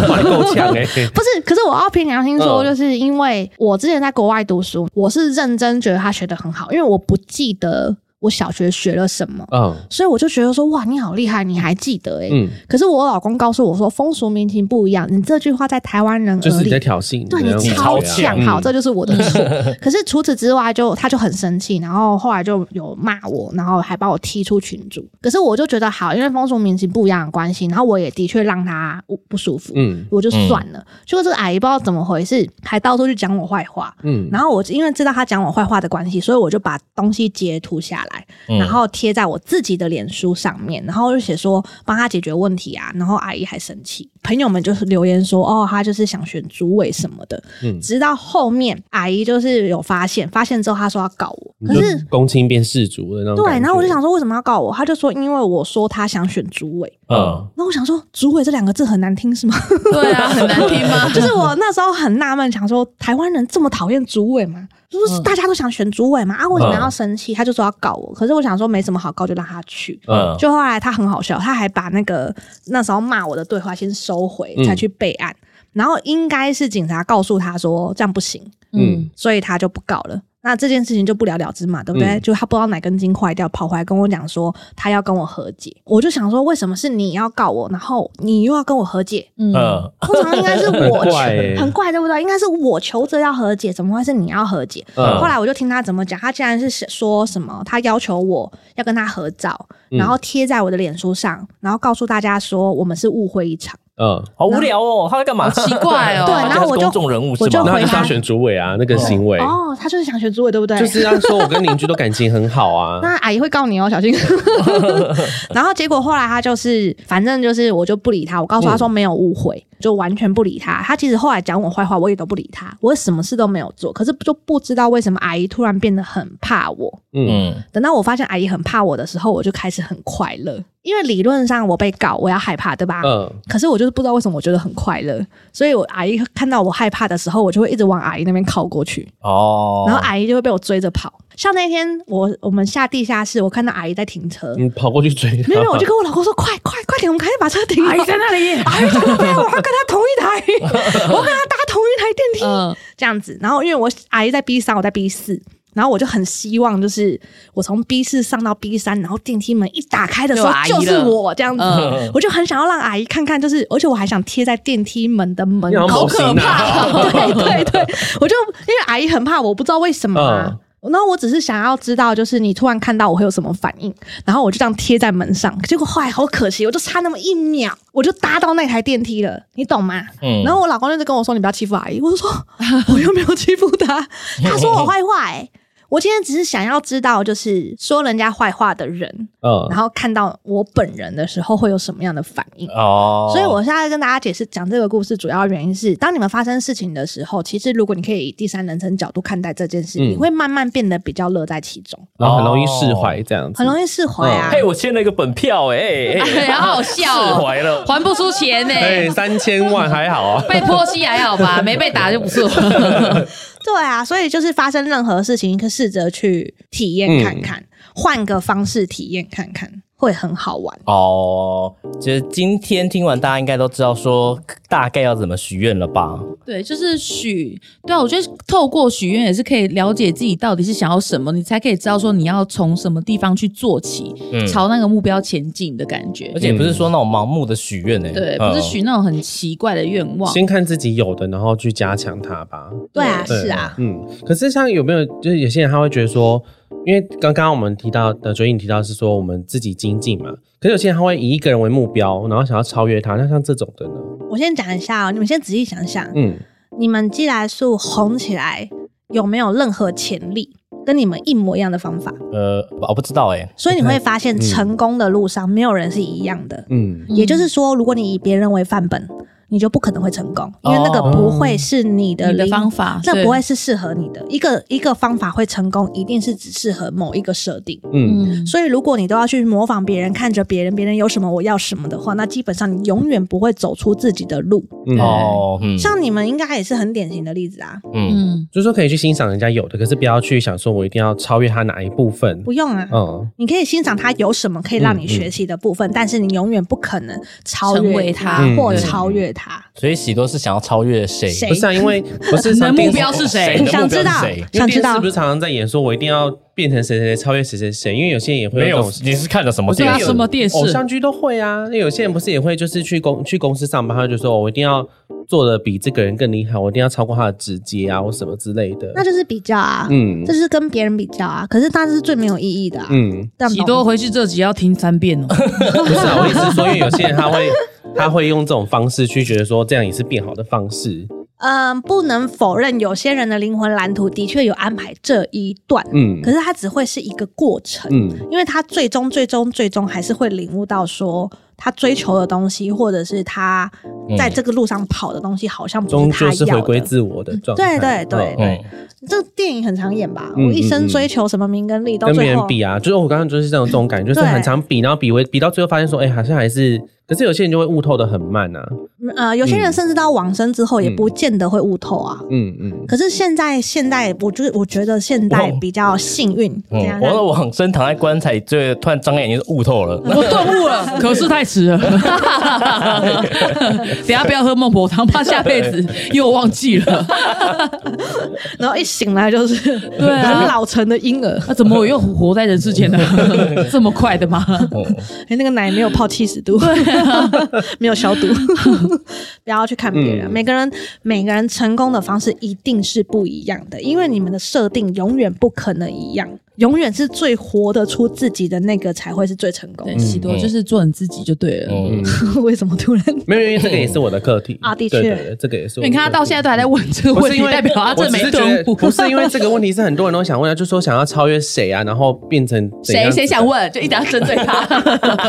[SPEAKER 2] 哇，你够
[SPEAKER 6] <laughs>
[SPEAKER 2] 呛哎！
[SPEAKER 6] 不是，可是我要凭良心说，
[SPEAKER 2] 嗯
[SPEAKER 6] 就是因为我之前在国外读书，我是认真觉得他学的很好，因为我不记得我小学学了什么，
[SPEAKER 2] <laughs> 嗯
[SPEAKER 6] 所以我就觉得说：“哇，你好厉害，你还记得诶、
[SPEAKER 2] 嗯，
[SPEAKER 6] 可是我老公告诉我说，风俗民情不一样，你这句话在台湾人
[SPEAKER 2] 就是
[SPEAKER 6] 耳
[SPEAKER 2] 你
[SPEAKER 6] 里
[SPEAKER 2] 在。挑衅，
[SPEAKER 6] 对
[SPEAKER 2] 这
[SPEAKER 6] 你
[SPEAKER 2] 样
[SPEAKER 6] 超
[SPEAKER 2] 子啊
[SPEAKER 6] 强，好，这就是我的
[SPEAKER 2] <laughs>
[SPEAKER 6] 错。可是除此之外就，他就很生气，然后后来就有骂我，然后还把我踢出群组。可是我就觉得好，因为风俗民情不一样的关系，然后我也的确让他不不舒服，
[SPEAKER 2] 嗯
[SPEAKER 6] 我就算了。结果这个阿姨不知道怎么回事，还到处去讲我坏话。
[SPEAKER 2] 嗯，
[SPEAKER 6] 然后我因为知道他讲我坏话的关系，所以我就把东西截图下来，
[SPEAKER 4] 嗯
[SPEAKER 6] 然后贴在我自己的脸书上面，然后就写说帮他解决问题啊，然后阿姨还生气，朋友们就是留言说，哦，他就是想选主委什么的。
[SPEAKER 2] 嗯
[SPEAKER 6] 直到后面阿姨就是有发现，发现之后她说要告我，
[SPEAKER 2] 你
[SPEAKER 6] 可
[SPEAKER 2] 就是公亲变世族的那种
[SPEAKER 6] 对，
[SPEAKER 2] 感
[SPEAKER 6] 然后我就
[SPEAKER 2] 觉
[SPEAKER 6] 想说为什么要告我？她就说因为我说她想选主委。
[SPEAKER 2] 嗯，
[SPEAKER 6] 那我想说，主委这两个字很难听
[SPEAKER 2] <laughs>
[SPEAKER 6] 是吗？
[SPEAKER 5] 对啊，很难听吗？
[SPEAKER 6] <laughs> 就是我那时候很纳闷，想说台湾人这么讨厌主委吗？
[SPEAKER 2] 嗯
[SPEAKER 6] 就是大家都想选主委嘛，啊，为什么要生气？他就说要告我，可是我想说没什么好告，就让他去。
[SPEAKER 4] 嗯
[SPEAKER 6] 就后来他很好笑，他还把那个那时候骂我的对话先收回，
[SPEAKER 2] 嗯
[SPEAKER 6] 才去备案。然后应该是警察告诉他说这样不行，
[SPEAKER 2] 嗯
[SPEAKER 3] 嗯，
[SPEAKER 6] 所以他就不告了。那这件事情就不了了之嘛，对不对？
[SPEAKER 2] 嗯
[SPEAKER 6] 就他不知道哪根筋坏掉，跑回来跟我讲说他要跟我和解。我就想说，为什么是你要告我，然后你又要跟我和解？
[SPEAKER 2] 呃
[SPEAKER 4] 嗯，
[SPEAKER 6] 通常应该是我
[SPEAKER 2] 很
[SPEAKER 6] 求
[SPEAKER 2] 怪欸
[SPEAKER 6] 很怪对不对？应该是我求着要和解，怎么会是你要和解？
[SPEAKER 2] 嗯
[SPEAKER 6] 后来我就听他怎么讲，他竟然是说什么，他要求我要跟他合照，
[SPEAKER 2] 嗯
[SPEAKER 6] 然后贴在我的脸书上，然后告诉大家说我们是误会一场。
[SPEAKER 2] 嗯，
[SPEAKER 4] 好无聊哦， <laughs> 他在干嘛？
[SPEAKER 3] 奇怪哦。
[SPEAKER 6] 对然后我就
[SPEAKER 4] 公众人物是
[SPEAKER 6] 我就
[SPEAKER 2] 然
[SPEAKER 4] 吗
[SPEAKER 2] 后
[SPEAKER 6] 回？
[SPEAKER 2] 就是
[SPEAKER 6] 他
[SPEAKER 2] 要选主委啊，那个行为
[SPEAKER 6] 哦，他就是想选主委，对不对？
[SPEAKER 2] 就是要说我跟邻居都感情很好啊，
[SPEAKER 6] <laughs> 那阿姨会告你哦，小
[SPEAKER 2] <laughs>
[SPEAKER 6] 心。然后结果后来他就是，反正就是我就不理他，我告诉他说没有误会，就完全不理他。他其实后来讲我坏话，我也都不理他，我什么事都没有做。可是就不知道为什么阿姨突然变得很怕我。
[SPEAKER 2] 嗯
[SPEAKER 4] 嗯
[SPEAKER 6] 等到我发现阿姨很怕我的时候，我就开始很快乐，因为理论上我被告，我要害怕，对吧？
[SPEAKER 2] 嗯，
[SPEAKER 6] 可是我就是不知道为什么我觉得很快乐，所以我阿姨看到我害怕的时候，我就会一直往阿姨那边靠过去。
[SPEAKER 4] 哦，
[SPEAKER 6] 然后阿姨就会被我追着跑。像那天我我们下地下室，我看到阿姨在停车，
[SPEAKER 2] 你嗯跑过去追他，
[SPEAKER 6] 没有没有，
[SPEAKER 2] <laughs>
[SPEAKER 6] 我就跟我老公说：“快快快点，我们赶紧把车停好。”阿姨在那里，阿姨在那边，我要跟她同一台，我要跟她搭同一台电梯，
[SPEAKER 3] 嗯，
[SPEAKER 6] 这样子。然后因为我阿姨在 B 三，我在 B 四。然后我就很希望，就是我从 B 四上到 B 三，然后电梯门一打开的时候
[SPEAKER 3] 有阿，姨了
[SPEAKER 6] 就是我这样子，
[SPEAKER 3] 嗯
[SPEAKER 6] 我就很想要让阿姨看看，就是而且我还想贴在电梯门的门
[SPEAKER 2] 你好
[SPEAKER 6] 口，
[SPEAKER 2] 像某型啊， <laughs>
[SPEAKER 6] 对对对，我就因为阿姨很怕我，不知道为什么、
[SPEAKER 2] 嗯
[SPEAKER 6] 啊。然后我只是想要知道，就是你突然看到我会有什么反应，然后我就这样贴在门上。结果后来好可惜，我就差那么一秒，我就搭到那台电梯了，你懂吗？
[SPEAKER 4] 嗯
[SPEAKER 6] 然后我老公就跟我说：“你不要欺负阿姨。”我就说：“ <laughs> 我又没有欺负她，她说我坏话、欸。”我今天只是想要知道，就是说人家坏话的人，
[SPEAKER 2] 嗯
[SPEAKER 6] 然后看到我本人的时候会有什么样的反应。
[SPEAKER 4] 哦，
[SPEAKER 6] 所以我现在跟大家解释讲这个故事，主要原因是，当你们发生事情的时候，其实如果你可以以第三人称角度看待这件事，
[SPEAKER 2] 嗯
[SPEAKER 6] 你会慢慢变得比较乐在其中，
[SPEAKER 2] 然后很容易释怀这样子，
[SPEAKER 6] 很容易释怀啊。
[SPEAKER 4] 嘿，我欠了一个本票哎，
[SPEAKER 3] 哎好好笑
[SPEAKER 6] <laughs>
[SPEAKER 4] 释
[SPEAKER 3] 哦，
[SPEAKER 4] 怀了。
[SPEAKER 3] 还不出钱呢。<laughs>
[SPEAKER 2] <laughs> 哎，三千万还好啊，
[SPEAKER 3] 被泼漆还好吧，没被打就不错。
[SPEAKER 6] 对啊，所以就是发生任何事情，可以试着去体验看看，换个方式体验看看，会很好玩。
[SPEAKER 4] 哦，就是今天听完，大家应该都知道说大概要怎么许愿了吧？
[SPEAKER 3] 对，就是许，对啊，我觉得透过许愿也是可以了解自己到底是想要什么，你才可以知道说你要从什么地方去做起，
[SPEAKER 4] 嗯
[SPEAKER 3] 朝那个目标前进的感觉
[SPEAKER 4] 而。且也不是说那种盲目的许愿哎，
[SPEAKER 3] 对，不是许那种很奇怪的愿望。
[SPEAKER 2] 先看自己有的，然后去加强它吧。
[SPEAKER 6] 对啊，
[SPEAKER 2] 对
[SPEAKER 6] 是啊，
[SPEAKER 2] 嗯，可是像有没有，就是有些人他会觉得说，因为刚刚我们提到的追影提到是说我们自己精进嘛，可是有些人他会以一个人为目标，然后想要超越他，那像这种的呢？
[SPEAKER 6] 我先讲一下哦，你们先仔细想想，
[SPEAKER 2] 嗯，
[SPEAKER 6] 你们寄来素红起来有没有任何潜力？跟你们一模一样的方法，
[SPEAKER 4] 嗯呃，我不知道哎，
[SPEAKER 6] 所以你会发现成功的路上没有人是一样的。
[SPEAKER 2] 嗯，
[SPEAKER 6] 也就是说，如果你以别人为范本，你就不可能会成功，因为那个
[SPEAKER 4] 哦
[SPEAKER 6] 不会是你的
[SPEAKER 3] 你的
[SPEAKER 6] 灵
[SPEAKER 3] 方法
[SPEAKER 6] 那
[SPEAKER 3] 对
[SPEAKER 6] 不会是适合你的。一个一个方法会成功，一定是只适合某一个设定。
[SPEAKER 2] 嗯
[SPEAKER 3] 嗯，
[SPEAKER 6] 所以，如果你都要去模仿别人，看着别人，别人有什么我要什么的话，那基本上你永远不会走出自己的路。
[SPEAKER 2] 嗯，
[SPEAKER 4] 哦，嗯
[SPEAKER 6] 像你们应该也是很典型的例子啊，
[SPEAKER 4] 嗯
[SPEAKER 3] 嗯，
[SPEAKER 2] 就是说可以去欣赏人家有的，可是不要去想说我一定要超越他哪一部分。
[SPEAKER 6] 不用啊，
[SPEAKER 2] 嗯，
[SPEAKER 6] 你可以欣赏他有什么可以让你学习的部分，但是你永远不可能超
[SPEAKER 3] 成
[SPEAKER 6] 越
[SPEAKER 3] 为
[SPEAKER 6] 他
[SPEAKER 3] 他
[SPEAKER 6] 或
[SPEAKER 3] 嗯
[SPEAKER 6] 超越他。
[SPEAKER 4] 所以喜多是想要超越谁？
[SPEAKER 6] 谁
[SPEAKER 2] 不是啊，因为不是
[SPEAKER 3] 你的
[SPEAKER 2] 像电
[SPEAKER 3] 目
[SPEAKER 2] 视
[SPEAKER 3] 标是谁？
[SPEAKER 4] 你的目
[SPEAKER 6] 想
[SPEAKER 4] 标
[SPEAKER 6] 知道
[SPEAKER 4] 是谁？
[SPEAKER 2] 因为
[SPEAKER 6] 想
[SPEAKER 2] 电
[SPEAKER 6] 知
[SPEAKER 2] 视
[SPEAKER 6] 道
[SPEAKER 2] 不是常常在演说，我一定要变成谁谁谁，超越谁谁谁。因为有些人也会
[SPEAKER 4] 没
[SPEAKER 2] 这
[SPEAKER 4] 有
[SPEAKER 2] 种，
[SPEAKER 4] 你是看了什么
[SPEAKER 3] 我对
[SPEAKER 4] 电
[SPEAKER 3] 啊，
[SPEAKER 4] 视
[SPEAKER 3] 什？么电视？
[SPEAKER 2] 偶像剧都会啊，因为有些人不是也会就是去公去公司上班，他就说我一定要做的比这个人更厉害，我一定要超过他的直接啊，或什么之类的。
[SPEAKER 6] 那就是比较啊，
[SPEAKER 2] 嗯
[SPEAKER 6] 这就是跟别人比较啊，可是那是最没有意义的啊。
[SPEAKER 2] 嗯，
[SPEAKER 6] 这样
[SPEAKER 3] 喜
[SPEAKER 6] 懂
[SPEAKER 3] 多回去这集要听三遍哦。
[SPEAKER 2] 不是啊，我意 <laughs> 思是说，因为有些人他会他会用这种方式去觉得说这样也是变好的方式。
[SPEAKER 6] 嗯，不能否认，有些人的灵魂蓝图的确有安排这一段，
[SPEAKER 2] 嗯
[SPEAKER 6] 可是它只会是一个过程，
[SPEAKER 2] 嗯
[SPEAKER 6] 因为他最终、最终、最终还是会领悟到说，他追求的东西，或者是他在这个路上跑的东西，好像不
[SPEAKER 2] 嗯终
[SPEAKER 6] 是
[SPEAKER 2] 究
[SPEAKER 6] 他
[SPEAKER 2] 是
[SPEAKER 6] 要
[SPEAKER 2] 回归
[SPEAKER 6] 的。
[SPEAKER 2] 自我的状态。
[SPEAKER 6] 对对对
[SPEAKER 2] 嗯
[SPEAKER 4] 嗯，
[SPEAKER 6] 这电影很常演吧？
[SPEAKER 2] 嗯
[SPEAKER 6] 我一
[SPEAKER 2] 嗯
[SPEAKER 6] 生
[SPEAKER 2] 嗯
[SPEAKER 6] 追求什么名跟利，到
[SPEAKER 2] 跟别
[SPEAKER 6] 最
[SPEAKER 2] 人
[SPEAKER 6] 后
[SPEAKER 2] 比啊，就是我刚刚就是这种这种感觉，就是
[SPEAKER 6] 对
[SPEAKER 2] 很常比，然后比为比到最后发现说，哎、好像还是，可是有些人就会悟透的很慢啊。
[SPEAKER 6] 呃，有些人甚至到往生之后也不见得会悟透啊。
[SPEAKER 2] 嗯嗯，
[SPEAKER 6] 可是现在，现代，我就是我觉得现代比较幸运，这样
[SPEAKER 4] 嗯，我的往生躺在棺材里，最后突然张开眼睛就悟透了。
[SPEAKER 6] 嗯
[SPEAKER 3] 我顿悟了，可是太迟了。 <laughs> 等一下不要喝孟婆汤，怕下辈子又忘记了。
[SPEAKER 6] 然后一醒来就是
[SPEAKER 3] 对
[SPEAKER 6] <laughs>
[SPEAKER 3] 啊
[SPEAKER 6] 很老成的婴儿，
[SPEAKER 3] <laughs> 那、怎么我又活在人世间呢？这么快的吗？
[SPEAKER 6] 哎，那个奶没有泡七十度，啊没有消 <laughs> 毒，不要去看别人。
[SPEAKER 2] 嗯
[SPEAKER 6] 每个人每个人成功的方式一定是不一样的，因为你们的设定永远不可能一样，永远是最活得出自己的那个才会是最成功
[SPEAKER 3] 对，喜多 <laughs> 就是做你自己就对了。
[SPEAKER 4] 嗯，
[SPEAKER 6] 的。 <laughs> 为什么突然？
[SPEAKER 2] 没有，因为这个也是我的课题
[SPEAKER 6] 啊的确
[SPEAKER 2] 对对对，这个也是我的课题。
[SPEAKER 3] 你看他到现在都还在问这个
[SPEAKER 2] 不
[SPEAKER 3] 问
[SPEAKER 2] 是
[SPEAKER 3] 题，
[SPEAKER 2] 因为
[SPEAKER 3] 代表他
[SPEAKER 2] 我
[SPEAKER 3] 真
[SPEAKER 2] 只是
[SPEAKER 3] 没
[SPEAKER 2] 觉
[SPEAKER 3] 顿
[SPEAKER 2] 得
[SPEAKER 3] 悟。
[SPEAKER 2] 不是
[SPEAKER 3] <laughs>
[SPEAKER 2] 因为这个问题是很多人都想问啊，就说想要超越谁啊，然后变成怎
[SPEAKER 3] 谁
[SPEAKER 2] 样
[SPEAKER 3] 谁想问，就一直要针对他。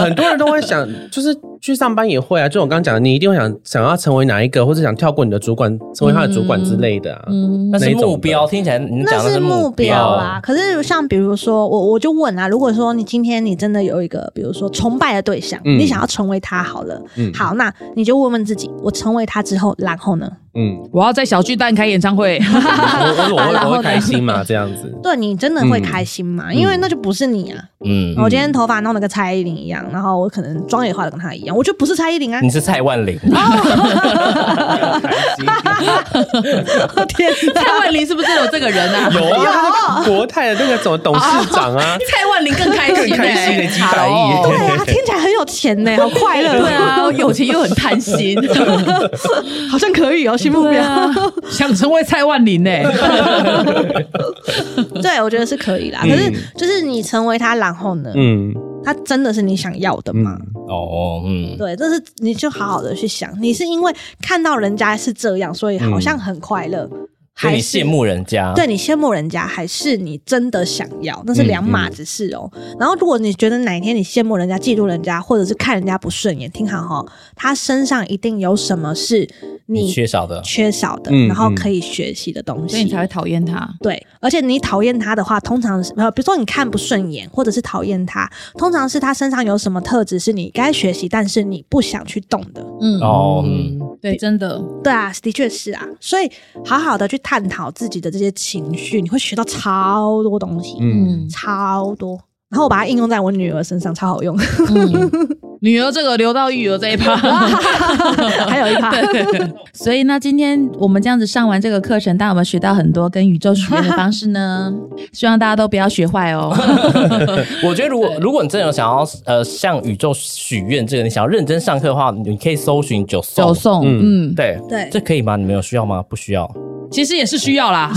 [SPEAKER 2] 很多人都会想，就是去上班也会啊，就我刚刚讲的，你一定会想想要成为哪一个，或者想跳过你的主管，成为他的主管之类的啊。
[SPEAKER 3] 嗯，
[SPEAKER 4] 那是
[SPEAKER 2] 哪一种
[SPEAKER 4] 目
[SPEAKER 2] 的
[SPEAKER 4] 标，听起来你讲
[SPEAKER 6] 那
[SPEAKER 4] 的
[SPEAKER 6] 是
[SPEAKER 4] 目
[SPEAKER 6] 目标啊
[SPEAKER 4] 啊
[SPEAKER 6] 啦，可是像比如说我，我就问啊，如果说你今天你真的有一个，比如说崇拜的对象，
[SPEAKER 2] 嗯
[SPEAKER 6] 你想要成为他好了，
[SPEAKER 2] 嗯
[SPEAKER 6] 好，那你就问问自己，我成为他之后，然后呢？
[SPEAKER 2] 嗯，
[SPEAKER 3] 我要在小巨蛋开演唱会。
[SPEAKER 2] 我我我会
[SPEAKER 6] 然后
[SPEAKER 2] 我会
[SPEAKER 6] 呢
[SPEAKER 2] 开
[SPEAKER 6] <laughs>
[SPEAKER 2] 心嘛，这样子。
[SPEAKER 6] 对你真的会开心吗？因为那就不是你啊！
[SPEAKER 4] 嗯，
[SPEAKER 6] 我今天头发弄得跟蔡依林一样，然后我可能妆也化的跟她一样，我就不是蔡依林啊！
[SPEAKER 4] 你是蔡万林，
[SPEAKER 6] 我天哪！
[SPEAKER 3] 蔡万林是不是 <laughs> 有这个人啊？
[SPEAKER 2] 有啊，国泰的那个什么董事长啊，
[SPEAKER 3] <laughs> 蔡万林更开心、欸，
[SPEAKER 2] 更开心的几百亿
[SPEAKER 3] 好哦
[SPEAKER 6] <laughs> 对啊，听起来很有钱
[SPEAKER 4] <laughs>
[SPEAKER 6] 呢，好快乐，
[SPEAKER 3] 对，啊，有钱又很贪心，
[SPEAKER 6] 好像可以哦，新目
[SPEAKER 3] 对
[SPEAKER 6] 标。
[SPEAKER 3] 啊，想成为蔡万林呢、
[SPEAKER 6] <laughs>
[SPEAKER 3] 欸
[SPEAKER 6] 对，我觉得是可以啦。
[SPEAKER 4] 嗯
[SPEAKER 6] 可是就是你成为他，然后呢？
[SPEAKER 2] 嗯
[SPEAKER 6] 他真的是你想要的吗？
[SPEAKER 4] <laughs> 哦，嗯，
[SPEAKER 6] 对，这是你就好好的去想，你是因为看到人家是这样，所以好像很快乐，
[SPEAKER 4] 嗯所以
[SPEAKER 6] 还
[SPEAKER 4] 你
[SPEAKER 6] 是
[SPEAKER 4] 羡慕人家，
[SPEAKER 6] 对你羡慕人家，还是你真的想要，那是两码子事哦。然后，如果你觉得哪一天你羡慕人家、嫉妒人家，或者是看人家不顺眼，听好哈、他身上一定有什么是
[SPEAKER 4] 你
[SPEAKER 6] 你
[SPEAKER 4] 缺少的，
[SPEAKER 6] 缺少的，
[SPEAKER 2] 嗯
[SPEAKER 6] 然后
[SPEAKER 2] 嗯
[SPEAKER 6] 可以学习的东西，
[SPEAKER 3] 所以你才会讨厌他。
[SPEAKER 6] 对，而且你讨厌他的话，通常是呃，比如说你看不顺眼，或者是讨厌他，通常是他身上有什么特质是你该学习，但是你不想去动的。
[SPEAKER 3] 嗯，
[SPEAKER 4] 哦，嗯，
[SPEAKER 3] 对，真的，
[SPEAKER 6] 对啊，的确是啊。所以好好的去探讨自己的这些情绪，你会学到超多东西，
[SPEAKER 2] 嗯，
[SPEAKER 3] 嗯哦
[SPEAKER 6] 超多。然后我把它应用在我女儿身上，超好用。 <laughs>
[SPEAKER 3] 嗯，女儿这个留到育儿这一趴，
[SPEAKER 6] 还有一趴
[SPEAKER 3] <laughs> 对 <laughs> 所以呢，今天我们这样子上完这个课程，但我们学到很多跟宇宙许愿的方式 <laughs> 呢，希望大家都不要学坏哦。 <laughs>
[SPEAKER 4] 我觉得如果如果你真的有想要呃向宇宙许愿这个，你想要认真上课的话，你可以搜寻九
[SPEAKER 3] 九
[SPEAKER 4] 送，
[SPEAKER 3] 送，
[SPEAKER 2] 嗯
[SPEAKER 3] 嗯，
[SPEAKER 4] 对
[SPEAKER 6] 对 <laughs>
[SPEAKER 4] 这可以吗？你们有需要吗？不需要，
[SPEAKER 3] 其实也是需要啦。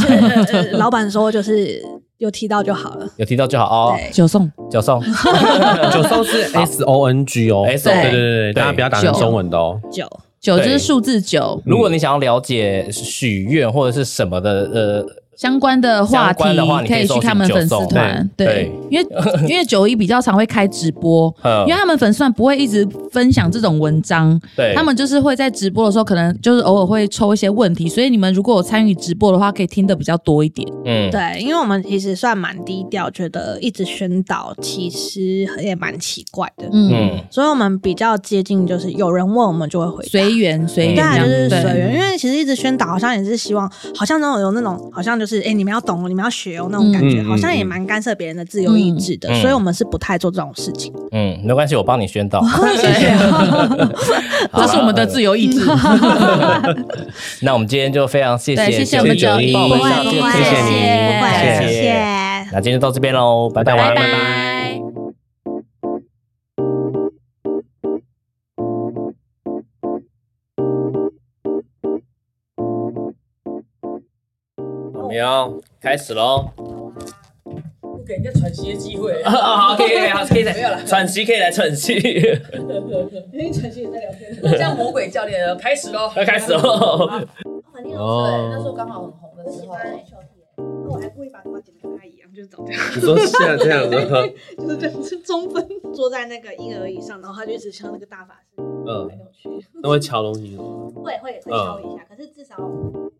[SPEAKER 6] 呃老板说就是有提到就好了。
[SPEAKER 4] 有提到就好哦。
[SPEAKER 3] <laughs>
[SPEAKER 6] 对，
[SPEAKER 3] 九送，<laughs>
[SPEAKER 4] 九送
[SPEAKER 2] 九兽是 S O N G 哦，
[SPEAKER 4] S
[SPEAKER 2] 对
[SPEAKER 4] O
[SPEAKER 2] 对对对，大家不要打成中文的哦。
[SPEAKER 6] 九
[SPEAKER 3] 九就是
[SPEAKER 4] 对
[SPEAKER 3] 数字九
[SPEAKER 4] 如果你想要了解许愿或者是什么的，呃
[SPEAKER 3] 相关的话
[SPEAKER 4] 相
[SPEAKER 3] 题
[SPEAKER 4] 关的话，你可以
[SPEAKER 3] 以去
[SPEAKER 4] 搜寻
[SPEAKER 3] 他们
[SPEAKER 4] 九
[SPEAKER 3] 粉丝
[SPEAKER 4] 送
[SPEAKER 3] 团，
[SPEAKER 4] 对
[SPEAKER 3] 对，嗯因为 <laughs> 因为九一比较常会开直播。
[SPEAKER 4] 呃，
[SPEAKER 3] 因为
[SPEAKER 4] 呃，
[SPEAKER 3] 他们粉丝团不会一直分享这种文章，
[SPEAKER 4] 对，
[SPEAKER 3] 他们就是会在直播的时候，可能就是偶尔会抽一些问题，所以你们如果有参与直播的话，可以听得比较多一点。
[SPEAKER 4] 嗯，
[SPEAKER 6] 对，因为我们其实算蛮低调，觉得一直宣导其实也蛮奇怪的。
[SPEAKER 3] 嗯，
[SPEAKER 4] 嗯，
[SPEAKER 6] 所以我们比较接近，就是有人问我们就会回答。
[SPEAKER 3] 随缘随缘
[SPEAKER 6] 对啊，
[SPEAKER 3] 这
[SPEAKER 6] 就
[SPEAKER 3] 样
[SPEAKER 6] 是
[SPEAKER 3] 对
[SPEAKER 6] 随缘，因为其实一直宣导，好像也是希望，好像那种有那种，好像就是，哎、你们要懂，你们要学哦，那种感觉，
[SPEAKER 2] 嗯嗯
[SPEAKER 6] 好像也蛮干涉别人的自由意志的，
[SPEAKER 4] 嗯
[SPEAKER 6] 所以我们是不太做这种事情。
[SPEAKER 4] 嗯，没关系，我帮你宣导。
[SPEAKER 6] 谢谢。
[SPEAKER 3] 这是我们的自由意志。 <laughs>
[SPEAKER 4] 那我们今天就非常谢
[SPEAKER 3] 对，谢
[SPEAKER 4] 谢
[SPEAKER 3] 谢我们
[SPEAKER 2] 九
[SPEAKER 3] 九一，
[SPEAKER 2] 一
[SPEAKER 4] 帮我们上这
[SPEAKER 2] 不会
[SPEAKER 4] 个
[SPEAKER 2] 不
[SPEAKER 4] 课
[SPEAKER 2] 会
[SPEAKER 4] 程
[SPEAKER 2] 谢谢
[SPEAKER 6] 不会
[SPEAKER 2] 谢
[SPEAKER 6] 谢
[SPEAKER 4] 谢
[SPEAKER 6] 谢。
[SPEAKER 4] 那今天就到这边喽，拜拜，
[SPEAKER 2] 拜
[SPEAKER 3] 拜
[SPEAKER 2] 拜
[SPEAKER 3] 拜。
[SPEAKER 4] 我们要开始喽。
[SPEAKER 7] 不给人家喘息的机会。
[SPEAKER 4] <laughs> 好，可以可以，好，可以来喘息，可以来喘息，
[SPEAKER 7] 像魔鬼教练开始喽，
[SPEAKER 4] 要开始喽。
[SPEAKER 2] 哦，
[SPEAKER 3] 刚好很红的时候。
[SPEAKER 6] 我还故意把头发剪得跟他一样，就是长这样，
[SPEAKER 4] 你说像这样子
[SPEAKER 2] <laughs>
[SPEAKER 4] 吗？
[SPEAKER 6] 就是这样，是中分，坐在那个婴儿椅上，然后他就一直像那个大法师，很
[SPEAKER 4] 嗯，
[SPEAKER 6] 有趣。
[SPEAKER 4] 那会敲东西吗？
[SPEAKER 6] 会会会敲一下，可是至少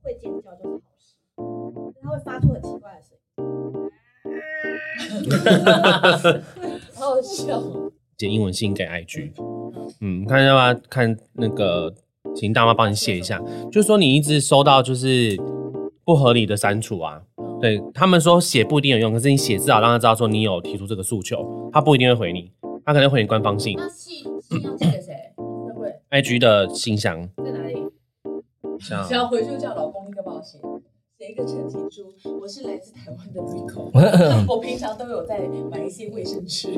[SPEAKER 6] 会尖叫就是好事。它会发出很奇怪的声
[SPEAKER 7] <laughs>
[SPEAKER 6] 音，好笑。
[SPEAKER 4] 点英文信给 IG，嗯，看要不要看那个，请大妈帮你写一下，就说你一直收到就是不合理的删除啊，对他们说写不一定有用，可是你写至少让他知道说你有提出这个诉求，他不一定会回你，他可能回你官方信
[SPEAKER 3] 那信信要寄给谁？会不会
[SPEAKER 4] IG 的信箱，
[SPEAKER 3] 在哪里？
[SPEAKER 4] 像
[SPEAKER 3] 只要回去就叫老公立刻帮我写，写一个陈情书。我是来自台湾的 Rico，我平常都有在买一些卫生纸。